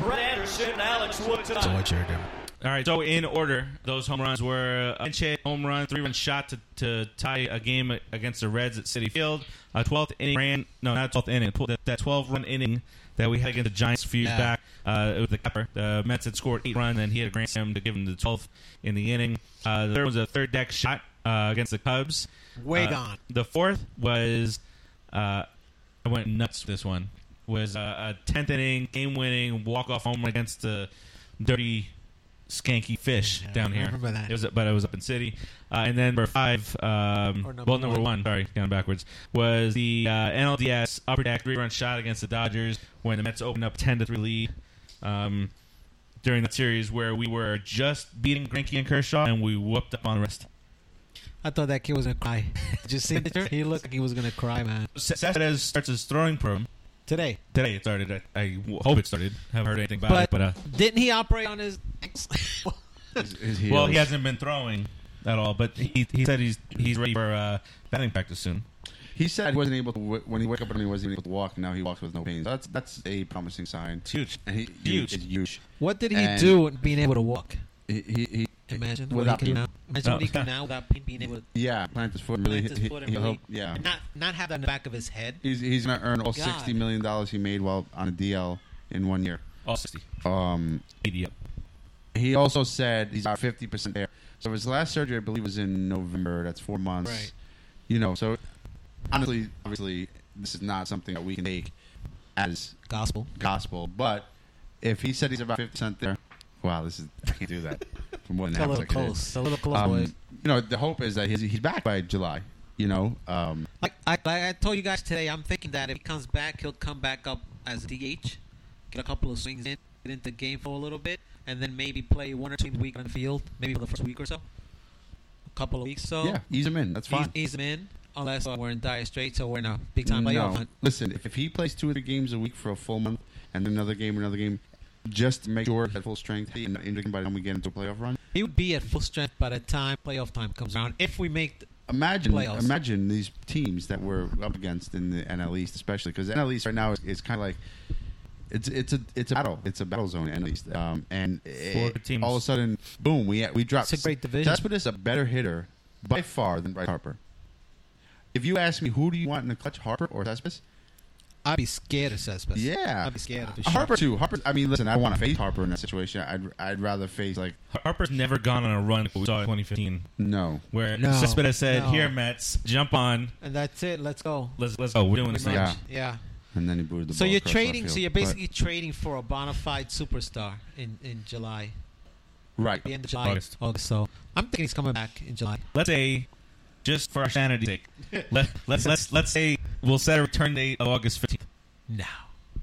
[SPEAKER 9] Brett Anderson and Alex Wood tonight.
[SPEAKER 2] Tortured him.
[SPEAKER 1] All right, so in order, those home runs were a Sanchez home run, three run shot to, to tie a game against the Reds at City Field. A 12th inning ran, no, not 12th inning, that, that 12 run inning that we had against the Giants a few years
[SPEAKER 2] Yeah.
[SPEAKER 1] back. Uh, it was the capper. The Mets had scored eight runs, and he had a grand slam to give him the 12th in the inning. Uh, the third was a third deck shot uh, against the Cubs.
[SPEAKER 2] Way
[SPEAKER 1] Uh,
[SPEAKER 2] gone.
[SPEAKER 1] The fourth was, uh, I went nuts. with This one was uh, a tenth inning game winning walk off home run against the dirty skanky fish
[SPEAKER 2] Yeah, I
[SPEAKER 1] down here.
[SPEAKER 2] remember that.
[SPEAKER 1] It was, but it was up in city. Uh, and then number five, um,
[SPEAKER 2] Or number
[SPEAKER 1] well, number
[SPEAKER 2] one.
[SPEAKER 1] one. sorry, down backwards, was the uh, NLDS upper deck three run shot against the Dodgers when the Mets opened up ten to three lead. Um, during that series where we were just beating Grinke and Kershaw and we whooped up on the rest.
[SPEAKER 2] I thought that kid was gonna cry. Did you see the picture? He looked like he was gonna cry, man.
[SPEAKER 1] Cespedes starts his throwing program
[SPEAKER 2] Today,
[SPEAKER 1] today. It started. I, I w- hope it started. Haven't heard anything about
[SPEAKER 2] but,
[SPEAKER 1] it. But uh,
[SPEAKER 2] didn't he operate on his?
[SPEAKER 3] His, his heels.
[SPEAKER 1] well, he hasn't been throwing at all. But he, he said he's he's ready for uh, batting practice soon.
[SPEAKER 3] He said he wasn't able to w- when he woke up and he wasn't able to walk. Now he walks with no pain. That's that's a promising sign.
[SPEAKER 1] It's huge.
[SPEAKER 3] And he,
[SPEAKER 1] Huge.
[SPEAKER 3] It's huge.
[SPEAKER 2] What did he
[SPEAKER 3] And-
[SPEAKER 2] do in being able to walk?
[SPEAKER 3] He, he, he
[SPEAKER 2] Imagine
[SPEAKER 3] Without
[SPEAKER 2] what he can now.
[SPEAKER 3] being-
[SPEAKER 2] Imagine what he
[SPEAKER 1] Oh.
[SPEAKER 2] can now without being- being able to
[SPEAKER 3] yeah plant his foot and really
[SPEAKER 2] plant his
[SPEAKER 3] he-
[SPEAKER 2] foot
[SPEAKER 3] he-
[SPEAKER 2] and
[SPEAKER 3] he'll
[SPEAKER 2] really,
[SPEAKER 3] hope- yeah.
[SPEAKER 2] and not not have that in the back of his head.
[SPEAKER 3] He's he's gonna earn all sixty million dollars he made while on a DL in one year.
[SPEAKER 1] All 60.
[SPEAKER 3] Um,
[SPEAKER 1] 80 up.
[SPEAKER 3] he also said he's about fifty percent there. So his last surgery, I believe, was in November. That's four months.
[SPEAKER 2] Right.
[SPEAKER 3] You know, so honestly, obviously, this is not something that we can take as
[SPEAKER 2] Gospel.
[SPEAKER 3] gospel. But if he said he's about fifty percent there, wow, this is I can't do that. From what
[SPEAKER 2] It's a little close. A little close,
[SPEAKER 3] Um,
[SPEAKER 2] boys.
[SPEAKER 3] you know, the hope is that he's, he's back by July. You know, um,
[SPEAKER 2] Like I, like I told you guys today, I'm thinking that if he comes back, he'll come back up as DH, get a couple of swings in, get into the game for a little bit, and then maybe play one or two games a week on the field, maybe for the first week or so, a couple of weeks. So
[SPEAKER 3] yeah, ease him in. That's fine.
[SPEAKER 2] he's, he's him in, unless uh, we're in dire straits or we're in a big time playoff. hunt.
[SPEAKER 3] Listen, if, if he plays two or three games a week for a full month and then another game, another game, just to make sure that full strength and not injured by the time we get into a playoff run.
[SPEAKER 2] He would be at full strength by the time playoff time comes around. If we make, th-
[SPEAKER 3] Imagine,
[SPEAKER 2] Playoffs.
[SPEAKER 3] imagine these teams that we're up against in the NL East, especially because NL East right now is, is kind of like it's it's a it's a battle, it's a battle zone NL East, um, and
[SPEAKER 1] Four
[SPEAKER 3] it-
[SPEAKER 1] teams.
[SPEAKER 3] all of a sudden, boom, we we dropped.
[SPEAKER 2] It's a great division.
[SPEAKER 3] Cespedes a better hitter by far than Bryce Harper. If you ask me, who do you want in the clutch, Harper or Cespedes?
[SPEAKER 2] I'd be scared of Cespedes.
[SPEAKER 3] Yeah. Uh,
[SPEAKER 2] I'd be scared of him.
[SPEAKER 3] Harper too. Harper. I mean, listen. I want to face Harper in that situation. I'd I'd rather face like
[SPEAKER 1] Harper's never gone on a run. We saw in 2015
[SPEAKER 3] no.
[SPEAKER 1] where
[SPEAKER 2] No.
[SPEAKER 1] Cespedes said,
[SPEAKER 2] No.
[SPEAKER 1] "Here, Mets, jump on.
[SPEAKER 2] And that's it. Let's go.
[SPEAKER 1] Let's let's go. We're doing this thing."
[SPEAKER 3] Yeah.
[SPEAKER 2] Yeah.
[SPEAKER 3] And then he booted the
[SPEAKER 2] So
[SPEAKER 3] ball
[SPEAKER 2] you're
[SPEAKER 3] across left
[SPEAKER 2] trading. So
[SPEAKER 3] field.
[SPEAKER 2] you're
[SPEAKER 3] But-
[SPEAKER 2] basically trading for a bona fide superstar in in July,
[SPEAKER 3] right.
[SPEAKER 2] the end of July,
[SPEAKER 1] August.
[SPEAKER 2] August. So I'm thinking he's coming back in July.
[SPEAKER 1] Let's say, just for our sanity's sake, let let's let's let's say we'll set a return date of August 15th.
[SPEAKER 2] No,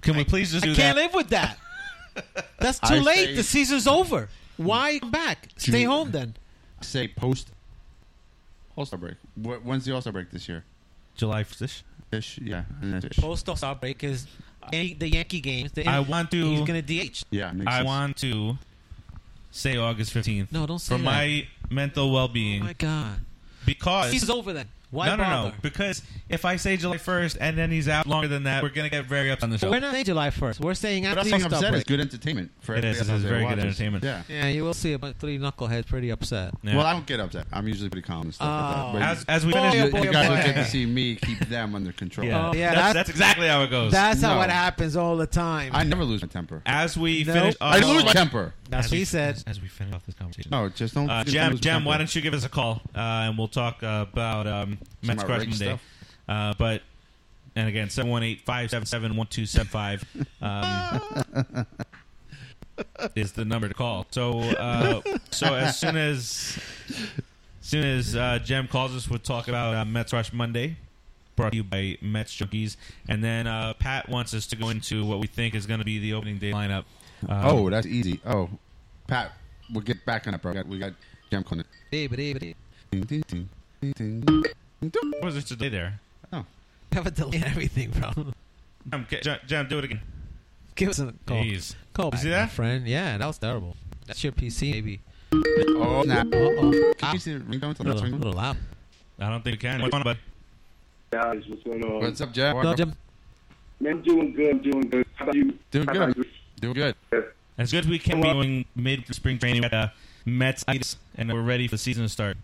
[SPEAKER 1] Can we please just
[SPEAKER 2] I
[SPEAKER 1] do
[SPEAKER 2] can't
[SPEAKER 1] that?
[SPEAKER 2] live with that. That's too
[SPEAKER 3] I
[SPEAKER 2] late.
[SPEAKER 3] say-
[SPEAKER 2] the season's over. Why come back? Stay
[SPEAKER 3] June.
[SPEAKER 2] home then.
[SPEAKER 3] Say post All Star break. Wh- When's the All Star break this year?
[SPEAKER 1] July 1st.
[SPEAKER 3] Ish. Yeah. and that's ish.
[SPEAKER 2] Post All Star break is Yan- the Yankee games. The-
[SPEAKER 1] I want to-
[SPEAKER 2] He's gonna DH.
[SPEAKER 3] Yeah. Makes
[SPEAKER 1] I
[SPEAKER 3] sense.
[SPEAKER 1] want to say August 15th.
[SPEAKER 2] No, don't say
[SPEAKER 1] for
[SPEAKER 2] that.
[SPEAKER 1] my mental
[SPEAKER 2] Oh
[SPEAKER 1] well-being
[SPEAKER 2] my God.
[SPEAKER 1] because
[SPEAKER 2] Season's over then. Why
[SPEAKER 1] Uh, no, no,
[SPEAKER 2] bother?
[SPEAKER 1] no. Because if I say July 1st and then he's out longer than that, we're going to get very upset on the show.
[SPEAKER 2] We're not saying July 1st. We're saying
[SPEAKER 3] But
[SPEAKER 2] after
[SPEAKER 3] that's
[SPEAKER 2] the
[SPEAKER 3] what
[SPEAKER 2] All
[SPEAKER 3] I'm
[SPEAKER 2] Star
[SPEAKER 3] saying. It's
[SPEAKER 2] break.
[SPEAKER 3] good entertainment for
[SPEAKER 1] It is. This
[SPEAKER 3] everybody else
[SPEAKER 1] is
[SPEAKER 3] out there
[SPEAKER 1] very good
[SPEAKER 3] watches.
[SPEAKER 1] entertainment.
[SPEAKER 3] Yeah.
[SPEAKER 2] Yeah, you will see about three knucklehead pretty upset.
[SPEAKER 1] Yeah.
[SPEAKER 3] Well, I don't get upset. I'm usually pretty calm and stuff
[SPEAKER 2] Oh.
[SPEAKER 3] like that.
[SPEAKER 1] as, as we
[SPEAKER 2] Boy,
[SPEAKER 1] finish,
[SPEAKER 2] oh
[SPEAKER 3] But you,
[SPEAKER 2] boy,
[SPEAKER 3] you guys
[SPEAKER 2] oh
[SPEAKER 3] will
[SPEAKER 2] boy.
[SPEAKER 3] get to see me keep them under control.
[SPEAKER 1] yeah,
[SPEAKER 2] Oh, yeah,
[SPEAKER 1] that's,
[SPEAKER 2] that's-
[SPEAKER 1] that's exactly how it goes.
[SPEAKER 2] That's how
[SPEAKER 3] No.
[SPEAKER 2] it happens all the time.
[SPEAKER 3] I never lose my temper.
[SPEAKER 1] as we
[SPEAKER 2] No.
[SPEAKER 1] finish,
[SPEAKER 3] I
[SPEAKER 1] off-
[SPEAKER 3] lose my temper.
[SPEAKER 2] That's
[SPEAKER 1] as
[SPEAKER 2] what
[SPEAKER 1] we-
[SPEAKER 2] he said.
[SPEAKER 1] As we finish off this conversation,
[SPEAKER 3] No, just don't.
[SPEAKER 1] uh,
[SPEAKER 3] just
[SPEAKER 1] Jam,
[SPEAKER 3] lose my
[SPEAKER 1] Jam,
[SPEAKER 3] temper.
[SPEAKER 1] why don't you give us a call uh, and we'll talk about um, Men's
[SPEAKER 3] about
[SPEAKER 1] Crushman
[SPEAKER 3] rape
[SPEAKER 1] Day.
[SPEAKER 3] stuff.
[SPEAKER 1] Uh, but and again, seven one eight five seven seven one two seven five. Um, is the number to call. So, uh, so as soon as, soon as uh, Jem calls us, we'll talk about uh, Mets Rush Monday, brought to you by Mets Junkies, and then uh, Pat wants us to go into what we think is going to be the opening day lineup. Uh,
[SPEAKER 3] Oh,
[SPEAKER 2] Um,
[SPEAKER 3] that's easy. Oh, Pat, we'll get back on it, bro. We got, we got Jam calling it. Ding, ding, ding, ding, ding. Ding.
[SPEAKER 1] what was it today there?
[SPEAKER 2] Have a delay in everything, bro.
[SPEAKER 1] Jem, get- Jem, Jem, do it again.
[SPEAKER 2] Give us a call.
[SPEAKER 1] Jeez.
[SPEAKER 2] Call
[SPEAKER 1] You
[SPEAKER 2] back,
[SPEAKER 1] see
[SPEAKER 2] my
[SPEAKER 1] that?
[SPEAKER 2] friend? Yeah, that was terrible. That's your PC, maybe.
[SPEAKER 3] Oh, snap.
[SPEAKER 2] Uh oh.
[SPEAKER 3] Can you see the ringtone?
[SPEAKER 2] A little,
[SPEAKER 3] Till that's
[SPEAKER 2] a
[SPEAKER 3] ringtone?
[SPEAKER 2] little loud.
[SPEAKER 1] I don't think we can. What's on, bud?
[SPEAKER 11] guys. What's going on?
[SPEAKER 3] What's up, Jam?
[SPEAKER 2] No, Jim.
[SPEAKER 11] Man, I'm doing good. I'm doing good. How about you?
[SPEAKER 3] Doing
[SPEAKER 11] How
[SPEAKER 3] good.
[SPEAKER 11] about you?
[SPEAKER 3] Doing good.
[SPEAKER 1] As good as we can, we're going mid spring training at uh, Mets, and we're ready for the season to start.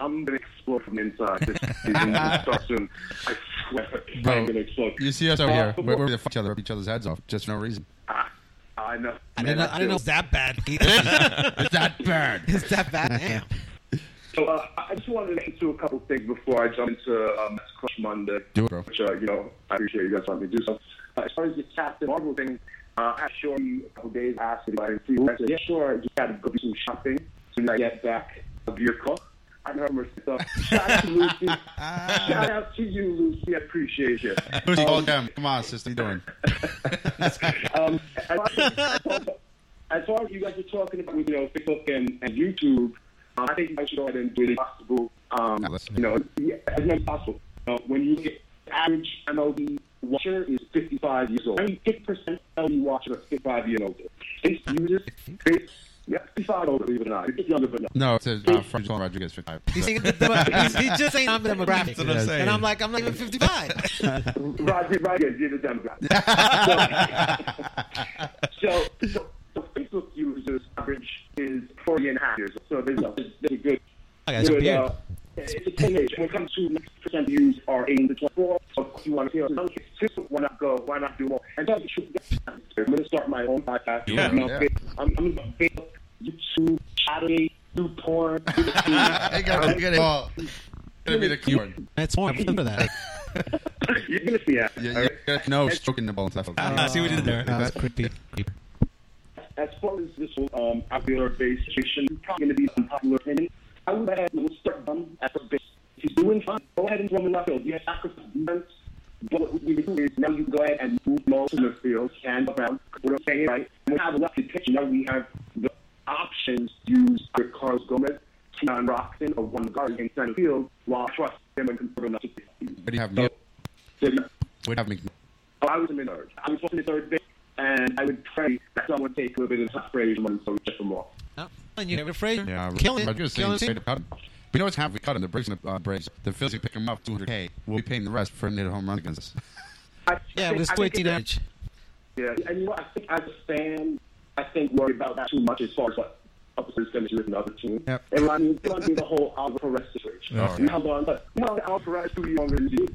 [SPEAKER 11] I'm gonna explode from the inside. This season will start soon. I swear,
[SPEAKER 3] Ah, Bro,
[SPEAKER 11] I'm gonna explode.
[SPEAKER 3] You see us over here. We're, we're gonna fuck each other, rip each other's heads off just for no reason.
[SPEAKER 11] I know.
[SPEAKER 2] I didn't know, I didn't know it was that bad.
[SPEAKER 3] It's that bad.
[SPEAKER 2] it's that bad. Damn.
[SPEAKER 11] So uh, I just wanted to mention to a couple things before I jump into um, Mets Crush Monday.
[SPEAKER 3] Do it, bro.
[SPEAKER 11] Which uh, you know, I appreciate you guys letting me do so. Uh, as far as the Captain Marvel thing, uh, I'm sure you a couple days after I didn't see you. I said, yeah, sure. You got to go do some shopping so you get back a vehicle. I remember stuff. Shout out to Lucy. Shout out to you, Lucy. I appreciate you.
[SPEAKER 3] Lucy, call Jam. Come on, sister. What you
[SPEAKER 11] Um, as, far as, as far as you guys are talking about, you know, Facebook and, and YouTube, uh, I think you guys should go ahead and do it if possible. Um,
[SPEAKER 3] Ah, listen.
[SPEAKER 11] you know, yeah, as much as possible. Uh, when you look at the average MLB watcher is 55 years old. I mean, 50% MLB watcher is 55 years old. Facebook users, face- yeah, 55 old, believe it or not. It's younger, but no.
[SPEAKER 3] doing? No, it's a uh, from John Rodriguez for five.
[SPEAKER 2] He's, saying the demo- he's he just ain't I'm the demographic.
[SPEAKER 1] That's what I'm saying.
[SPEAKER 2] And I'm like, I'm not even 55.
[SPEAKER 11] Roger, Roger, you're the Democrat. so, so, so, so Facebook users average is 40 and a half years. old. So there's a, there's a good.
[SPEAKER 2] Okay, it's
[SPEAKER 11] good,
[SPEAKER 2] weird.
[SPEAKER 11] uh, it's a teenage. When it comes to 90% of users are 18 to 24, so if you want to feel young, Facebook, why not go? Why not do more? And tell the truth. I'm going to start my own podcast.
[SPEAKER 1] Yeah,
[SPEAKER 11] I'm,
[SPEAKER 3] yeah.
[SPEAKER 11] on Fa- I'm, I'm going to Facebook, YouTube, Saturday, do porn. do
[SPEAKER 3] I gotta get it. all. Gonna be the keyword.
[SPEAKER 2] That's more. I remember that.
[SPEAKER 11] You're going to see that. all
[SPEAKER 3] Yeah,
[SPEAKER 11] right?
[SPEAKER 3] yeah. No, stroking the ball and stuff.
[SPEAKER 2] Uh,
[SPEAKER 3] like that.
[SPEAKER 1] see what you did there.
[SPEAKER 2] No, that's creepy. creepy.
[SPEAKER 11] as far as this whole um, outfielder base situation, it's probably going to be an unpopular opinion. I would add we'll start Dunn at first base. If he's doing fine, go ahead and throw him in left field. You have sacrificed defense. But what we do is now you go ahead and move Mo to the field and around. We're saying right. And we have a lefty pitcher. Now we have the options to use with Carlos Gomez, Keon Roxton, or one guard in center field while trust them and control enough
[SPEAKER 3] What do you have? No. What
[SPEAKER 11] to
[SPEAKER 3] do you have? Mc-
[SPEAKER 11] Oh, I was in the third. I was in the third base, and I would pray that someone take a little bit of that phrase and so just them off.
[SPEAKER 2] No. And you never afraid.
[SPEAKER 3] Yeah,
[SPEAKER 2] Killing
[SPEAKER 3] Rodriguez
[SPEAKER 2] it.
[SPEAKER 3] saying
[SPEAKER 2] Killing
[SPEAKER 3] straight
[SPEAKER 2] it.
[SPEAKER 3] up cut him. We know what's happening. We cut him. The Braves, uh, Braves. The Phillies can pick him up 200k. We'll be paying the rest for him to hit a home run against us.
[SPEAKER 11] I
[SPEAKER 2] Yeah,
[SPEAKER 11] think-
[SPEAKER 2] it was
[SPEAKER 11] I think
[SPEAKER 2] 20
[SPEAKER 11] it's-
[SPEAKER 2] damage.
[SPEAKER 11] Yeah, and you know, I think as a fan, I think worry about that too much as far as what opposite is going to do with another team.
[SPEAKER 3] Yep.
[SPEAKER 11] It reminds me, it reminds me of the whole Alvarez situation.
[SPEAKER 3] Oh,
[SPEAKER 11] you know, but, you know, Alvarez two years younger than you.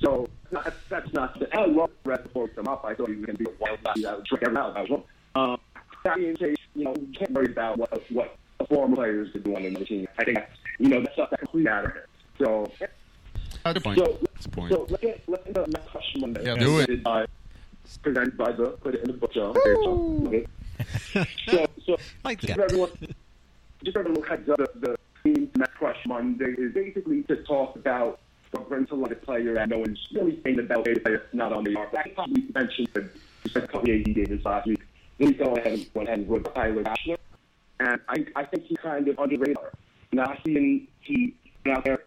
[SPEAKER 11] So not, that's, that's not. The, I love Brad before he come up. I thought he was going to be a wild guy. I was trick him out. I was wrong. Um, that being said, you know, you can't worry about what what the former players are doing in the team. I think that's, you know that's not that completely out of it. So,
[SPEAKER 3] That's a point.
[SPEAKER 11] so,
[SPEAKER 3] That's a point.
[SPEAKER 11] so let's get let's get the next question Monday.
[SPEAKER 3] Yeah, do it.
[SPEAKER 11] Uh, presented by the put it in the butcher. Okay. so, so
[SPEAKER 2] like
[SPEAKER 11] just
[SPEAKER 2] that.
[SPEAKER 11] for everyone, just for everyone heads up, the, the theme from that crush Monday is basically to talk about a Brentolite player that no one's really saying about it, player that's not on the market. I probably mentioned that we spent Cody AD Davis last week. We go ahead and went ahead and wrote Tyler Bachelor, and I, I think he's kind of under the radar. Now seeing he been out there,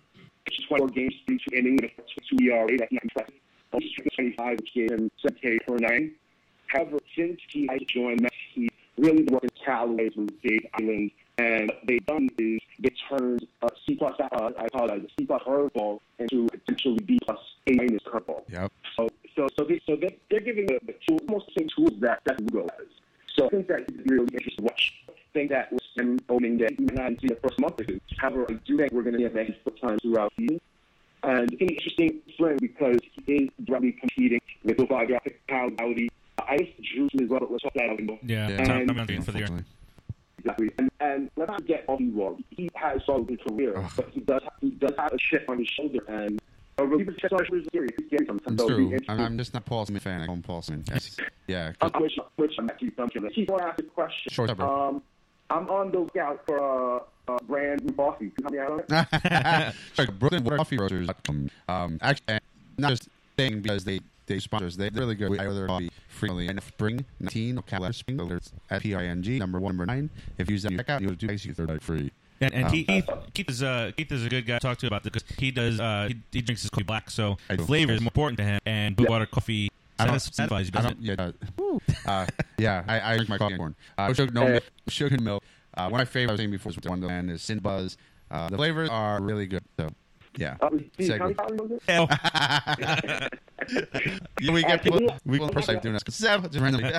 [SPEAKER 11] it's 24 games, 32 innings, with a 2 ERA, that's not impressive. But he's 25, which gave him 7 K per nine. However, since he has joined Mets, he's really worked with Callaway from Big Island, and what they've done is they turned a C plus, uh, I apologize, a C plus curveball into a potentially B plus A minus curveball.
[SPEAKER 3] Yep.
[SPEAKER 11] So, so, so, they, so they, they're giving the, the tools, almost the same tools that that Lugo has. So I think that is really interesting to watch. I think that was him owning that even not see the first month or two. However, I do think we're going to get that foot time throughout the season. And it's an interesting friend because he is directly competing with the biographic Kyle Dowdy. I just drew to as well, but let's talk that out more.
[SPEAKER 1] Yeah,
[SPEAKER 3] Yeah.
[SPEAKER 1] Tom,
[SPEAKER 11] And-
[SPEAKER 1] Tom Hanks for the year.
[SPEAKER 11] Exactly. And, and let's not get all wrong. He has a good career,
[SPEAKER 3] Ugh.
[SPEAKER 11] but he does he does have a chip on his shoulder and uh, a reliever chip on his shoulder is scary. It's scary sometimes.
[SPEAKER 3] It's
[SPEAKER 11] So
[SPEAKER 3] true.
[SPEAKER 11] it'll be
[SPEAKER 3] I'm, I'm
[SPEAKER 11] interesting.
[SPEAKER 3] just not Paul Smith fan. I call him Paul Smith. Yes. Yeah.
[SPEAKER 11] I'm, I'm, Uh, which, which I'm actually dumping. Let's keep on asking questions.
[SPEAKER 3] Short number.
[SPEAKER 11] Um, I'm on the lookout for uh, uh, Brand Bossy. Can you help me out on it?
[SPEAKER 3] Sorry, Brooklyn Water Coffee Roasters. Um, actually, and not just saying because they they sponsor us. They're really good. We order coffee frequently. And spring 19, Ocala Spring, so it's at PING, number one, number nine. If you use that checkout, you'll do basically third night free.
[SPEAKER 1] And, and
[SPEAKER 3] Um,
[SPEAKER 1] Keith, Keith, Keith is uh, Keith is a good guy to talk to about this because he does uh, he, he drinks his coffee black, so
[SPEAKER 3] I do.
[SPEAKER 1] flavor is more important to him. And Blue Water Coffee satisfies you,
[SPEAKER 3] I
[SPEAKER 1] doesn't
[SPEAKER 3] don't- yeah, uh, uh, yeah. I, I drink my coffee and corn. Uh, sugar, no, milk- sugar and milk. Uh, one of my favorite I was saying before was Wonderland is Sin Buzz. Uh, the flavors are really good. So, yeah.
[SPEAKER 11] Uh, Steve,
[SPEAKER 3] Segway.
[SPEAKER 11] how many times was it?
[SPEAKER 1] it? Oh,
[SPEAKER 3] Yeah, we
[SPEAKER 11] Uh,
[SPEAKER 3] get
[SPEAKER 11] can
[SPEAKER 3] people.
[SPEAKER 11] we-
[SPEAKER 3] We get people like doing us. Just randomly.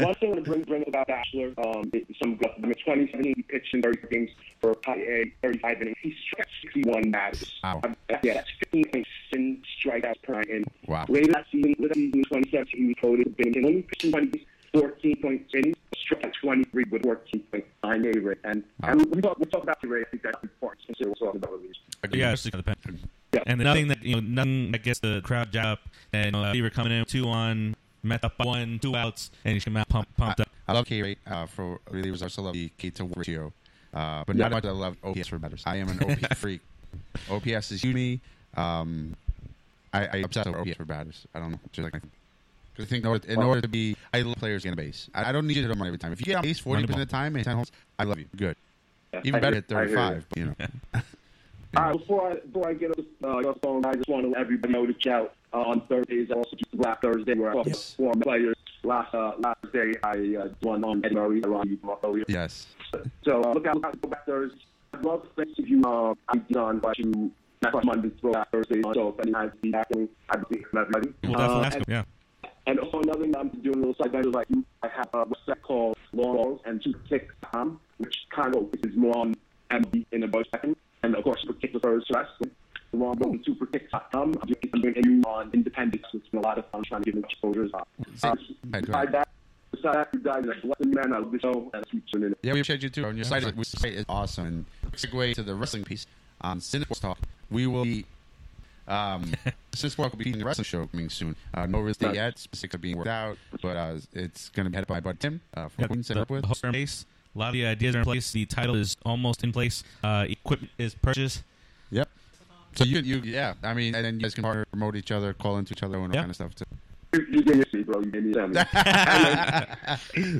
[SPEAKER 11] One thing to bring bring about Bachelor, um, is some guff. Number 2017, he pitched in 30 games for high A, 35 innings. He struck 61 batters.
[SPEAKER 3] Wow.
[SPEAKER 11] Um, yeah, that's 15.7 strikeouts per nine.
[SPEAKER 3] Wow.
[SPEAKER 11] Later that season, later that season in 2017, he was voted Bennington. Only pitched in 20 games, 14 points innings, struck out 23 with 14.9 A rate. And, and we talk, we talk about the rate. I think that's important to consider. We'll talk about release.
[SPEAKER 1] yeah, it's just the pen.
[SPEAKER 11] Yeah.
[SPEAKER 1] And nothing that you know, nothing that gets the crowd jacked up. And uh, Beaver coming in two on, met up by one, two outs, and he came out pump, pumped up.
[SPEAKER 3] I love K rate uh, for relievers. I also love the K to war ratio, uh, but not much. I love OPS for batters. I am an OPS freak. OPS is huge to me. Um, I, I obsess over OPS for batters. I don't know, just like because I think in order, in order to be, I love players getting on base. I, I don't need you to hit on every time. If you get on base forty percent of the time and ten homes, I love you. Good, even better at thirty-five. But, you know,
[SPEAKER 11] Uh, before I before I get up uh, your phone, I just want to let everybody know to shout uh, on Thursdays. I also do Black Thursday where I talk
[SPEAKER 3] Yes.
[SPEAKER 11] to former players. Last uh, last day, I uh, won on Ed Murray, around you month earlier.
[SPEAKER 3] yes.
[SPEAKER 11] So uh, look out, look out for Black Thursday. I'd love to thank you. Uh, I'm done by you. That's why Monday, Black Thursday. So if anyone has feedback, I'd be everybody.
[SPEAKER 1] We'll
[SPEAKER 11] Uh,
[SPEAKER 1] definitely ask
[SPEAKER 11] and-
[SPEAKER 1] him. Yeah.
[SPEAKER 11] and also another thing I'm doing a little side venture like you, I have a website called Long Balls and Two Ticks Com, which kind of focuses more on MB in about second. And of course, Super Kick refers to us. Long Balls and Super Kicks.com. I'm doing something new on independence, which has been a lot of fun trying to give them exposures. Uh,
[SPEAKER 3] Say-
[SPEAKER 11] besides that, besides that, you guys are blessing, man. I love the show and keep tuning in.
[SPEAKER 3] Yeah, we appreciate you too. On your site, which site is awesome. And segue to the wrestling piece on Cinesports Talk. We will be um, Cinesports will be doing the wrestling show coming soon. Uh, no release date yet. Specifics are being worked out, but uh, it's going to be headed by my buddy Tim uh, from
[SPEAKER 1] Yeah,
[SPEAKER 3] Queens.
[SPEAKER 1] the,
[SPEAKER 3] that I work
[SPEAKER 1] the
[SPEAKER 3] with.
[SPEAKER 1] hosts are in place. A lot of the ideas are in place. The title is almost in place. Uh, equipment is purchased.
[SPEAKER 3] Yep. So you, you, yeah. I mean, and then you guys can partner, promote each other, call into each other, and all
[SPEAKER 1] Yeah.
[SPEAKER 3] kind of stuff too.
[SPEAKER 11] You, you gave me a seat, bro. You gave me a sandwich.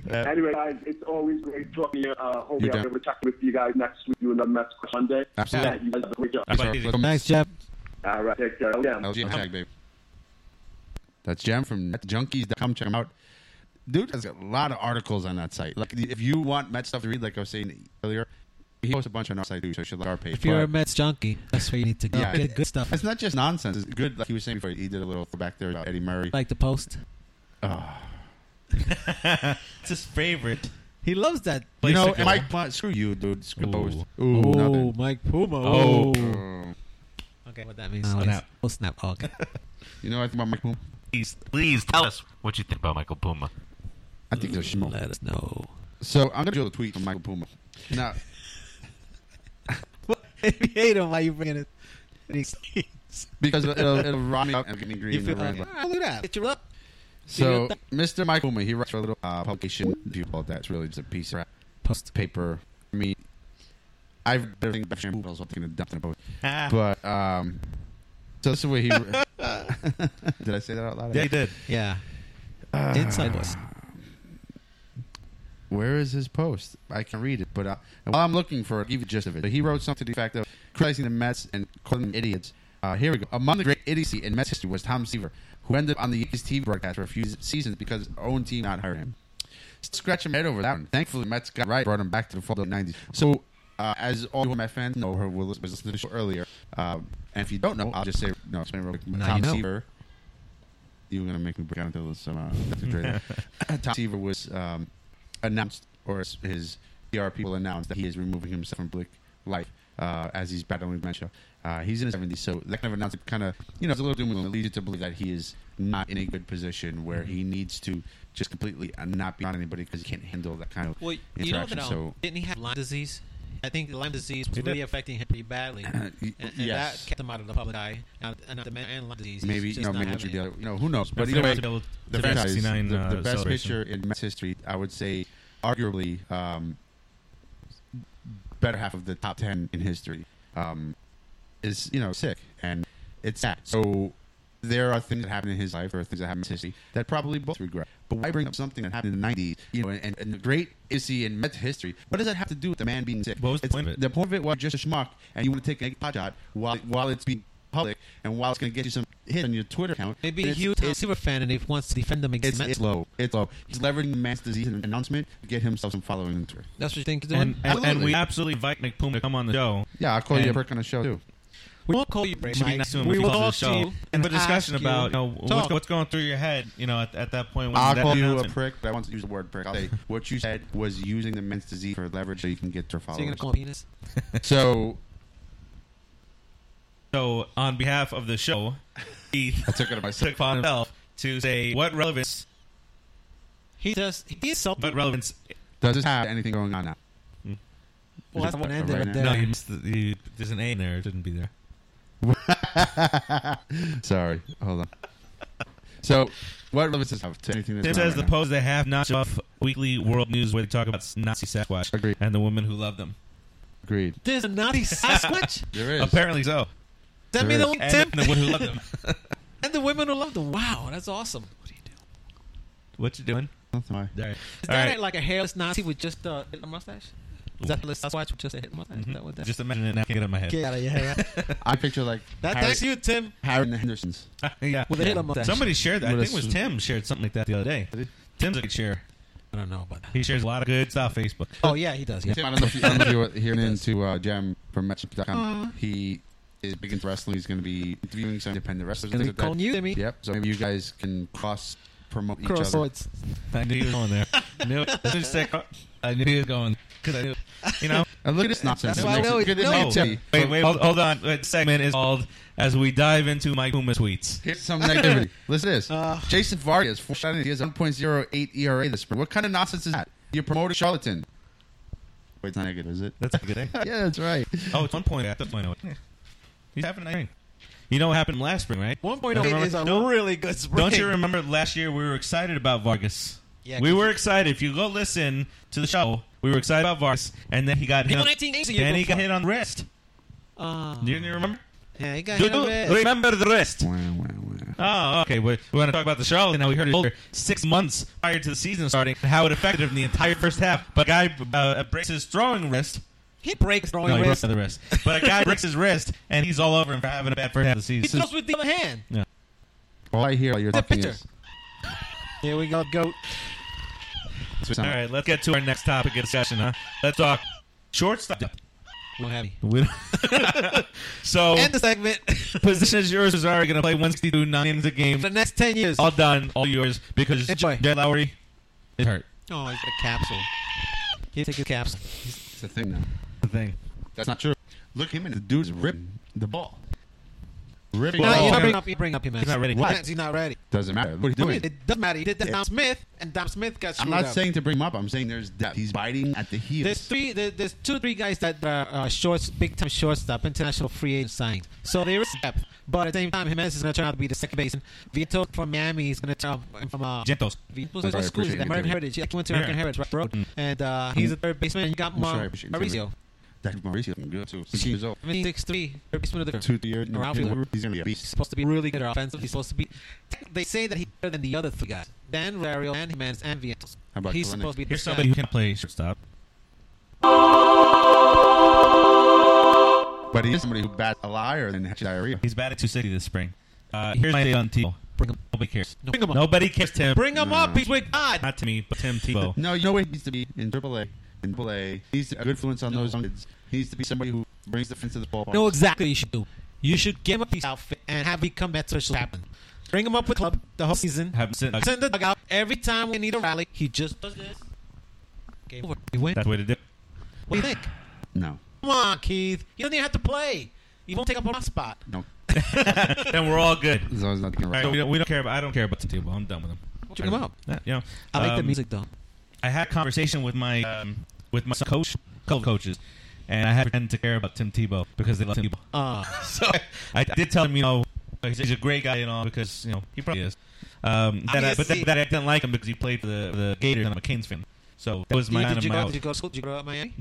[SPEAKER 11] anyway, guys, it's always great talking to you. Uh, hopefully, I'll be
[SPEAKER 3] You down.
[SPEAKER 11] able to talk with you guys next week. Do another match Monday.
[SPEAKER 3] Absolutely.
[SPEAKER 11] Yeah, you guys have a great job.
[SPEAKER 1] That's what I did.
[SPEAKER 6] Thanks, Jeff.
[SPEAKER 11] All right, take care. Oh, Yeah.
[SPEAKER 3] LG tag, babe. That's Jam from netjunkies.com. Check him out. Dude has a lot of articles on that site. Like, if you want Met stuff to read, like I was saying earlier, he posts a bunch on our site too, so you should like our page.
[SPEAKER 6] If you're a
[SPEAKER 3] But-
[SPEAKER 6] Mets junkie, that's where you need to go.
[SPEAKER 3] Yeah.
[SPEAKER 6] Get good stuff.
[SPEAKER 3] it's not just nonsense. It's good. Like he was saying before, he did a little back there about Eddie Murray.
[SPEAKER 6] Like the post.
[SPEAKER 1] It's his favorite.
[SPEAKER 6] He loves that.
[SPEAKER 3] you
[SPEAKER 1] place
[SPEAKER 3] know,
[SPEAKER 1] to go.
[SPEAKER 2] Oh,
[SPEAKER 3] Mike, Pla- screw you, dude. Screw
[SPEAKER 1] Ooh.
[SPEAKER 3] Post. Ooh,
[SPEAKER 6] Oh,
[SPEAKER 3] nothing.
[SPEAKER 6] Mike Puma.
[SPEAKER 1] Oh.
[SPEAKER 6] Oh.
[SPEAKER 2] Okay, what that means?
[SPEAKER 6] Oh,
[SPEAKER 2] Oh,
[SPEAKER 6] snap.
[SPEAKER 2] snap. Oh, snap. Oh, okay.
[SPEAKER 3] You know, I think about Mike Boom.
[SPEAKER 12] Please, please tell us what you think about Michael Puma.
[SPEAKER 3] I think they're small.
[SPEAKER 2] Let us know.
[SPEAKER 3] So I'm gonna do a tweet from Michael Puma. Now,
[SPEAKER 2] if you hate him, why you bringing it? These things?
[SPEAKER 3] because it'll, it'll rot me up and get me green.
[SPEAKER 2] You feel
[SPEAKER 3] and red.
[SPEAKER 2] like, all right, look at that. Get you up.
[SPEAKER 3] so, Mr. Michael Puma, he writes for a little uh, publication people that's really just a piece of crap
[SPEAKER 2] Post.
[SPEAKER 3] paper. I mean, I've been thinking about shampoo. I was thinking of dumping both.
[SPEAKER 1] Ah,
[SPEAKER 3] But um, so this is what he. did I say that out loud?
[SPEAKER 1] Yeah, he did.
[SPEAKER 2] Yeah.
[SPEAKER 3] Uh,
[SPEAKER 2] Inside voice.
[SPEAKER 3] Where is his post? I can read it, but uh, while I'm looking for it, give you the gist of it. He wrote something to the effect of criticizing the Mets and calling them idiots. Uh, here we go. Among the great idiocy in Mets history was Tom Seaver, who ended up on the Yankees TV broadcast for a few seasons because his own team not hired him. Scratch him head over that one. Thankfully, Mets got right, brought him back to the fall of the '90s. So, uh, as all you Met fans know, who was was listening to the show earlier, uh, and if you don't know, I'll just say no. Explain real quick.
[SPEAKER 2] Now
[SPEAKER 3] Tom
[SPEAKER 2] you know.
[SPEAKER 3] Seaver you were gonna make me break out into this. Um, uh, Tom Seaver was um, announced, or his- his PR people announced that he is removing himself from public life uh, as he's battling dementia. Uh, he's in his 70s, so that kind of announcement kind of, you know, it's a little doom and gloom. It leads you to believe that he is not in a good position where
[SPEAKER 2] Mm-hmm.
[SPEAKER 3] he needs to just completely uh, not be on anybody because he can't handle that kind of
[SPEAKER 2] Well, you know
[SPEAKER 3] interaction.
[SPEAKER 2] that um,
[SPEAKER 3] so
[SPEAKER 2] didn't he have Lyme disease? I think Lyme disease was
[SPEAKER 1] He did.
[SPEAKER 2] really affecting him pretty badly. and,
[SPEAKER 3] y-
[SPEAKER 2] and
[SPEAKER 3] yes.
[SPEAKER 2] that kept him out of the public eye. Now, and the man and Lyme disease.
[SPEAKER 3] maybe
[SPEAKER 2] he's
[SPEAKER 3] you
[SPEAKER 2] just
[SPEAKER 3] know
[SPEAKER 2] not
[SPEAKER 3] maybe
[SPEAKER 2] having
[SPEAKER 3] it should
[SPEAKER 2] it.
[SPEAKER 3] be other- you know who knows but
[SPEAKER 1] That's
[SPEAKER 3] either
[SPEAKER 1] the
[SPEAKER 3] way
[SPEAKER 1] best available-
[SPEAKER 3] the,
[SPEAKER 1] the
[SPEAKER 3] franchise,
[SPEAKER 1] best 69,
[SPEAKER 3] the,
[SPEAKER 1] uh,
[SPEAKER 3] the best picture
[SPEAKER 1] celebration.
[SPEAKER 3] in Mets history I would say arguably um, better half of the top 10 in history um, is you know sick and it's sad so there are things that happened in his life or things that happened in his history that probably both regret but why bring up something that happened in the 90s you know and, and the great issue in Mets history what does that have to do with the man being sick
[SPEAKER 1] What was the
[SPEAKER 3] It's-
[SPEAKER 1] point of it?
[SPEAKER 3] the point of it was just a schmuck, and you want to take a pot shot while while it's being public and while it's going to get you some hit on your Twitter account.
[SPEAKER 2] Maybe
[SPEAKER 3] it's,
[SPEAKER 2] he was a
[SPEAKER 3] it's,
[SPEAKER 2] super fan and he wants to defend him against
[SPEAKER 3] it's,
[SPEAKER 2] the Mets.
[SPEAKER 3] it's low. It's low. He's leveraging the man's disease and announcement to get himself some following on Twitter.
[SPEAKER 2] That's what you think he's doing?
[SPEAKER 1] And, and, and we
[SPEAKER 3] Absolutely.
[SPEAKER 1] absolutely invite Nick Puma to come on the show.
[SPEAKER 3] Yeah, I'll call
[SPEAKER 1] And-
[SPEAKER 3] you a prick on the show too.
[SPEAKER 2] we won't call you Brady.
[SPEAKER 1] It should be nice to him
[SPEAKER 2] we
[SPEAKER 1] if he
[SPEAKER 2] will
[SPEAKER 1] comes on the
[SPEAKER 2] talk
[SPEAKER 1] show.
[SPEAKER 2] to you
[SPEAKER 1] and the discussion
[SPEAKER 2] ask you-
[SPEAKER 1] about you know what's,
[SPEAKER 2] Talk.
[SPEAKER 1] what's going through your head, you know, at, at that point. When
[SPEAKER 3] I'll
[SPEAKER 1] that
[SPEAKER 3] call you a
[SPEAKER 1] announcement-
[SPEAKER 3] prick, but I want to use the word prick. I'll say what you said was using the man's disease for leverage so you can get your
[SPEAKER 2] So you're gonna
[SPEAKER 3] followers.
[SPEAKER 2] call him penis?
[SPEAKER 3] So
[SPEAKER 1] So, on behalf of the show, he
[SPEAKER 3] I took it on myself.
[SPEAKER 1] took upon himself to say what relevance,
[SPEAKER 2] He does. He did something.
[SPEAKER 1] what relevance.
[SPEAKER 3] Does this have anything going on now?
[SPEAKER 2] Well, that's what
[SPEAKER 3] Right
[SPEAKER 2] ended
[SPEAKER 3] now.
[SPEAKER 2] right there.
[SPEAKER 1] No, you missed the, you, there's an A in there. It didn't be there.
[SPEAKER 3] Sorry, hold on. So, what relevance does this have to anything? That's
[SPEAKER 1] Tim
[SPEAKER 3] going on
[SPEAKER 1] says the
[SPEAKER 3] right now?
[SPEAKER 1] pose they have notch off weekly world news where they talk about Nazi Sasquatch
[SPEAKER 3] Agreed.
[SPEAKER 1] and the woman who loved them.
[SPEAKER 3] Agreed.
[SPEAKER 2] There's a naughty Sasquatch.
[SPEAKER 3] There is.
[SPEAKER 1] Apparently so.
[SPEAKER 2] Send me
[SPEAKER 3] There
[SPEAKER 2] the
[SPEAKER 3] is.
[SPEAKER 2] link,
[SPEAKER 1] And
[SPEAKER 2] Tim.
[SPEAKER 1] the woman who loved them.
[SPEAKER 2] And the women who loved him. Wow, that's awesome. What do you do?
[SPEAKER 1] What you doing?
[SPEAKER 3] Nothing. Why?
[SPEAKER 1] All right.
[SPEAKER 2] Is
[SPEAKER 1] All
[SPEAKER 2] that
[SPEAKER 1] right.
[SPEAKER 2] like a hairless Nazi with just uh, a mustache? Is that a Sasquatch with just a hit
[SPEAKER 3] Mm-hmm.
[SPEAKER 2] mustache? Is that what that?
[SPEAKER 1] Just imagine it now. Get it in my head.
[SPEAKER 2] Get out of your head. Right?
[SPEAKER 3] I picture like
[SPEAKER 2] that,
[SPEAKER 3] Harry,
[SPEAKER 2] that's you, Tim,
[SPEAKER 3] Harry and the Hendersons.
[SPEAKER 1] yeah.
[SPEAKER 2] with a Hitler mustache.
[SPEAKER 1] Somebody shared that. I
[SPEAKER 3] What
[SPEAKER 1] think it was
[SPEAKER 3] else?
[SPEAKER 1] Tim shared something like that the other day. Tim's a good share.
[SPEAKER 2] I don't know about that.
[SPEAKER 1] He shares a lot of good stuff on Facebook.
[SPEAKER 2] Oh yeah, he does. Yeah.
[SPEAKER 3] Tim, I don't know if you, I don't know if you were hearing into uh, Jam from Matchup.com. He is big into wrestling. He's going to be interviewing some independent wrestlers. and
[SPEAKER 2] Gonna be
[SPEAKER 3] things like that.
[SPEAKER 2] calling you, Timmy.
[SPEAKER 3] Yep. So maybe you guys can cross promote each other.
[SPEAKER 2] Crossroads.
[SPEAKER 1] I knew he was going there. I knew it. As soon as he said cro- I knew he was going. Because I knew. You know?
[SPEAKER 3] And look at this nonsense.
[SPEAKER 2] That's why I know
[SPEAKER 3] look at this
[SPEAKER 2] no.
[SPEAKER 3] negativity.
[SPEAKER 1] Wait, wait, hold, hold on. That segment is called As We Dive Into Mike Puma Tweets.
[SPEAKER 3] Here's some negativity. Listen to this.
[SPEAKER 2] Uh.
[SPEAKER 3] Jason Vargas, foreshadowing he has 1.08 ERA E this spring. What kind of nonsense is that? You're promoting charlatan. Wait, it's not negative, is it?
[SPEAKER 1] That's a good thing.
[SPEAKER 3] yeah, that's right.
[SPEAKER 1] Oh, it's one point at the point. oh. Yeah. He's having a nice spring. You know what happened last spring, right?
[SPEAKER 2] One point
[SPEAKER 1] Don't
[SPEAKER 2] eight
[SPEAKER 1] remember-
[SPEAKER 2] is a
[SPEAKER 1] don't-
[SPEAKER 2] really good spring.
[SPEAKER 1] Don't you remember last year we were excited about Vargas?
[SPEAKER 2] Yeah,
[SPEAKER 1] we
[SPEAKER 2] 'cause-
[SPEAKER 1] were excited. If you go listen to the show, we were excited about Vargas, and then he got hit.
[SPEAKER 2] He won
[SPEAKER 1] on-
[SPEAKER 2] 19 games a year
[SPEAKER 1] Then he
[SPEAKER 2] before.
[SPEAKER 1] got hit on the wrist.
[SPEAKER 2] Uh,
[SPEAKER 1] Do you remember?
[SPEAKER 2] yeah, he got
[SPEAKER 1] Do
[SPEAKER 2] hit
[SPEAKER 1] you
[SPEAKER 2] a bit.
[SPEAKER 1] remember the wrist?
[SPEAKER 3] Wow, wow, wow.
[SPEAKER 1] Oh, okay. We, we want to talk about the Charlotte. Now we heard it over six months prior to the season starting and how it affected him the entire first half. But a guy uh, breaks his throwing wrist.
[SPEAKER 2] He breaks throwing
[SPEAKER 1] No, he broke
[SPEAKER 2] wrist.
[SPEAKER 1] the wrist. But a guy breaks his wrist and he's all over him for having a bad first half of the
[SPEAKER 2] He
[SPEAKER 1] season.
[SPEAKER 2] throws with the other hand.
[SPEAKER 3] All I hear while you're
[SPEAKER 2] The
[SPEAKER 3] talking
[SPEAKER 2] picture.
[SPEAKER 3] is...
[SPEAKER 2] Here we go, goat.
[SPEAKER 1] All right, let's get to our next topic of discussion, huh? Let's talk shortstop.
[SPEAKER 2] We'll have you.
[SPEAKER 1] We don't- so
[SPEAKER 2] End the segment.
[SPEAKER 1] position is yours. Is already going to play 162 nine innings a game.
[SPEAKER 2] the next ten years.
[SPEAKER 1] All done, all yours because
[SPEAKER 2] Enjoy.
[SPEAKER 1] Jed Lowry is hurt.
[SPEAKER 2] Oh, he's got a capsule. He take a capsule.
[SPEAKER 3] It's a thing now.
[SPEAKER 1] The thing.
[SPEAKER 3] That's not true. Look him in the dude's rip the ball. Ripping
[SPEAKER 2] No,
[SPEAKER 3] off
[SPEAKER 2] you
[SPEAKER 3] him.
[SPEAKER 2] bring up, you bring up him.
[SPEAKER 3] He's not ready.
[SPEAKER 2] What? He's not ready.
[SPEAKER 3] Doesn't matter. What are you
[SPEAKER 2] No,
[SPEAKER 3] doing?
[SPEAKER 2] It it doesn't matter. He did that to Dom Smith, and Dom Smith got
[SPEAKER 3] I'm
[SPEAKER 2] screwed
[SPEAKER 3] not
[SPEAKER 2] up.
[SPEAKER 3] saying to bring him up. I'm saying there's depth. He's biting at the heels.
[SPEAKER 2] There's three. There, there's two, three guys that are uh, shorts, big time shortstop, international free agent signed. So there is depth, but at the same time, Jimenez is going to turn out to be the second baseman. Vito from Miami is going to turn out from uh,
[SPEAKER 1] Gentos.
[SPEAKER 2] Vito's
[SPEAKER 3] I'm sorry, I
[SPEAKER 2] school is
[SPEAKER 3] appreciate
[SPEAKER 2] that?
[SPEAKER 3] you,
[SPEAKER 2] American
[SPEAKER 3] David.
[SPEAKER 2] Heritage. He actually went to
[SPEAKER 3] Yeah.
[SPEAKER 2] American Heritage right, Road,
[SPEAKER 3] Mm.
[SPEAKER 2] and uh, he's a third baseman. You got
[SPEAKER 3] I'm sorry, I
[SPEAKER 2] Mar-
[SPEAKER 3] appreciate you, David.
[SPEAKER 2] Maurizio,
[SPEAKER 3] That's Mauricio. I'm good too. Six years old.
[SPEAKER 2] 76 three, third baseman of the
[SPEAKER 3] Two years.
[SPEAKER 2] Or outfielder.
[SPEAKER 3] He's gonna be a
[SPEAKER 2] He's
[SPEAKER 3] beast.
[SPEAKER 2] supposed to be really good offensive. He's supposed to be. They say that he's better than the other three guys: Dan Rario, and Jimenez, and Vientos.
[SPEAKER 3] How about
[SPEAKER 2] He's
[SPEAKER 3] Kalenic?
[SPEAKER 2] supposed to be. the
[SPEAKER 1] Here's
[SPEAKER 2] best guy.
[SPEAKER 1] somebody who can play shortstop.
[SPEAKER 3] But he is somebody who bats a liar and has diarrhea.
[SPEAKER 1] He's bad at 260 this spring. Uh, here's my day on Tebow.
[SPEAKER 2] Bring him.
[SPEAKER 1] Nobody cares.
[SPEAKER 2] No, bring him up.
[SPEAKER 1] Nobody cares, Tim.
[SPEAKER 2] Bring him up. He's with God.
[SPEAKER 1] Not to me, but Tim Tebow.
[SPEAKER 3] No, you know what he needs to be in AAA. In AAA, he's a good influence on those young kids. He needs to be somebody who brings the fence to the ballpark.
[SPEAKER 2] know exactly what you should do. You should give him a peace outfit and have him come back to social happen. Bring him up with club the whole season.
[SPEAKER 1] Have uh, him sit-
[SPEAKER 2] Send the dugout every time we need a rally. He just does this. Game over. We win.
[SPEAKER 1] That's the way to do it.
[SPEAKER 2] What do you think?
[SPEAKER 3] no,
[SPEAKER 2] Come on, Keith. You don't even have to play. You won't take up a hot spot.
[SPEAKER 3] no.
[SPEAKER 1] Then we're all good.
[SPEAKER 3] As long as not
[SPEAKER 1] All right, we, don't, we don't care about. I don't care about Tim Tebow. I'm done with him.
[SPEAKER 2] Bring him up.
[SPEAKER 1] Yeah, you know,
[SPEAKER 2] I like the
[SPEAKER 1] um,
[SPEAKER 2] music though.
[SPEAKER 1] I had a conversation with my um, with my coach, couple of coaches, and I had pretended to care about Tim Tebow because they love Tim Tebow.
[SPEAKER 2] Uh,
[SPEAKER 1] So I did tell him, you know, he's, he's a great guy and all because you know he probably is. Um, that I, but that, that I didn't like him because he played for the for the Gators and I'm a Canes fan. So that was my
[SPEAKER 2] did,
[SPEAKER 1] out
[SPEAKER 2] you
[SPEAKER 1] of
[SPEAKER 2] go,
[SPEAKER 1] mouth.
[SPEAKER 2] did you go to school? Did you grow up in Miami?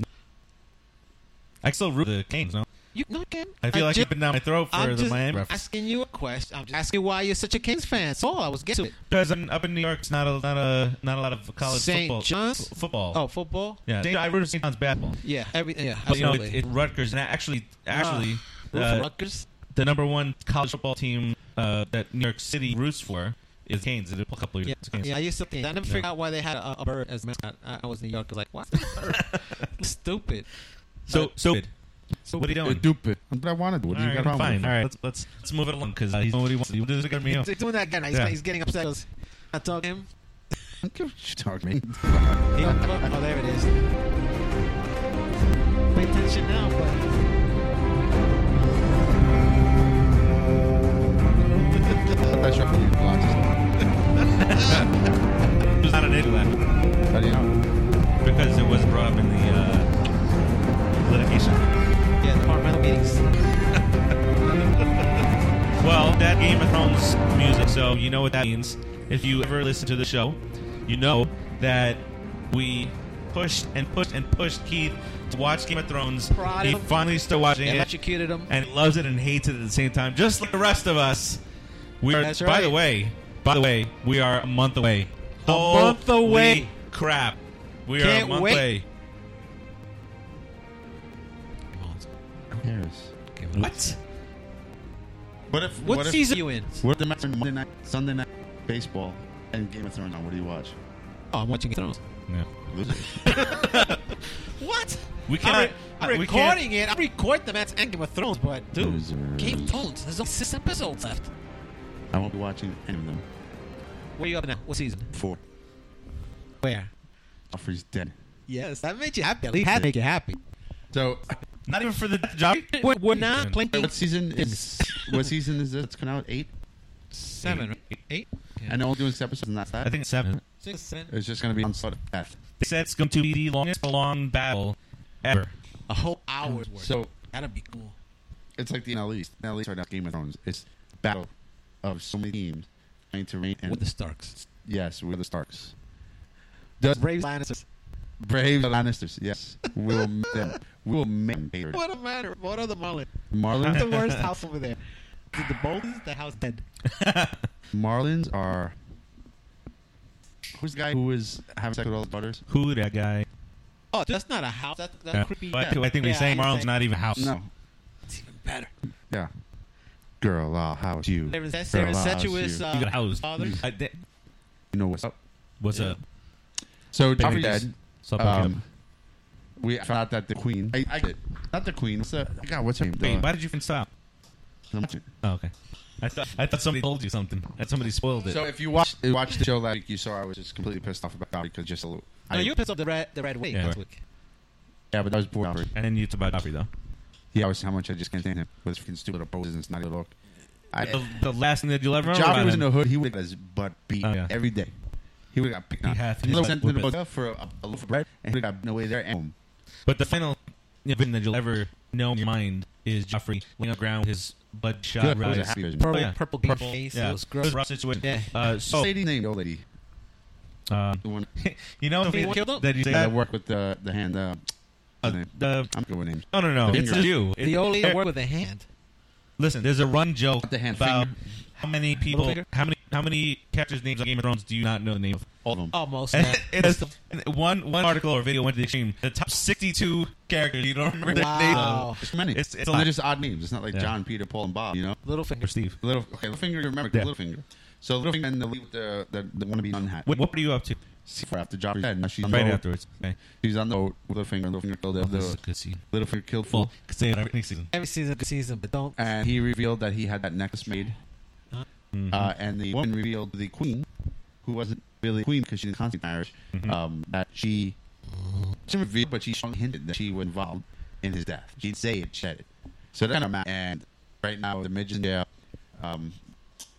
[SPEAKER 1] I still root for the Canes. No,
[SPEAKER 2] You no, you can't.
[SPEAKER 1] I feel like
[SPEAKER 2] ju-
[SPEAKER 1] I've been down my throat for
[SPEAKER 2] I'm
[SPEAKER 1] the
[SPEAKER 2] just
[SPEAKER 1] Miami. reference.
[SPEAKER 2] asking you a question. I'm just asking why you're such a Kings fan. That's all I was getting to. It.
[SPEAKER 1] Because I'm up in New York, it's not a not a not a lot of college
[SPEAKER 2] St.
[SPEAKER 1] football.
[SPEAKER 2] John's?
[SPEAKER 1] f- football.
[SPEAKER 2] Oh, football.
[SPEAKER 1] yeah. St. I root for St. John's basketball.
[SPEAKER 2] Yeah, every yeah,
[SPEAKER 1] But you know,
[SPEAKER 2] absolutely.
[SPEAKER 1] it, it Rutgers and actually actually
[SPEAKER 2] Roof
[SPEAKER 1] uh,
[SPEAKER 2] Rutgers.
[SPEAKER 1] the number one college football team uh, that New York City roots for is Canes. It a couple of
[SPEAKER 2] Yeah,
[SPEAKER 1] years. Canes.
[SPEAKER 2] yeah, I used to think. I never
[SPEAKER 1] Yeah.
[SPEAKER 2] figured out why they had a, a bird as a mascot. I, I was in New York. I was like, what's that bird? Stupid.
[SPEAKER 1] So so what are you doing?
[SPEAKER 3] Stupid. That's what I want to do. What do
[SPEAKER 1] All
[SPEAKER 3] you got
[SPEAKER 1] right,
[SPEAKER 3] a
[SPEAKER 1] fine.
[SPEAKER 3] problem with?
[SPEAKER 1] All right, let's let's let's move it along because uh, he's doing what he wants. to do. This is gonna be him.
[SPEAKER 2] He's doing that again. He's,
[SPEAKER 1] Yeah.
[SPEAKER 2] he's getting upset. 'cause I told him.
[SPEAKER 3] I don't give a shit, dog, man.
[SPEAKER 2] He don't give up. oh, there it is. Pay attention now, but.
[SPEAKER 3] That's your fucking blocks.
[SPEAKER 1] It was not an idiot
[SPEAKER 3] How do you know?
[SPEAKER 1] because it was brought up in the uh, litigation.
[SPEAKER 2] Yeah, departmental meetings.
[SPEAKER 1] Well, that Game of Thrones music, so you know what that means. If you ever listen to the show, you know that we pushed and pushed and pushed Keith to watch Game of Thrones.
[SPEAKER 2] Prod
[SPEAKER 1] he
[SPEAKER 2] him.
[SPEAKER 1] finally started watching it,
[SPEAKER 2] Electrocuted him.
[SPEAKER 1] and he loves it and hates it at the same time, just like the rest of us. We are.
[SPEAKER 2] That's
[SPEAKER 1] By the
[SPEAKER 2] right.
[SPEAKER 1] way, by the way, we are a month away.
[SPEAKER 2] A month
[SPEAKER 1] Holy
[SPEAKER 2] away.
[SPEAKER 1] Crap, we are a
[SPEAKER 2] Can't
[SPEAKER 1] month
[SPEAKER 2] wait.
[SPEAKER 1] away.
[SPEAKER 3] Harris.
[SPEAKER 1] What?
[SPEAKER 3] What if?
[SPEAKER 2] What,
[SPEAKER 3] what if,
[SPEAKER 2] season are you in?
[SPEAKER 3] What if the match on Monday night, Sunday night baseball, and Game of Thrones on? What do you watch?
[SPEAKER 2] Oh, I'm watching Thrones.
[SPEAKER 1] No.
[SPEAKER 3] Losers.
[SPEAKER 2] What?
[SPEAKER 1] We cannot-
[SPEAKER 2] I'm,
[SPEAKER 1] we can't-
[SPEAKER 2] recording it. I record the match and Game of Thrones, but dude,
[SPEAKER 3] Losers.
[SPEAKER 2] Game of Thrones. There's only six episodes left.
[SPEAKER 3] I won't be watching any of them.
[SPEAKER 2] Where you up now? What season?
[SPEAKER 3] Four.
[SPEAKER 2] Where?
[SPEAKER 3] Joffrey's dead.
[SPEAKER 2] Yes, that made you happy. At least that made you happy.
[SPEAKER 3] So,
[SPEAKER 1] Not even for the job.
[SPEAKER 2] We're, we're not playing
[SPEAKER 3] wait, what season is? what season is this? It's coming out eight.
[SPEAKER 2] seven, right? eight.
[SPEAKER 3] And they're only doing six episodes, and that's that.
[SPEAKER 1] I think it's seven.
[SPEAKER 2] Six, seven.
[SPEAKER 3] it's just going to be on sort of death.
[SPEAKER 1] They said it's going to be the longest long battle ever.
[SPEAKER 2] A whole hour's worth.
[SPEAKER 3] So
[SPEAKER 2] that'd be cool.
[SPEAKER 3] it's like the NL East. NL East right now, Game of Thrones. It's battle of so many teams trying to reign. And
[SPEAKER 2] With the Starks,
[SPEAKER 3] yes, we're the Starks. The
[SPEAKER 2] Brave Lannisters.
[SPEAKER 3] brave Lannisters. Yes, we will make them. We will make them. David.
[SPEAKER 2] What a matter. What are the Marlins? The
[SPEAKER 3] Marlins.
[SPEAKER 2] worst house over there. The, the Boldies, the house dead.
[SPEAKER 3] Marlins are. Who's the guy who was having sex with all the butters?
[SPEAKER 1] Who that guy?
[SPEAKER 2] Oh, that's not a house. That, that's
[SPEAKER 1] Yeah.
[SPEAKER 2] creepy.
[SPEAKER 1] But I think, I think
[SPEAKER 2] Yeah,
[SPEAKER 1] we're saying
[SPEAKER 2] I
[SPEAKER 1] Marlon's
[SPEAKER 2] think-
[SPEAKER 1] not even house.
[SPEAKER 3] No.
[SPEAKER 2] It's even better.
[SPEAKER 3] Yeah. Girl, I'll house you.
[SPEAKER 2] There was that
[SPEAKER 3] Girl, I'll house
[SPEAKER 2] incestuous
[SPEAKER 3] you.
[SPEAKER 1] He got
[SPEAKER 2] uh,
[SPEAKER 1] housed.
[SPEAKER 2] father.
[SPEAKER 1] I did-
[SPEAKER 3] you know what's up.
[SPEAKER 1] What's up?
[SPEAKER 3] So
[SPEAKER 1] Big
[SPEAKER 3] Joffrey
[SPEAKER 1] news.
[SPEAKER 3] dead.
[SPEAKER 1] What's up?
[SPEAKER 3] Um, we found out that the queen, I, I, not the queen, what's the, God, what's her name?
[SPEAKER 1] Wait,
[SPEAKER 3] The-
[SPEAKER 1] why did you fin- stop? Oh, okay. I thought I thought somebody told you something. I thought somebody spoiled it.
[SPEAKER 3] So if you watched you watched the show last week, you saw I was just completely pissed off about Joffrey because just a little.
[SPEAKER 2] No,
[SPEAKER 3] I,
[SPEAKER 2] you pissed off the red, the red wig
[SPEAKER 1] Yeah.
[SPEAKER 2] last week.
[SPEAKER 3] yeah, but that was poor Joffrey.
[SPEAKER 1] and then you talked about Joffrey though.
[SPEAKER 3] Yeah, I was how much I just can't stand him with his freaking stupid little poses and snotty little. I-
[SPEAKER 1] the, the last thing that you'll ever remember.
[SPEAKER 3] Joffrey
[SPEAKER 1] about
[SPEAKER 3] was in
[SPEAKER 1] him.
[SPEAKER 3] the hood, he would have his butt beat
[SPEAKER 1] Oh, yeah.
[SPEAKER 3] every day. He would have got beat.
[SPEAKER 1] He had to
[SPEAKER 3] He
[SPEAKER 1] just
[SPEAKER 3] was sent to the
[SPEAKER 1] whip it.
[SPEAKER 3] motel for a, a loaf of bread, and he would have gotten away there and home.
[SPEAKER 1] But the final thing that you'll ever know in your mind is Joffrey laying on the ground with his bloodshot
[SPEAKER 3] Good. It was
[SPEAKER 1] eyes.
[SPEAKER 3] a happy vision.
[SPEAKER 1] Oh, yeah.
[SPEAKER 2] Purple face.
[SPEAKER 1] Yeah.
[SPEAKER 2] It was gross.
[SPEAKER 1] a rough situation.
[SPEAKER 2] Yeah.
[SPEAKER 1] Uh, so,
[SPEAKER 3] Sadie's name, the old lady.
[SPEAKER 1] uh,
[SPEAKER 3] The one
[SPEAKER 1] you know,
[SPEAKER 2] They killed him?
[SPEAKER 1] that you
[SPEAKER 3] that
[SPEAKER 1] said that.
[SPEAKER 3] worked with the, the hand. Uh,
[SPEAKER 1] Uh,
[SPEAKER 3] name.
[SPEAKER 1] the-
[SPEAKER 3] I'm good with names.
[SPEAKER 1] No, no, no.
[SPEAKER 3] The
[SPEAKER 1] It's
[SPEAKER 3] finger.
[SPEAKER 1] you.
[SPEAKER 2] The
[SPEAKER 1] It-
[SPEAKER 2] only
[SPEAKER 1] there-
[SPEAKER 2] work with a hand.
[SPEAKER 1] Listen, there's a run joke
[SPEAKER 3] The hand
[SPEAKER 1] about
[SPEAKER 3] finger.
[SPEAKER 1] how many people,
[SPEAKER 2] Littlefinger?
[SPEAKER 1] how many, how many characters' names on Game of Thrones do you not know the name of?
[SPEAKER 3] All of them.
[SPEAKER 2] Almost.
[SPEAKER 1] And
[SPEAKER 2] yeah.
[SPEAKER 1] it has one one article or video went to the extreme. The top 62 characters you don't remember their
[SPEAKER 2] Wow.
[SPEAKER 1] name.
[SPEAKER 3] There's too many.
[SPEAKER 1] It's- it's
[SPEAKER 3] so
[SPEAKER 1] a lot.
[SPEAKER 3] they're just odd names. It's not like
[SPEAKER 1] Yeah.
[SPEAKER 3] John, Peter, Paul, and Bob. You know,
[SPEAKER 2] Little
[SPEAKER 1] Or
[SPEAKER 2] finger.
[SPEAKER 1] Steve.
[SPEAKER 3] little okay. Little finger, you remember
[SPEAKER 1] Yeah.
[SPEAKER 3] little finger. So little finger and the lead with the the, the wannabe nun hat.
[SPEAKER 1] What, what were you up to?
[SPEAKER 3] See, for after Joffrey's dead, now she's on
[SPEAKER 1] Right
[SPEAKER 3] the boat.
[SPEAKER 1] afterwards. Okay.
[SPEAKER 3] She's on the boat. Little finger, little finger killed the,
[SPEAKER 1] This is a
[SPEAKER 3] the
[SPEAKER 1] good scene.
[SPEAKER 3] little finger killed fool.
[SPEAKER 1] Well, could say it every season.
[SPEAKER 2] Every season, good season, but don't.
[SPEAKER 3] and he revealed that he had that necklace made. Uh, and the woman revealed to the queen, who wasn't really a queen because she didn't consummate marriage, um, that she she didn't reveal, but she strongly hinted that she was involved in his death. She didn't say it, she said it. So that kind of ma- and right now the midget in jail. Um,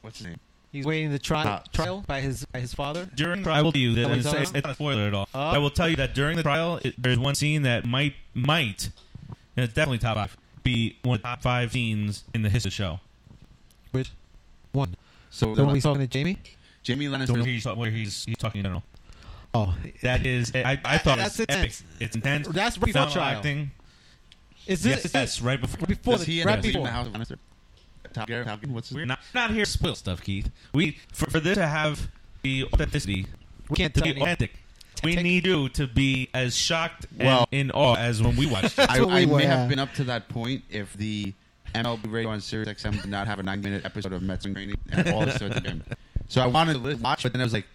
[SPEAKER 3] what's his name?
[SPEAKER 2] He's waiting the tri-
[SPEAKER 3] Uh,
[SPEAKER 2] trial by his by his father.
[SPEAKER 1] During trial, I will tell you that
[SPEAKER 2] That
[SPEAKER 1] it's,
[SPEAKER 2] was
[SPEAKER 1] it's,
[SPEAKER 2] on?
[SPEAKER 1] it's not a spoiler at all.
[SPEAKER 2] Oh.
[SPEAKER 1] I will tell you that during the trial, it, there's one scene that might might, and it's definitely top five, be one of the top five scenes in the history of the show.
[SPEAKER 2] Which one?
[SPEAKER 3] So uh,
[SPEAKER 2] The one we saw to Jamie.
[SPEAKER 3] Jamie
[SPEAKER 1] So where
[SPEAKER 3] Lannister.
[SPEAKER 1] he's, where he's, he's talking in general.
[SPEAKER 2] Oh,
[SPEAKER 1] That is, I, I thought
[SPEAKER 2] That's
[SPEAKER 1] that's it was epic.
[SPEAKER 2] intense.
[SPEAKER 1] It's intense.
[SPEAKER 2] That's right before
[SPEAKER 1] Phenomenal
[SPEAKER 2] trial.
[SPEAKER 1] Acting.
[SPEAKER 2] is this
[SPEAKER 1] Yes,
[SPEAKER 2] is
[SPEAKER 1] yes,
[SPEAKER 2] this
[SPEAKER 1] right before.
[SPEAKER 2] before
[SPEAKER 3] Does
[SPEAKER 2] the
[SPEAKER 3] he end
[SPEAKER 2] right
[SPEAKER 3] up sleeping in
[SPEAKER 2] before?
[SPEAKER 3] the house of Lannister? Top Garrett, Top what's his
[SPEAKER 1] We're not not here to spoil stuff, Keith. We for, for this to have the authenticity,
[SPEAKER 2] We can't
[SPEAKER 1] to
[SPEAKER 2] tell
[SPEAKER 1] be
[SPEAKER 2] anyone.
[SPEAKER 1] authentic, we
[SPEAKER 2] Authentic.
[SPEAKER 1] need you to be as shocked
[SPEAKER 3] Well-
[SPEAKER 1] and in awe as when we watched. it.
[SPEAKER 3] I,
[SPEAKER 2] what we
[SPEAKER 3] I
[SPEAKER 2] were,
[SPEAKER 3] may
[SPEAKER 2] yeah.
[SPEAKER 3] have been up to that point if the MLB radio on Sirius XM did not have a nine-minute episode of Mets and Green and all this sort of game. So I wanted to li- watch, but then I was like,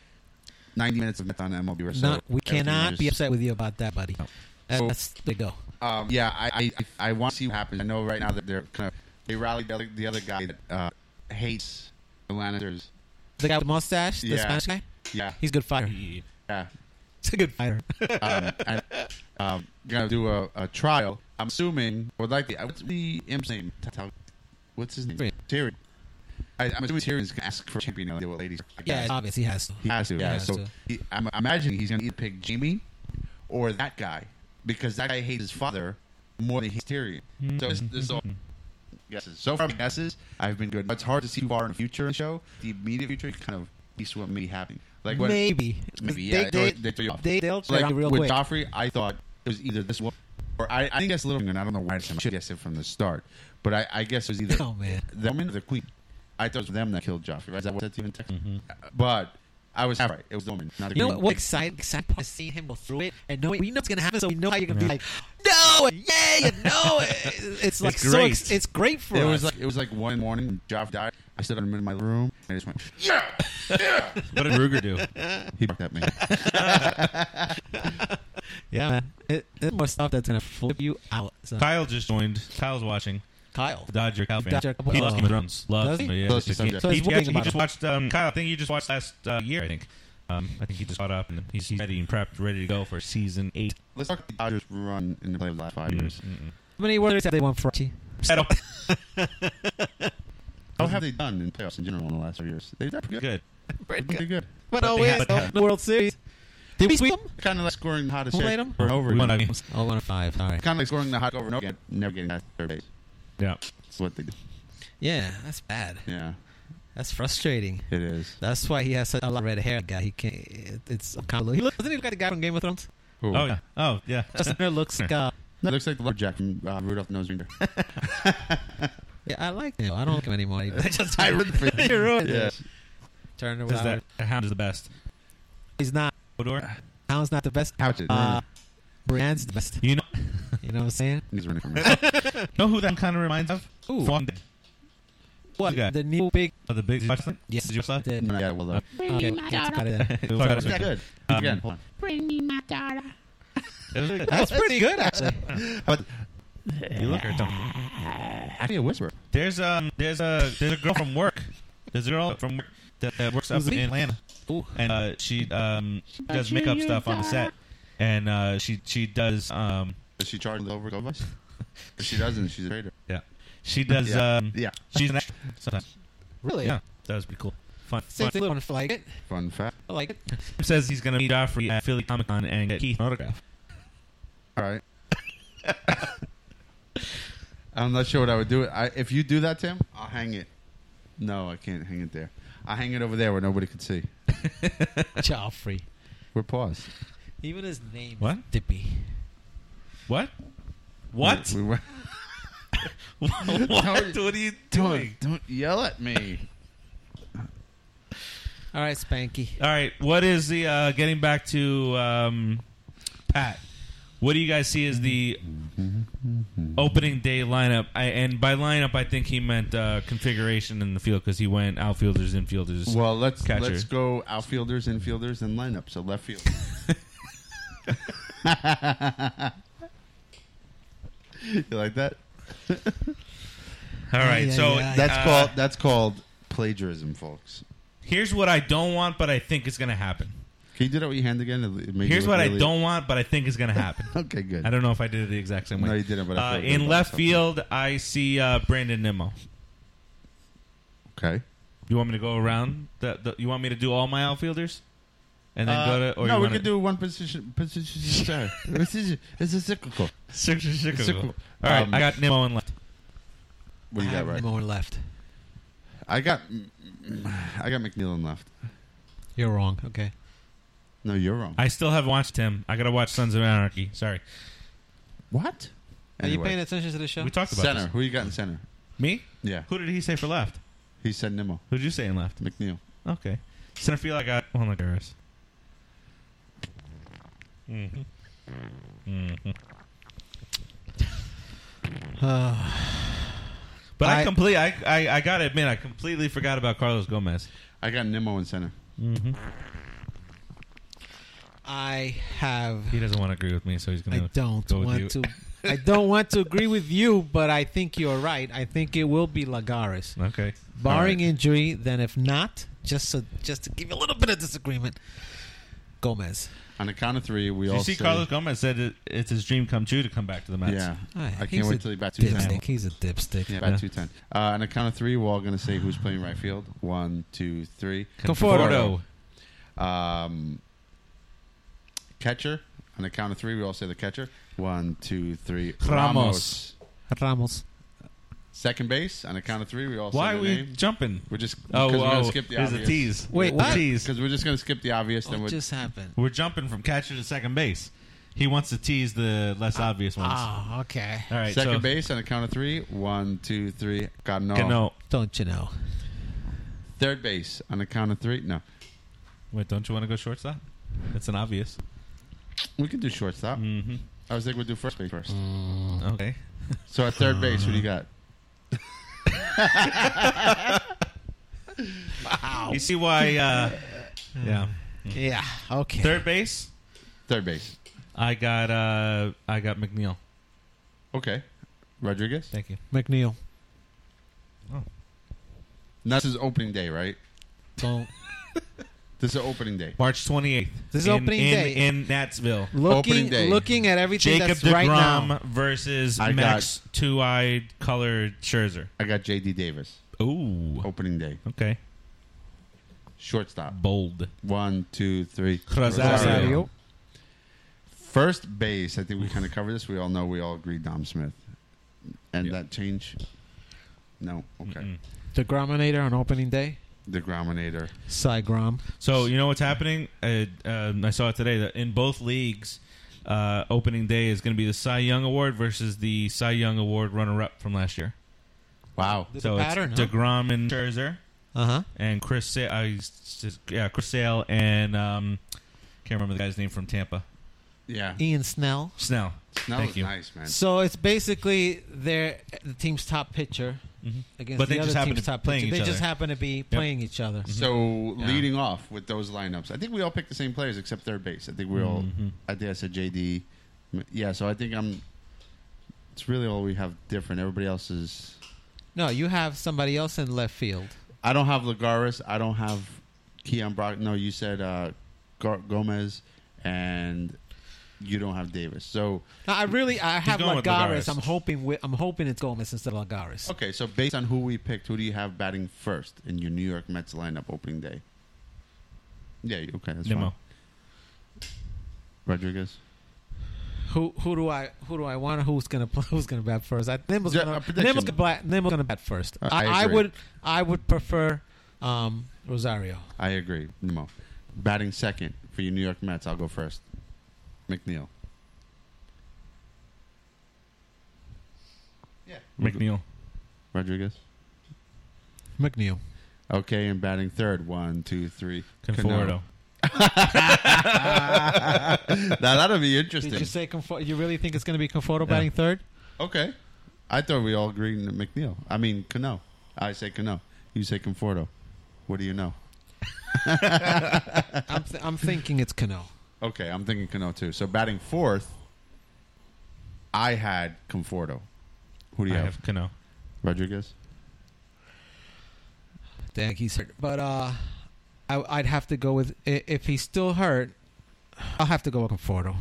[SPEAKER 3] 90 minutes of Mets on MLB. Or so
[SPEAKER 2] Not, we
[SPEAKER 3] Everything
[SPEAKER 2] cannot
[SPEAKER 3] was
[SPEAKER 2] be
[SPEAKER 3] just-
[SPEAKER 2] upset with you about that, buddy. That- That's they go.
[SPEAKER 3] Um, yeah, I I, I, I want to see what happens. I know right now that they're kind of they rallied the other, the other guy that uh, hates the Lannisters.
[SPEAKER 2] The guy with the mustache, the
[SPEAKER 3] Yeah.
[SPEAKER 2] Spanish guy.
[SPEAKER 3] Yeah,
[SPEAKER 2] He's a good fighter.
[SPEAKER 3] yeah.
[SPEAKER 2] He's a good fighter.
[SPEAKER 3] um, and, um, gonna do a, a trial. I'm assuming, or like the what's the imp's name? Ta- ta- What's his name?
[SPEAKER 2] Tyrion.
[SPEAKER 3] Tyrion. I, I'm assuming Tyrion's gonna ask for champion of the old ladies. I
[SPEAKER 2] Yeah,
[SPEAKER 3] guess.
[SPEAKER 2] it's obvious he has to.
[SPEAKER 3] he has to. Yeah,
[SPEAKER 2] has
[SPEAKER 3] so
[SPEAKER 2] to.
[SPEAKER 3] He, I'm I'm imagining he's gonna either pick Jamie or that guy because that guy hates his father more than he hates Tyrion. So this, this is all guesses. So far, guesses. I've been good. It's hard to see far in the future in the show. The immediate future kind of piece what may be happening. Like when,
[SPEAKER 2] Maybe.
[SPEAKER 3] Maybe,
[SPEAKER 2] They-
[SPEAKER 3] yeah.
[SPEAKER 2] they-
[SPEAKER 3] They, they, throw you off.
[SPEAKER 2] they- they'll
[SPEAKER 3] So,
[SPEAKER 2] turn
[SPEAKER 3] like,
[SPEAKER 2] on real
[SPEAKER 3] with
[SPEAKER 2] quick.
[SPEAKER 3] Joffrey, I thought it was either this one, or I, I think that's Littlefinger, and I don't know why I should guess it from the start, but I, I guess it was either
[SPEAKER 2] Oh, man.
[SPEAKER 3] the woman or the queen. I thought it was them that killed Joffrey, right? Is that what that's even text? But I was half right. It was the woman, not the
[SPEAKER 2] Mm-hmm. You know
[SPEAKER 3] queen.
[SPEAKER 2] what? what exciting, exciting part is seeing him go through it and knowing we know it's gonna happen, so we know how you're gonna be like, no, and yay, and no. It's, like so.
[SPEAKER 1] great.
[SPEAKER 2] Ex- it's great for
[SPEAKER 3] it
[SPEAKER 2] us.
[SPEAKER 3] was like it was like one morning. Joffrey died. I stood in my room and I just went, "Yeah, yeah."
[SPEAKER 1] what did Ruger do?
[SPEAKER 3] He barked at me.
[SPEAKER 2] yeah, man. It, it's more stuff that's gonna flip you out. So.
[SPEAKER 1] Kyle just joined. Kyle's watching.
[SPEAKER 2] Kyle.
[SPEAKER 1] Dodger Kyle fan.
[SPEAKER 2] Dodger-
[SPEAKER 1] he loves
[SPEAKER 2] oh.
[SPEAKER 1] Game of Thrones. Loves
[SPEAKER 2] Does he?
[SPEAKER 1] him, Yeah,
[SPEAKER 3] Loves
[SPEAKER 1] just-
[SPEAKER 3] the
[SPEAKER 1] uh, he,
[SPEAKER 3] subject.
[SPEAKER 2] So he's
[SPEAKER 1] he
[SPEAKER 2] working
[SPEAKER 1] actually- he
[SPEAKER 2] about
[SPEAKER 1] just
[SPEAKER 2] it.
[SPEAKER 1] watched. Um, Kyle, I think you just watched last uh, year. I think. Um, I think he just caught up and he's he's ready and prepped, ready to go for season eight.
[SPEAKER 3] Let's talk about the Dodgers' run in the play of the last five
[SPEAKER 2] Mm-hmm.
[SPEAKER 3] years.
[SPEAKER 2] How many words have they won for Archie?
[SPEAKER 1] Settle.
[SPEAKER 3] How have they done in playoffs in general in the last five years? They've done pretty good.
[SPEAKER 1] Good.
[SPEAKER 3] Pretty good. Pretty good.
[SPEAKER 2] But
[SPEAKER 1] But they
[SPEAKER 2] always
[SPEAKER 1] have- but
[SPEAKER 2] the
[SPEAKER 1] have-
[SPEAKER 2] World Series. Did we sweep them?
[SPEAKER 3] Kind of like scoring the hottest
[SPEAKER 2] Who
[SPEAKER 3] hit
[SPEAKER 2] played 'em?
[SPEAKER 3] over and over.
[SPEAKER 1] We won
[SPEAKER 3] again.
[SPEAKER 1] our games.
[SPEAKER 2] Oh, one of five. All right.
[SPEAKER 3] kind of like scoring the hot over and over again, never getting that third base.
[SPEAKER 1] Yeah.
[SPEAKER 3] That's what they do.
[SPEAKER 2] Yeah, that's bad.
[SPEAKER 3] Yeah,
[SPEAKER 2] That's frustrating.
[SPEAKER 3] it is.
[SPEAKER 2] That's why he has such a lot of red hair. Guy, he can't. It, it's kind of. He looks. Doesn't he look like the guy from Game of Thrones?
[SPEAKER 3] Who?
[SPEAKER 1] Oh yeah. Oh yeah.
[SPEAKER 2] Justin Miller looks like. Uh,
[SPEAKER 3] No, it looks like the lumberjack from uh, Rudolph the Nose Reindeer.
[SPEAKER 2] yeah, I like him. I don't like him anymore. He just
[SPEAKER 3] I root for
[SPEAKER 2] You ruined it.
[SPEAKER 3] Yes.
[SPEAKER 2] Turner
[SPEAKER 1] Is that
[SPEAKER 2] Howard.
[SPEAKER 1] Hound is the best?
[SPEAKER 2] He's not.
[SPEAKER 1] Hodor?
[SPEAKER 2] Hound's not the best.
[SPEAKER 3] Howitz is.
[SPEAKER 2] Uh, Brienne's the best.
[SPEAKER 1] You know,
[SPEAKER 2] You know what I'm saying?
[SPEAKER 3] He's running from me.
[SPEAKER 1] know who that kind of reminds of?
[SPEAKER 2] Who?
[SPEAKER 1] Fawn Dead.
[SPEAKER 2] What?
[SPEAKER 1] guy.
[SPEAKER 2] The new big.
[SPEAKER 1] Oh, the big. Did you watch that?
[SPEAKER 2] Yes.
[SPEAKER 1] Did you watch that?
[SPEAKER 2] The,
[SPEAKER 3] No, yeah, well, though.
[SPEAKER 2] okay, let's cut it out.
[SPEAKER 1] We'll talk about it
[SPEAKER 3] It's not
[SPEAKER 1] later.
[SPEAKER 3] good.
[SPEAKER 1] Um,
[SPEAKER 3] Again, hold on.
[SPEAKER 1] It was really good.
[SPEAKER 2] That's pretty good, actually.
[SPEAKER 3] But
[SPEAKER 1] You look her dumb.
[SPEAKER 3] actually, a whisper.
[SPEAKER 1] There's um there's a there's a girl from work. There's a girl from work that, that works up
[SPEAKER 2] Who's
[SPEAKER 1] in
[SPEAKER 2] he?
[SPEAKER 1] Atlanta,
[SPEAKER 2] Ooh.
[SPEAKER 1] and uh, she um she does makeup stuff on the set, and uh, she she does um
[SPEAKER 3] Does she charge the over us? If she doesn't, she's a traitor.
[SPEAKER 1] yeah she does
[SPEAKER 3] Yeah.
[SPEAKER 1] um
[SPEAKER 3] Yeah.
[SPEAKER 1] she's an actor sometimes.
[SPEAKER 2] Really?
[SPEAKER 1] Yeah, that would be cool. Fun.
[SPEAKER 2] Since
[SPEAKER 1] fun.
[SPEAKER 2] they don't like it,
[SPEAKER 3] Fun fact.
[SPEAKER 2] I like it.
[SPEAKER 1] Says he's gonna meet Joffrey at Philly Comic Con and get Keith an autograph.
[SPEAKER 3] All right. I'm not sure what I would do. I, if you do that, Tim, I'll hang it. No, I can't hang it there. I hang it over there where nobody can see.
[SPEAKER 2] Joffrey.
[SPEAKER 3] We're paused.
[SPEAKER 2] Even his name is
[SPEAKER 1] What?
[SPEAKER 2] Dippy.
[SPEAKER 1] What? What?
[SPEAKER 3] We, we were-
[SPEAKER 1] what? What are you doing?
[SPEAKER 3] don't, don't yell at me.
[SPEAKER 2] All right, Spanky.
[SPEAKER 1] All right. What is the uh, getting back to um, Pat? What do you guys see as the opening day lineup? I, and by lineup, I think he meant uh, configuration in the field because he went outfielders, infielders.
[SPEAKER 3] Well, let's
[SPEAKER 1] Catcher.
[SPEAKER 3] let's go outfielders, infielders, and lineup. So left field. you like that?
[SPEAKER 1] All right.
[SPEAKER 2] yeah,
[SPEAKER 1] so
[SPEAKER 2] yeah.
[SPEAKER 3] That's
[SPEAKER 1] uh,
[SPEAKER 3] called that's called plagiarism, folks.
[SPEAKER 1] Here's what I don't want, but I think it's going to happen.
[SPEAKER 3] Can you do that with your hand again? It made you
[SPEAKER 1] Here's
[SPEAKER 3] look
[SPEAKER 1] what I
[SPEAKER 3] really-
[SPEAKER 1] don't want, but I think it's going to happen.
[SPEAKER 3] Okay, good.
[SPEAKER 1] I don't know if I did it the exact same way.
[SPEAKER 3] No, you didn't, but I
[SPEAKER 1] uh,
[SPEAKER 3] feel good
[SPEAKER 1] in
[SPEAKER 3] about
[SPEAKER 1] left
[SPEAKER 3] myself.
[SPEAKER 1] field, I see uh, Brandon Nimmo.
[SPEAKER 3] Okay.
[SPEAKER 1] You want me to go around? The, the, you want me to do all my outfielders, and then
[SPEAKER 3] Uh,
[SPEAKER 1] go to? Or
[SPEAKER 3] no,
[SPEAKER 1] you
[SPEAKER 3] we
[SPEAKER 1] wanna,
[SPEAKER 3] could do one position. Position. Sorry, this is this is cyclical.
[SPEAKER 1] Six, six, six,
[SPEAKER 3] Six-
[SPEAKER 1] All right,
[SPEAKER 3] um,
[SPEAKER 1] I got Nimmo in left.
[SPEAKER 3] What do you
[SPEAKER 2] I
[SPEAKER 3] got
[SPEAKER 2] have
[SPEAKER 3] right?
[SPEAKER 2] more left.
[SPEAKER 3] I got I got McNeil in left.
[SPEAKER 2] You're wrong. Okay.
[SPEAKER 3] No, you're wrong.
[SPEAKER 1] I still haven't watched him. I gotta watch Sons of Anarchy. Sorry,
[SPEAKER 3] what?
[SPEAKER 2] Are you
[SPEAKER 3] Anyway.
[SPEAKER 2] paying attention to the show?
[SPEAKER 1] we talked about
[SPEAKER 3] center?
[SPEAKER 1] this.
[SPEAKER 3] Who you got in center?
[SPEAKER 1] Me?
[SPEAKER 3] Yeah,
[SPEAKER 1] Who did he say for left?
[SPEAKER 3] he said Nimmo
[SPEAKER 1] Who'd you say in left?
[SPEAKER 3] McNeil.
[SPEAKER 1] Okay, center field. I got Juan Lagares. Mm-hmm. Mm-hmm.
[SPEAKER 2] Uh,
[SPEAKER 1] But I,
[SPEAKER 2] I-
[SPEAKER 1] complete. I, I I gotta admit, I completely forgot about Carlos Gomez.
[SPEAKER 3] I got Nimmo in center.
[SPEAKER 1] Mm-hmm.
[SPEAKER 2] I have.
[SPEAKER 1] He doesn't want to agree with me, so he's gonna.
[SPEAKER 2] I don't
[SPEAKER 1] go with
[SPEAKER 2] want
[SPEAKER 1] you.
[SPEAKER 2] to. I don't want to agree with you, but I think you're right. I think it will be Lagares,
[SPEAKER 1] Okay.
[SPEAKER 2] barring injury. Then, if not, just so just to give you a little bit of disagreement, Gomez.
[SPEAKER 3] On the count of three, we
[SPEAKER 1] Did
[SPEAKER 3] all
[SPEAKER 1] you see
[SPEAKER 3] say-
[SPEAKER 1] Carlos Gomez said it, it's his dream come true to come back to the Mets.
[SPEAKER 3] Yeah,
[SPEAKER 2] Ah,
[SPEAKER 3] I
[SPEAKER 2] he's
[SPEAKER 3] can't wait
[SPEAKER 2] a
[SPEAKER 3] till he bat two ten.
[SPEAKER 2] Dipstick. He's a dipstick.
[SPEAKER 3] Yeah,
[SPEAKER 1] Yeah.
[SPEAKER 3] bat two ten. Uh, on the count of three, we're all gonna say who's playing right field. One, two, three.
[SPEAKER 1] Conforto.
[SPEAKER 3] Um, catcher. On the count of three, we all say the catcher. One, two, three.
[SPEAKER 1] Ramos.
[SPEAKER 2] Ramos.
[SPEAKER 3] Second base. On the count of three, we all
[SPEAKER 1] Why
[SPEAKER 3] say
[SPEAKER 1] are
[SPEAKER 3] the
[SPEAKER 1] we
[SPEAKER 3] name.
[SPEAKER 1] jumping?
[SPEAKER 3] We're just
[SPEAKER 1] Oh,
[SPEAKER 3] because we're gonna
[SPEAKER 1] oh,
[SPEAKER 3] skip the
[SPEAKER 1] there's
[SPEAKER 3] obvious.
[SPEAKER 1] a tease.
[SPEAKER 2] Wait,
[SPEAKER 1] A
[SPEAKER 2] what?
[SPEAKER 1] Tease.
[SPEAKER 3] Because we're just gonna skip the obvious. Then
[SPEAKER 2] What
[SPEAKER 3] we're,
[SPEAKER 2] Oh, just happened?
[SPEAKER 1] We're jumping from catcher to second base. He wants to tease the less obvious ones.
[SPEAKER 2] Ah, okay.
[SPEAKER 1] All right,
[SPEAKER 3] second
[SPEAKER 1] so,
[SPEAKER 3] base. Oh. On the count of three. One, two, three. Cano.
[SPEAKER 1] Cano.
[SPEAKER 2] Don't you know?
[SPEAKER 1] Mm.
[SPEAKER 3] Third base. On the count of three. No,
[SPEAKER 1] Wait, don't you want to go shortstop? That's an obvious.
[SPEAKER 3] we could do shortstop.
[SPEAKER 1] Mm-hmm.
[SPEAKER 3] I was thinking we'd do first base first. Oh.
[SPEAKER 1] Okay.
[SPEAKER 3] So at third base, who do you got?
[SPEAKER 1] You see why? Uh, yeah.
[SPEAKER 2] Yeah. Okay.
[SPEAKER 1] Third base.
[SPEAKER 3] Third base.
[SPEAKER 1] I got. Uh, I got McNeil.
[SPEAKER 3] Okay. Rodriguez.
[SPEAKER 1] Thank you.
[SPEAKER 2] McNeil.
[SPEAKER 3] And that's his opening day, right?
[SPEAKER 2] Don't
[SPEAKER 3] This is opening day.
[SPEAKER 1] March twenty eighth.
[SPEAKER 2] This is opening
[SPEAKER 1] in,
[SPEAKER 2] day.
[SPEAKER 1] in Natsville.
[SPEAKER 2] looking
[SPEAKER 3] Opening day.
[SPEAKER 2] looking at everything
[SPEAKER 1] Jacob
[SPEAKER 2] that's right
[SPEAKER 1] Degrom
[SPEAKER 2] now.
[SPEAKER 1] versus
[SPEAKER 3] I
[SPEAKER 1] Max Two Eyed Colored Scherzer.
[SPEAKER 3] I got J.D. Davis.
[SPEAKER 1] Ooh.
[SPEAKER 3] Opening day.
[SPEAKER 1] Okay.
[SPEAKER 3] Shortstop.
[SPEAKER 1] Bold.
[SPEAKER 3] One, two, three.
[SPEAKER 1] Rosario. Rosario.
[SPEAKER 3] First base. I think we kind of covered this. We all know. We all agree. Dom Smith. And
[SPEAKER 1] Yeah.
[SPEAKER 3] that change. No. Okay.
[SPEAKER 1] Mm-mm.
[SPEAKER 2] Degrominator on opening day.
[SPEAKER 3] The Grominator.
[SPEAKER 2] Cygrom.
[SPEAKER 1] So you know what's happening? Uh, um, I saw it today that in both leagues, uh, opening day is going to be the Cy Young Award versus the Cy Young Award runner-up from last year.
[SPEAKER 3] Wow.
[SPEAKER 2] There's
[SPEAKER 1] so
[SPEAKER 2] a pattern,
[SPEAKER 1] it's
[SPEAKER 2] huh?
[SPEAKER 1] Degrom and Scherzer
[SPEAKER 2] Uh huh.
[SPEAKER 1] and Chris. Sa- I s- s- yeah, Chris Sale and um, can't remember the guy's name from Tampa.
[SPEAKER 3] Yeah.
[SPEAKER 2] Ian Snell.
[SPEAKER 1] Snell.
[SPEAKER 3] That
[SPEAKER 1] Thank
[SPEAKER 3] was
[SPEAKER 1] you.
[SPEAKER 3] nice, man.
[SPEAKER 2] So it's basically their the team's top pitcher against
[SPEAKER 1] But
[SPEAKER 2] the
[SPEAKER 1] they
[SPEAKER 2] other
[SPEAKER 1] just happen
[SPEAKER 2] team's
[SPEAKER 1] to be
[SPEAKER 2] top
[SPEAKER 1] playing
[SPEAKER 2] pitcher.
[SPEAKER 1] each
[SPEAKER 2] They just
[SPEAKER 1] other.
[SPEAKER 2] happen to be playing each other.
[SPEAKER 3] Mm-hmm. So leading off with those lineups, I think we all picked the same players except third base. I think we all. I think I said JD. Yeah. So I think I'm. It's really all we have different. Everybody else is.
[SPEAKER 2] No, you have somebody else in left field.
[SPEAKER 3] I don't have Lagares. I don't have Keon Brock. No, you said uh, Gar- Gomez and you don't have Davis. So
[SPEAKER 2] No, I really I
[SPEAKER 3] He's
[SPEAKER 2] have
[SPEAKER 3] going with
[SPEAKER 2] Lagares.
[SPEAKER 3] Lagares.
[SPEAKER 2] I'm hoping wi- I'm hoping it's Gomez instead of Lagares.
[SPEAKER 3] okay, so based on who we picked, who do you have batting first in your New York Mets lineup opening day? Yeah, you- okay, that's
[SPEAKER 1] Nimmo.
[SPEAKER 3] fine. Rodriguez.
[SPEAKER 2] Who who do I who do I want? Who's gonna play, who's gonna bat first? I, Nimmo's
[SPEAKER 3] Yeah,
[SPEAKER 2] gonna
[SPEAKER 3] a prediction.
[SPEAKER 2] Nimmo's gonna, bat, Nimmo's gonna bat first.
[SPEAKER 3] I-
[SPEAKER 2] I,
[SPEAKER 3] I
[SPEAKER 2] I,
[SPEAKER 3] agree.
[SPEAKER 2] would I would prefer um, Rosario.
[SPEAKER 3] I agree, Nimmo. Batting second for your New York Mets. I'll go first. McNeil.
[SPEAKER 1] McNeil.
[SPEAKER 3] Rodriguez.
[SPEAKER 2] McNeil.
[SPEAKER 3] Okay, and batting third. One, two, three.
[SPEAKER 1] Conforto.
[SPEAKER 3] Cano. now that'll be interesting.
[SPEAKER 2] Did you say Confo- you really think it's gonna be Conforto batting third?
[SPEAKER 3] Okay. I thought we all agreed on McNeil. I mean, Cano. I say Cano. You say Conforto. What do you know?
[SPEAKER 2] I'm th- I'm thinking it's Cano.
[SPEAKER 3] Okay, I'm thinking Cano too. So batting fourth, I had Conforto. Who do you
[SPEAKER 1] I
[SPEAKER 3] have?
[SPEAKER 1] have Cano.
[SPEAKER 3] Rodriguez?
[SPEAKER 2] Dang, he's hurt. But uh, I, I'd have to go with i- if he's still hurt. I'll have to go with Conforto.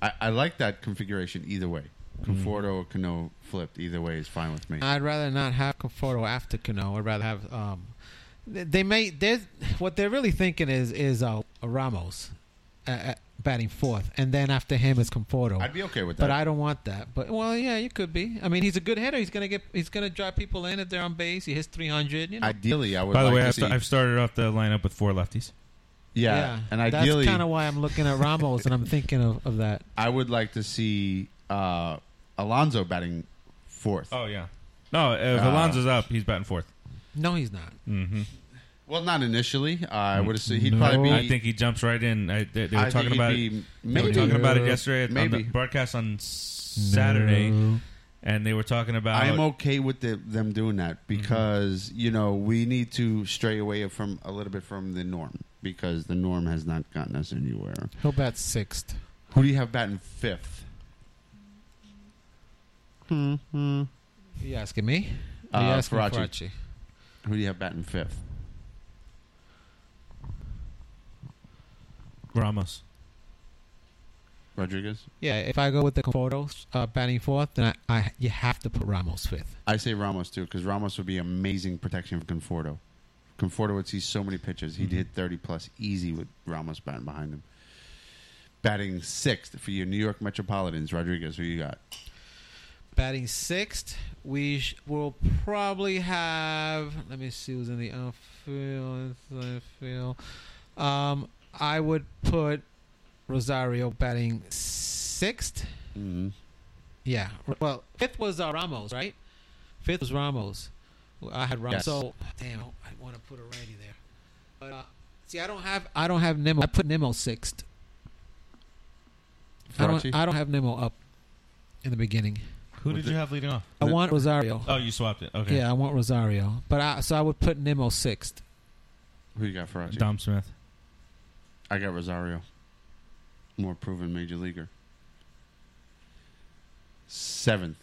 [SPEAKER 3] I, I like that configuration either way. Conforto or Cano flipped. Either way is fine with me.
[SPEAKER 2] I'd rather not have Conforto after Cano. I'd rather have um, th- they may there's what they're really thinking is is uh, Ramos uh, uh, batting fourth, and then after him is Conforto.
[SPEAKER 3] I'd be okay with that.
[SPEAKER 2] but I don't want that. But well, yeah, you could be. I mean, he's a good hitter. He's gonna get. He's gonna drive people in if they're on base. He hits three hundred. You know.
[SPEAKER 3] ideally, I would.
[SPEAKER 1] By the
[SPEAKER 3] like
[SPEAKER 1] way,
[SPEAKER 3] to
[SPEAKER 1] I've,
[SPEAKER 3] see,
[SPEAKER 1] sta- I've started off the lineup with four lefties.
[SPEAKER 3] yeah, and ideally,
[SPEAKER 2] that's kind of why I'm looking at Ramos and I'm thinking of, of that.
[SPEAKER 3] I would like to see uh, Alonso batting fourth.
[SPEAKER 1] Oh yeah. No, if
[SPEAKER 3] Uh,
[SPEAKER 1] Alonzo's up, he's batting fourth.
[SPEAKER 2] No, he's not.
[SPEAKER 1] Mm-hmm.
[SPEAKER 3] Well, not initially. Uh, I would assume he'd probably be.
[SPEAKER 1] I think he jumps right in. I, they, they were
[SPEAKER 3] I think
[SPEAKER 1] talking
[SPEAKER 3] he'd
[SPEAKER 1] about
[SPEAKER 3] be-
[SPEAKER 1] it. They
[SPEAKER 3] maybe.
[SPEAKER 1] were talking about it yesterday at, on the
[SPEAKER 3] Maybe.
[SPEAKER 1] broadcast on Saturday, and they were talking about.
[SPEAKER 3] I'm okay with the, them doing that
[SPEAKER 1] Mm-hmm.
[SPEAKER 3] because you know we need to stray away from a little bit from the norm because the norm has not gotten us anywhere.
[SPEAKER 2] He'll bat sixth.
[SPEAKER 3] Who do you have batting fifth?
[SPEAKER 2] You asking me?
[SPEAKER 3] Uh,
[SPEAKER 2] Are you asking
[SPEAKER 3] Faraci.
[SPEAKER 2] Faraci?
[SPEAKER 3] Who do you have batting fifth?
[SPEAKER 1] Ramos.
[SPEAKER 3] Rodriguez.
[SPEAKER 2] Yeah, if I go with the Conforto uh, batting fourth, then I, I you have to put Ramos fifth.
[SPEAKER 3] I say Ramos too because Ramos would be amazing protection for Conforto. Conforto would see so many pitches. He'd hit 30 plus easy with Ramos batting behind him. Batting sixth for your New York Metropolitans, Rodriguez. Who you got?
[SPEAKER 2] Batting sixth, we sh- will probably have. Let me see who's in the outfield. Inside field. Um, I would put Rosario batting sixth.
[SPEAKER 3] Mm-hmm.
[SPEAKER 2] Yeah. Well, fifth was uh, Ramos, right? Fifth was Ramos. I had Ramos.
[SPEAKER 3] Yes.
[SPEAKER 2] So damn, I want to put a righty there. But uh, see, I don't have I don't have Nimmo. I put Nimmo sixth. I
[SPEAKER 3] Fauci?
[SPEAKER 2] don't I don't have Nimmo up in the beginning.
[SPEAKER 1] Who
[SPEAKER 3] With
[SPEAKER 1] did you have leading off?
[SPEAKER 2] I
[SPEAKER 3] The-
[SPEAKER 2] want Rosario.
[SPEAKER 1] Oh, you swapped it. Okay.
[SPEAKER 2] Yeah, I want Rosario. But I so I would put Nimmo sixth.
[SPEAKER 3] Who you got, Farachi?
[SPEAKER 1] Dom Smith.
[SPEAKER 3] I got Rosario. More proven major leaguer. Seventh,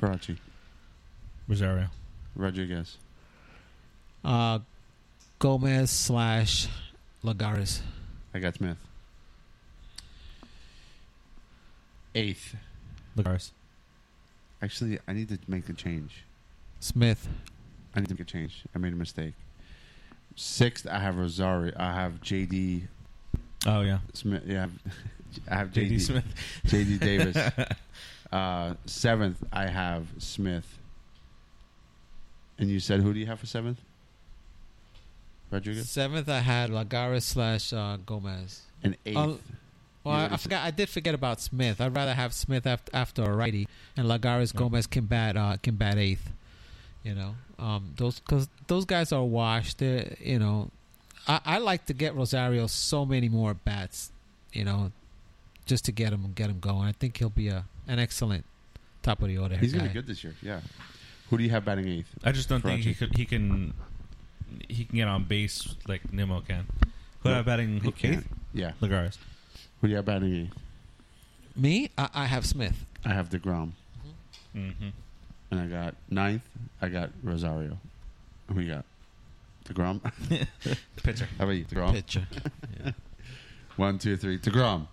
[SPEAKER 3] Farachi.
[SPEAKER 1] Rosario.
[SPEAKER 3] Rodriguez.
[SPEAKER 2] Uh, Gomez slash Lagares.
[SPEAKER 3] I got Smith. Eighth.
[SPEAKER 1] Lagares.
[SPEAKER 3] Actually, I need to make a change.
[SPEAKER 2] Smith.
[SPEAKER 3] I need to make a change. I made a mistake. Sixth, I have Rosario. I have JD
[SPEAKER 1] Oh yeah.
[SPEAKER 3] Smith. Yeah, I have, I have JD,
[SPEAKER 1] JD Smith.
[SPEAKER 3] JD Davis. uh, seventh, I have Smith. And you said, who do you have for seventh? Rodriguez.
[SPEAKER 2] Seventh, I had Lagares slash uh, Gomez.
[SPEAKER 3] And eighth.
[SPEAKER 2] Oh, Well,
[SPEAKER 3] You
[SPEAKER 2] I,
[SPEAKER 3] already
[SPEAKER 2] I forgot. I did forget about Smith. I'd rather have Smith after, after a righty, and Lagares Gomez can bat uh, can bat eighth. You know, um, those because those guys are washed. They're you know, I, I like to get Rosario so many more bats. You know, just to get him get him going. I think he'll be a an excellent top of the order.
[SPEAKER 3] He's gonna
[SPEAKER 2] guy.
[SPEAKER 3] be good this year. Yeah. Who do you have batting eighth?
[SPEAKER 1] I just don't think he
[SPEAKER 3] Faraci.
[SPEAKER 1] could. He can. He can get on base like Nimmo can. Who am I batting?
[SPEAKER 3] He
[SPEAKER 1] Who
[SPEAKER 3] can't. Yeah.
[SPEAKER 1] Lagares.
[SPEAKER 3] Who do you have batting eighth?
[SPEAKER 2] Me, I, I have Smith.
[SPEAKER 3] I have Degrom,
[SPEAKER 1] Mm-hmm.
[SPEAKER 3] and I got ninth. I got Rosario. Who you got? Degrom.
[SPEAKER 1] Pitcher.
[SPEAKER 3] Oh. How about you, Degrom?
[SPEAKER 2] Pitcher.
[SPEAKER 3] One, two, three. Degrom.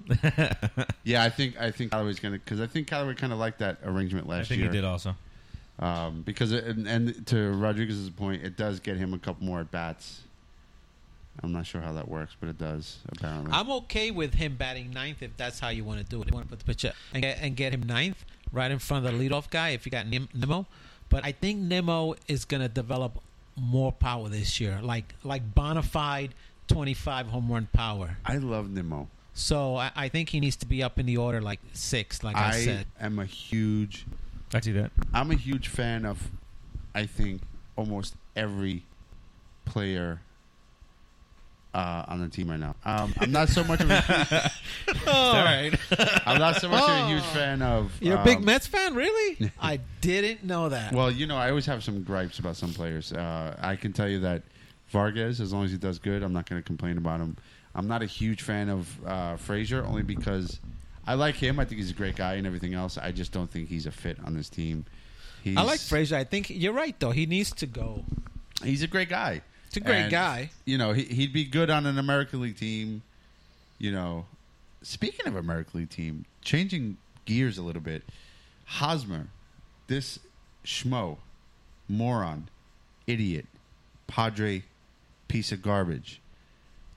[SPEAKER 3] yeah, I think I think Callaway's gonna because I think Callaway kind of liked that arrangement last year.
[SPEAKER 1] think he did also.
[SPEAKER 3] Um, because it, and, and to Rodriguez's point, it does get him a couple more at bats. I'm not sure how that works, but it does apparently.
[SPEAKER 2] I'm okay with him batting ninth if that's how you want to do it. You want to put the pitcher and get, and get him ninth right in front of the leadoff guy if you got Nim- Nemo. But I think Nemo is going to develop more power this year, like like bona fide 25 home run power.
[SPEAKER 3] I love Nimmo.
[SPEAKER 2] So I, I think he needs to be up in the order like six, like I, said.
[SPEAKER 3] am a huge.
[SPEAKER 1] I see that.
[SPEAKER 3] I'm a huge fan of. I think almost every player uh, on the team right now. Um, I'm not so much of a.
[SPEAKER 2] All right.
[SPEAKER 3] I'm not so much of a huge
[SPEAKER 2] Oh.
[SPEAKER 3] fan of.
[SPEAKER 2] You're a big
[SPEAKER 3] um,
[SPEAKER 2] Mets fan, really? I didn't know that.
[SPEAKER 3] Well, you know, I always have some gripes about some players. Uh, I can tell you that Vargas, as long as he does good, I'm not going to complain about him. I'm not a huge fan of uh, Frazier only because I like him. I think he's a great guy and everything else. I just don't think he's a fit on this team. He's,
[SPEAKER 2] I like Frazier. I think you're right, though. He needs to go.
[SPEAKER 3] He's a great guy.
[SPEAKER 2] He's a great
[SPEAKER 3] And,
[SPEAKER 2] guy.
[SPEAKER 3] You know, he, he'd be good on an American League team. You know, speaking of American League team, changing gears a little bit, Hosmer, this schmo, moron, idiot, Padre, piece of garbage,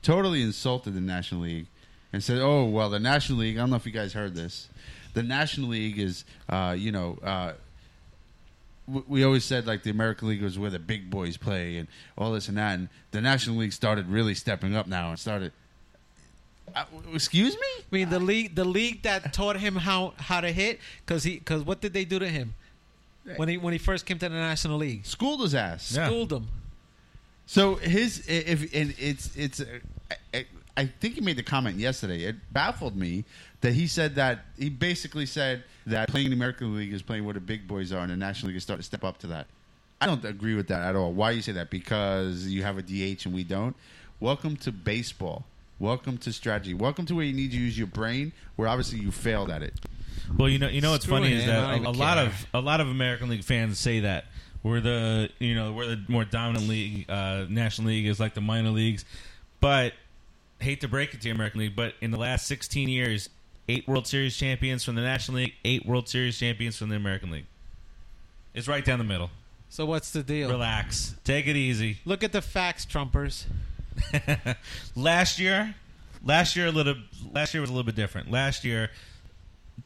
[SPEAKER 3] totally insulted the National League and said, "Oh well, the National League. I don't know if you guys heard this. The National League is, uh, you know." Uh, w- we always said like the American League was where the big boys play and all this and that. And the National League started really stepping up now and started. I- w- excuse me.
[SPEAKER 2] I mean, the league, the league that taught him how how to hit, because he, because what did they do to him when he when he first came to the National League?
[SPEAKER 3] Schooled his ass.
[SPEAKER 2] Schooled him.
[SPEAKER 3] So his if and it's it's uh, I, I think he made the comment yesterday. It baffled me that he said that he basically said that playing in the American League is playing where the big boys are, and the National League is starting to step up to that. I don't agree with that at all. Why you say that? Because you have a DH and we don't. Welcome to baseball. Welcome to strategy. Welcome to where you need to use your brain, where obviously you failed at it.
[SPEAKER 1] Well, you know, you know what's
[SPEAKER 3] Screw
[SPEAKER 1] funny
[SPEAKER 3] it,
[SPEAKER 1] is
[SPEAKER 3] man. I
[SPEAKER 1] that
[SPEAKER 3] don't
[SPEAKER 1] a, a
[SPEAKER 3] even
[SPEAKER 1] lot
[SPEAKER 3] care.
[SPEAKER 1] of a lot of American League fans say that we're the you know we're the more dominant league. Uh, National League is like the minor leagues, but hate to break it to you, American League, but in the last 16 years, eight World Series champions from the National League, eight World Series champions from the American League. It's right down the middle.
[SPEAKER 2] So what's the deal?
[SPEAKER 1] Relax, take it easy.
[SPEAKER 2] Look at the facts, Trumpers.
[SPEAKER 1] last year, last year a little, last year was a little bit different. Last year,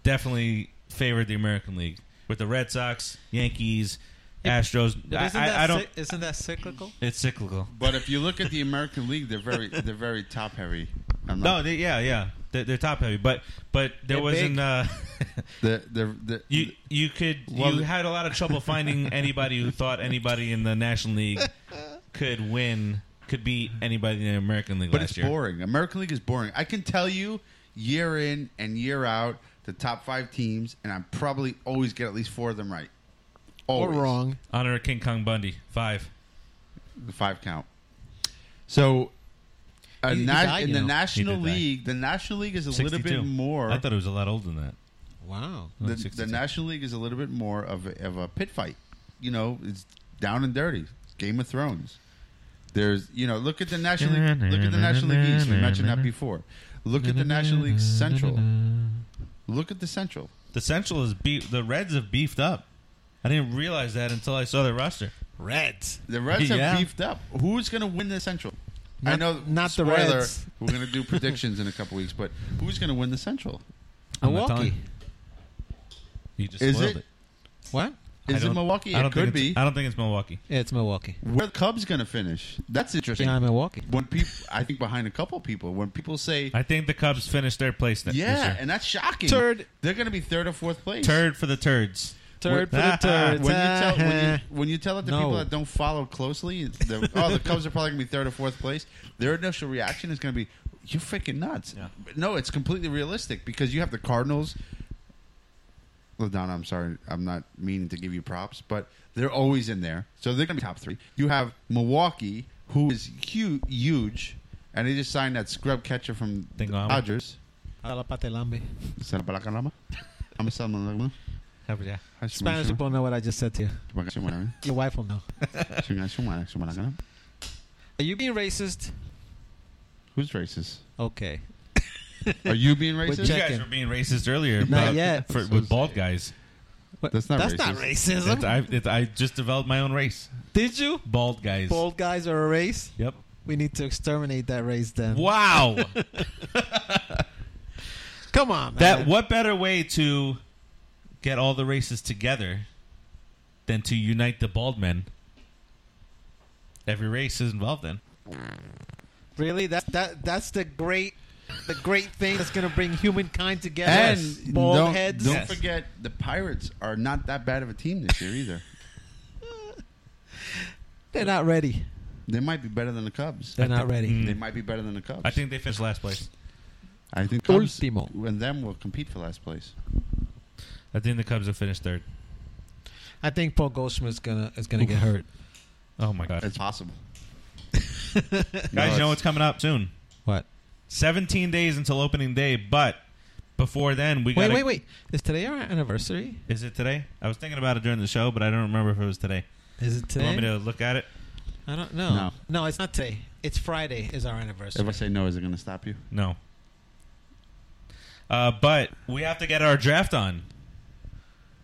[SPEAKER 1] definitely favored the American League with the Red Sox, Yankees, Astros.
[SPEAKER 2] But
[SPEAKER 1] I,
[SPEAKER 2] isn't
[SPEAKER 1] I-
[SPEAKER 2] that
[SPEAKER 1] I don't.
[SPEAKER 2] cyc- isn't that cyclical?
[SPEAKER 1] It's cyclical.
[SPEAKER 3] But if you look at the American League, they're very they're very top heavy. I'm
[SPEAKER 1] No, they, yeah, yeah, they're, they're top heavy, but but there
[SPEAKER 3] They're
[SPEAKER 1] wasn't.
[SPEAKER 3] big.
[SPEAKER 1] Uh,
[SPEAKER 3] the, the, the,
[SPEAKER 1] you you could
[SPEAKER 3] Well,
[SPEAKER 1] you
[SPEAKER 3] the-
[SPEAKER 1] had a lot of trouble finding anybody who thought anybody in the National League could win, could beat anybody in the American League
[SPEAKER 3] But
[SPEAKER 1] last
[SPEAKER 3] it's
[SPEAKER 1] year.
[SPEAKER 3] boring. American League is boring. I can tell you year in and year out the top five teams, and I probably always get at least four of them right. Always.
[SPEAKER 1] Honor King Kong Bundy five.
[SPEAKER 3] The five count. So, a
[SPEAKER 1] He- he
[SPEAKER 3] na-
[SPEAKER 1] died,
[SPEAKER 3] in
[SPEAKER 1] you
[SPEAKER 3] the
[SPEAKER 1] know.
[SPEAKER 3] National
[SPEAKER 1] He did die.
[SPEAKER 3] League, the National League is a little bit
[SPEAKER 1] 62.
[SPEAKER 3] more.
[SPEAKER 1] I thought it was a lot older than that.
[SPEAKER 2] Wow.
[SPEAKER 3] the, the National League is a little bit more of a, of a pit fight. You know, it's down and dirty. Game of Thrones. There's, you know, look at the National League. Look at the National League East. We mentioned that before. Look at the National League Central. Look at the Central.
[SPEAKER 1] The Central is beef. The Reds have beefed up. I didn't realize that until I saw their roster.
[SPEAKER 2] Reds.
[SPEAKER 3] The Reds
[SPEAKER 1] Yeah.
[SPEAKER 3] have beefed up. Who's going to win the Central? I
[SPEAKER 2] Not-
[SPEAKER 3] know.
[SPEAKER 2] not the
[SPEAKER 3] spoiler,
[SPEAKER 2] Reds.
[SPEAKER 3] We're going to do predictions in a couple weeks, but who's going to win the Central?
[SPEAKER 1] I'm not telling
[SPEAKER 2] Milwaukee.
[SPEAKER 1] You just
[SPEAKER 3] Is
[SPEAKER 1] spoiled
[SPEAKER 3] it-
[SPEAKER 1] it.
[SPEAKER 2] What?
[SPEAKER 1] I
[SPEAKER 3] Is it
[SPEAKER 1] don't-
[SPEAKER 3] Milwaukee?
[SPEAKER 1] I don't
[SPEAKER 3] It could
[SPEAKER 1] think it's-
[SPEAKER 3] be.
[SPEAKER 1] I don't think it's Milwaukee.
[SPEAKER 2] Yeah, it's Milwaukee.
[SPEAKER 3] Where the Cubs going to finish? That's interesting.
[SPEAKER 2] Behind Milwaukee.
[SPEAKER 3] When people, I think behind a couple people. When people say,
[SPEAKER 1] I think the Cubs finished third place. That this
[SPEAKER 3] yeah,
[SPEAKER 1] year.
[SPEAKER 3] and that's shocking.
[SPEAKER 1] Third.
[SPEAKER 3] They're going to be third or fourth place.
[SPEAKER 1] turd for the turds.
[SPEAKER 3] When- When you tell, when you, when you tell it to
[SPEAKER 1] No.
[SPEAKER 3] people that don't follow closely, the, oh, the Cubs are probably going to be third or fourth place. Their initial reaction is going to be, "You're freaking nuts." But no, it's completely realistic because you have the Cardinals. Ladonna, I'm sorry, I'm not meaning to give you props, but they're always in there, so they're going to be top three. You have Milwaukee, who is huge, huge, and they just signed that scrub catcher from the
[SPEAKER 2] Tengama.
[SPEAKER 3] Dodgers.
[SPEAKER 2] Alapatelambe.
[SPEAKER 3] Sarapalakalama. I'm a Salman
[SPEAKER 2] Spanish
[SPEAKER 1] Mm-hmm.
[SPEAKER 2] people know what I just said to you. Your wife will know. Are you being racist?
[SPEAKER 3] Who's racist?
[SPEAKER 2] Okay.
[SPEAKER 3] Are you being racist?
[SPEAKER 1] You guys were being racist earlier.
[SPEAKER 3] Not
[SPEAKER 1] about-
[SPEAKER 3] yet.
[SPEAKER 1] For, with bald guys.
[SPEAKER 3] That's not
[SPEAKER 2] That's not racist. racism.
[SPEAKER 1] That's- I, it's- I just developed my own race.
[SPEAKER 2] Did you?
[SPEAKER 1] Bald guys.
[SPEAKER 2] Bald guys are a race.
[SPEAKER 1] Yep.
[SPEAKER 2] We need to exterminate that race then.
[SPEAKER 1] Wow.
[SPEAKER 2] Come on, man.
[SPEAKER 1] That what better way to get all the races together than to unite the bald men? Every race is involved in.
[SPEAKER 2] really that that that's the great the great thing that's going to bring humankind together.
[SPEAKER 3] And
[SPEAKER 2] bald
[SPEAKER 3] don't,
[SPEAKER 2] heads.
[SPEAKER 3] Don't forget, the Pirates are not that bad of a team this year either.
[SPEAKER 2] They're not ready.
[SPEAKER 3] They might be better than the Cubs.
[SPEAKER 2] They're not ready.
[SPEAKER 3] They might be better than the Cubs.
[SPEAKER 1] I think they finished last place.
[SPEAKER 3] I think Cubs
[SPEAKER 2] Ultimo.
[SPEAKER 3] and them will compete for last place.
[SPEAKER 1] I think the Cubs have finished third.
[SPEAKER 2] I think Paul Goldschmidt's gonna is gonna get hurt.
[SPEAKER 1] Oh my god.
[SPEAKER 3] It's possible.
[SPEAKER 1] Guys, you know
[SPEAKER 3] it's-
[SPEAKER 1] what's coming up soon?
[SPEAKER 2] What?
[SPEAKER 1] 17 days until opening day, but before then, we got
[SPEAKER 2] Wait, wait, wait! Is today our anniversary?
[SPEAKER 1] Is it today? I was thinking about it during the show, but I don't remember if it was today.
[SPEAKER 2] Is it
[SPEAKER 1] You
[SPEAKER 2] today?
[SPEAKER 1] want me to look at it?
[SPEAKER 2] I don't know.
[SPEAKER 3] No.
[SPEAKER 2] it's not today. It's Friday. Is our anniversary?
[SPEAKER 3] If I say no, is it going to stop you?
[SPEAKER 1] No. Uh, but we have to get our draft on.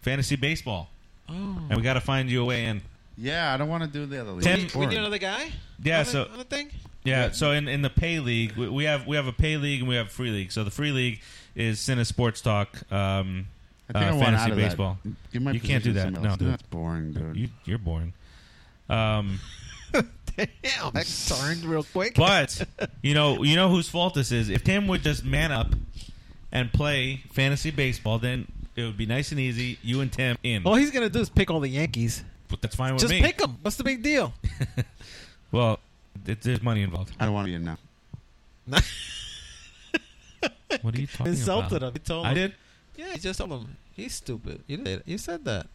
[SPEAKER 1] Fantasy baseball.
[SPEAKER 2] Oh.
[SPEAKER 1] And we got to find you a way in.
[SPEAKER 3] Yeah, I don't want to do the other league.
[SPEAKER 1] Tim-
[SPEAKER 3] It's
[SPEAKER 2] We need
[SPEAKER 3] boring.
[SPEAKER 2] another guy.
[SPEAKER 1] Yeah,
[SPEAKER 2] Another-
[SPEAKER 1] so-
[SPEAKER 2] another thing.
[SPEAKER 1] Yeah, so in, in the pay league, we, we have we have a pay league and we have a free league. So the free league is Cine Sports Talk, um,
[SPEAKER 3] I think
[SPEAKER 1] uh,
[SPEAKER 3] I want
[SPEAKER 1] fantasy
[SPEAKER 3] out of that.
[SPEAKER 1] baseball.
[SPEAKER 3] Give my
[SPEAKER 1] You can't
[SPEAKER 3] position
[SPEAKER 1] do
[SPEAKER 3] to
[SPEAKER 1] that.
[SPEAKER 3] somebody
[SPEAKER 1] No,
[SPEAKER 3] else.
[SPEAKER 1] dude.
[SPEAKER 3] That's boring, dude.
[SPEAKER 1] You, you're boring. Um,
[SPEAKER 2] Damn, that turned real quick.
[SPEAKER 1] But you know, you know whose fault this is. If Tim would just man up and play fantasy baseball, then it would be nice and easy. You and Tim in.
[SPEAKER 2] all he's gonna do is pick all the Yankees.
[SPEAKER 1] But that's fine with
[SPEAKER 2] Oh,
[SPEAKER 1] me.
[SPEAKER 2] Just pick them. What's the big deal?
[SPEAKER 1] Well, it, there's money involved.
[SPEAKER 3] I don't want to be in now.
[SPEAKER 1] What are you talking
[SPEAKER 2] Insulted
[SPEAKER 1] about?
[SPEAKER 2] him. You told him.
[SPEAKER 1] I did.
[SPEAKER 2] Yeah, you just told him he's stupid. You did. You said that.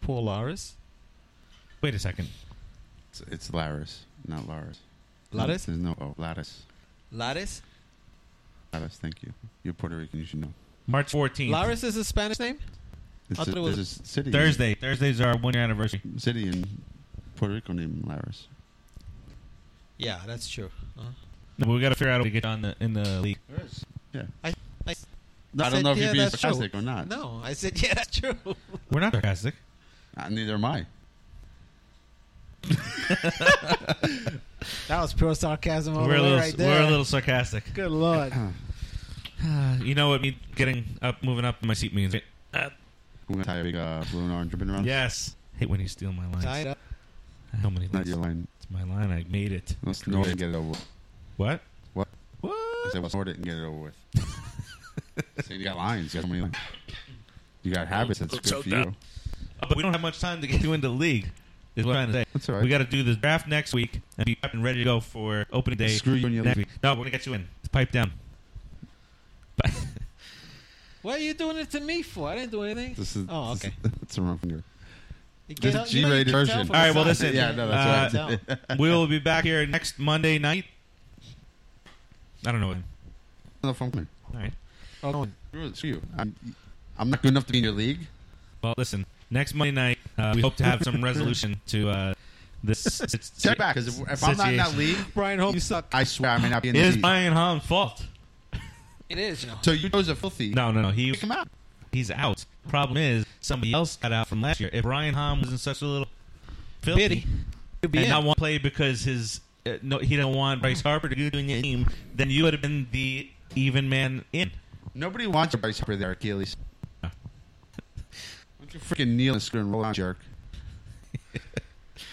[SPEAKER 2] Poor Laris.
[SPEAKER 1] Wait a second.
[SPEAKER 3] It's, it's Laris, not Laris.
[SPEAKER 2] Laris.
[SPEAKER 3] There's no O. Laris.
[SPEAKER 2] Laris.
[SPEAKER 3] Laris, thank you. You're Puerto Rican, you should know.
[SPEAKER 1] March 14th.
[SPEAKER 2] Laris is a Spanish name.
[SPEAKER 3] It's
[SPEAKER 2] I thought
[SPEAKER 3] a,
[SPEAKER 2] it was-
[SPEAKER 3] there's a city.
[SPEAKER 1] Thursday. Thursday's our one year anniversary.
[SPEAKER 3] City in Puerto Rico named Laris.
[SPEAKER 2] Yeah, that's true. Uh-huh.
[SPEAKER 1] No, but we got to figure out how to get on the in the league.
[SPEAKER 3] There is. Yeah.
[SPEAKER 2] I- I-
[SPEAKER 3] I
[SPEAKER 2] said,
[SPEAKER 3] don't know if
[SPEAKER 2] yeah,
[SPEAKER 3] you're being
[SPEAKER 2] that's true.
[SPEAKER 3] sarcastic or not.
[SPEAKER 2] No, I said yeah, that's true.
[SPEAKER 1] We're not sarcastic.
[SPEAKER 3] Uh, neither am I.
[SPEAKER 2] that was pure sarcasm all
[SPEAKER 1] we're a
[SPEAKER 2] the way
[SPEAKER 1] little
[SPEAKER 2] Oh, right there.
[SPEAKER 1] we're a little sarcastic. Uh,
[SPEAKER 2] Good lord.
[SPEAKER 1] You know what? Me getting up, moving up in my seat means.
[SPEAKER 2] Uh,
[SPEAKER 3] I'm going to tie a big uh, blue and orange ribbon around.
[SPEAKER 1] Yes. Hate when you steal my lines.
[SPEAKER 2] Tied up.
[SPEAKER 1] How many
[SPEAKER 3] Not
[SPEAKER 1] lines?
[SPEAKER 3] your line.
[SPEAKER 1] It's my line. I made it.
[SPEAKER 3] Let's snort it and get it over with.
[SPEAKER 1] What?
[SPEAKER 3] What? I
[SPEAKER 1] What?
[SPEAKER 3] said, let's snort it and get it over with. so you got lines. You got so many lines. You got habits. That's good for you.
[SPEAKER 1] Uh, but we don't have much time to get you into the league. Is what I'm trying to say.
[SPEAKER 3] That's all right.
[SPEAKER 1] We got to do the draft next week and be up and ready to go for opening day.
[SPEAKER 3] Screw you and your
[SPEAKER 1] next
[SPEAKER 3] league.
[SPEAKER 1] week. No, we're gonna get you in. Pipe down. But-
[SPEAKER 2] What are you doing it to me for? I didn't do anything.
[SPEAKER 3] This is,
[SPEAKER 2] oh,
[SPEAKER 3] this is-
[SPEAKER 2] okay.
[SPEAKER 3] That's a wrong finger.
[SPEAKER 2] You
[SPEAKER 3] this
[SPEAKER 2] can't-
[SPEAKER 3] is
[SPEAKER 2] you know, you can
[SPEAKER 3] G-rated
[SPEAKER 2] tell
[SPEAKER 3] version.
[SPEAKER 2] from
[SPEAKER 1] All right.
[SPEAKER 2] the
[SPEAKER 1] Well,
[SPEAKER 2] sound.
[SPEAKER 1] listen.
[SPEAKER 3] Yeah, no, that's
[SPEAKER 1] uh,
[SPEAKER 2] right.
[SPEAKER 1] we will be back here next Monday night. I don't know when.
[SPEAKER 3] No, from coming.
[SPEAKER 1] All right.
[SPEAKER 2] Oh,
[SPEAKER 3] Screw it, screw you. I'm, I'm not good enough to be in your league.
[SPEAKER 1] Well, listen. Next Monday night, uh, we hope to have some resolution to uh, this. sit-
[SPEAKER 3] Step back, because if, if I'm not in that
[SPEAKER 1] situation.
[SPEAKER 3] league,
[SPEAKER 2] Brian Holmes, you suck.
[SPEAKER 3] I swear I may not be in
[SPEAKER 1] It
[SPEAKER 3] the
[SPEAKER 1] is
[SPEAKER 3] league.
[SPEAKER 1] Brian Hahn's fault.
[SPEAKER 2] It is, you know.
[SPEAKER 3] So you chose a filthy.
[SPEAKER 1] No, no, no. He
[SPEAKER 3] Come out.
[SPEAKER 1] he's out. Problem is, somebody else got out from last year. If Brian Hahn wasn't such a little filthy
[SPEAKER 2] Biddy. Could be
[SPEAKER 1] and
[SPEAKER 2] in.
[SPEAKER 1] not want to play because his uh, no, he don't want Bryce Harper to be doing the team, then you would have been the even man in.
[SPEAKER 3] Nobody wants a Bryce Harper there, Achilles. Why don't you freaking kneel and screw and roll out, jerk?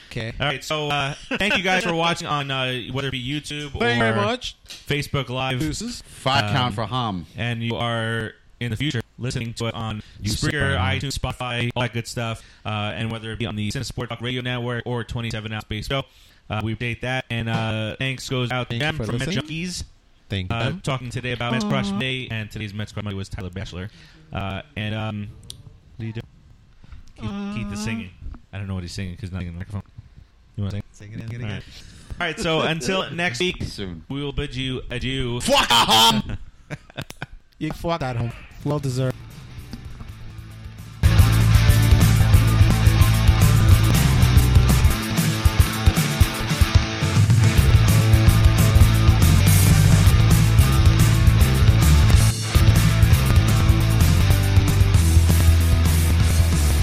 [SPEAKER 2] Okay.
[SPEAKER 1] All right, so uh, thank you guys for watching on uh, whether it be YouTube or
[SPEAKER 2] Thank you very much.
[SPEAKER 1] Facebook Live.
[SPEAKER 2] Deuces.
[SPEAKER 3] Five
[SPEAKER 1] Um,
[SPEAKER 3] count for Ham.
[SPEAKER 1] and you are in the future listening to it on Spreaker, iTunes, Spotify, all that good stuff, uh, and whether it be on the Cinesport Talk Radio Network or 27 Out Space Show, uh, we update that. And uh, thanks goes out to
[SPEAKER 2] Thank you
[SPEAKER 1] them
[SPEAKER 2] for
[SPEAKER 1] from Met
[SPEAKER 2] listening.
[SPEAKER 1] Junkies.
[SPEAKER 2] Thank
[SPEAKER 1] Uh,
[SPEAKER 2] them.
[SPEAKER 1] talking today about Mets Crush Monday, and today's Mets Crush Monday was Tyler Bachelor. Uh, and um, what are you doing? Keith, Keith is singing. I don't know what he's singing because nothing in the microphone. You want to sing?
[SPEAKER 2] Sing it in, get it
[SPEAKER 1] All
[SPEAKER 2] in.
[SPEAKER 1] right. All right, so until next week,
[SPEAKER 3] Soon.
[SPEAKER 1] we will bid you adieu.
[SPEAKER 2] You fuck that home. Well deserved.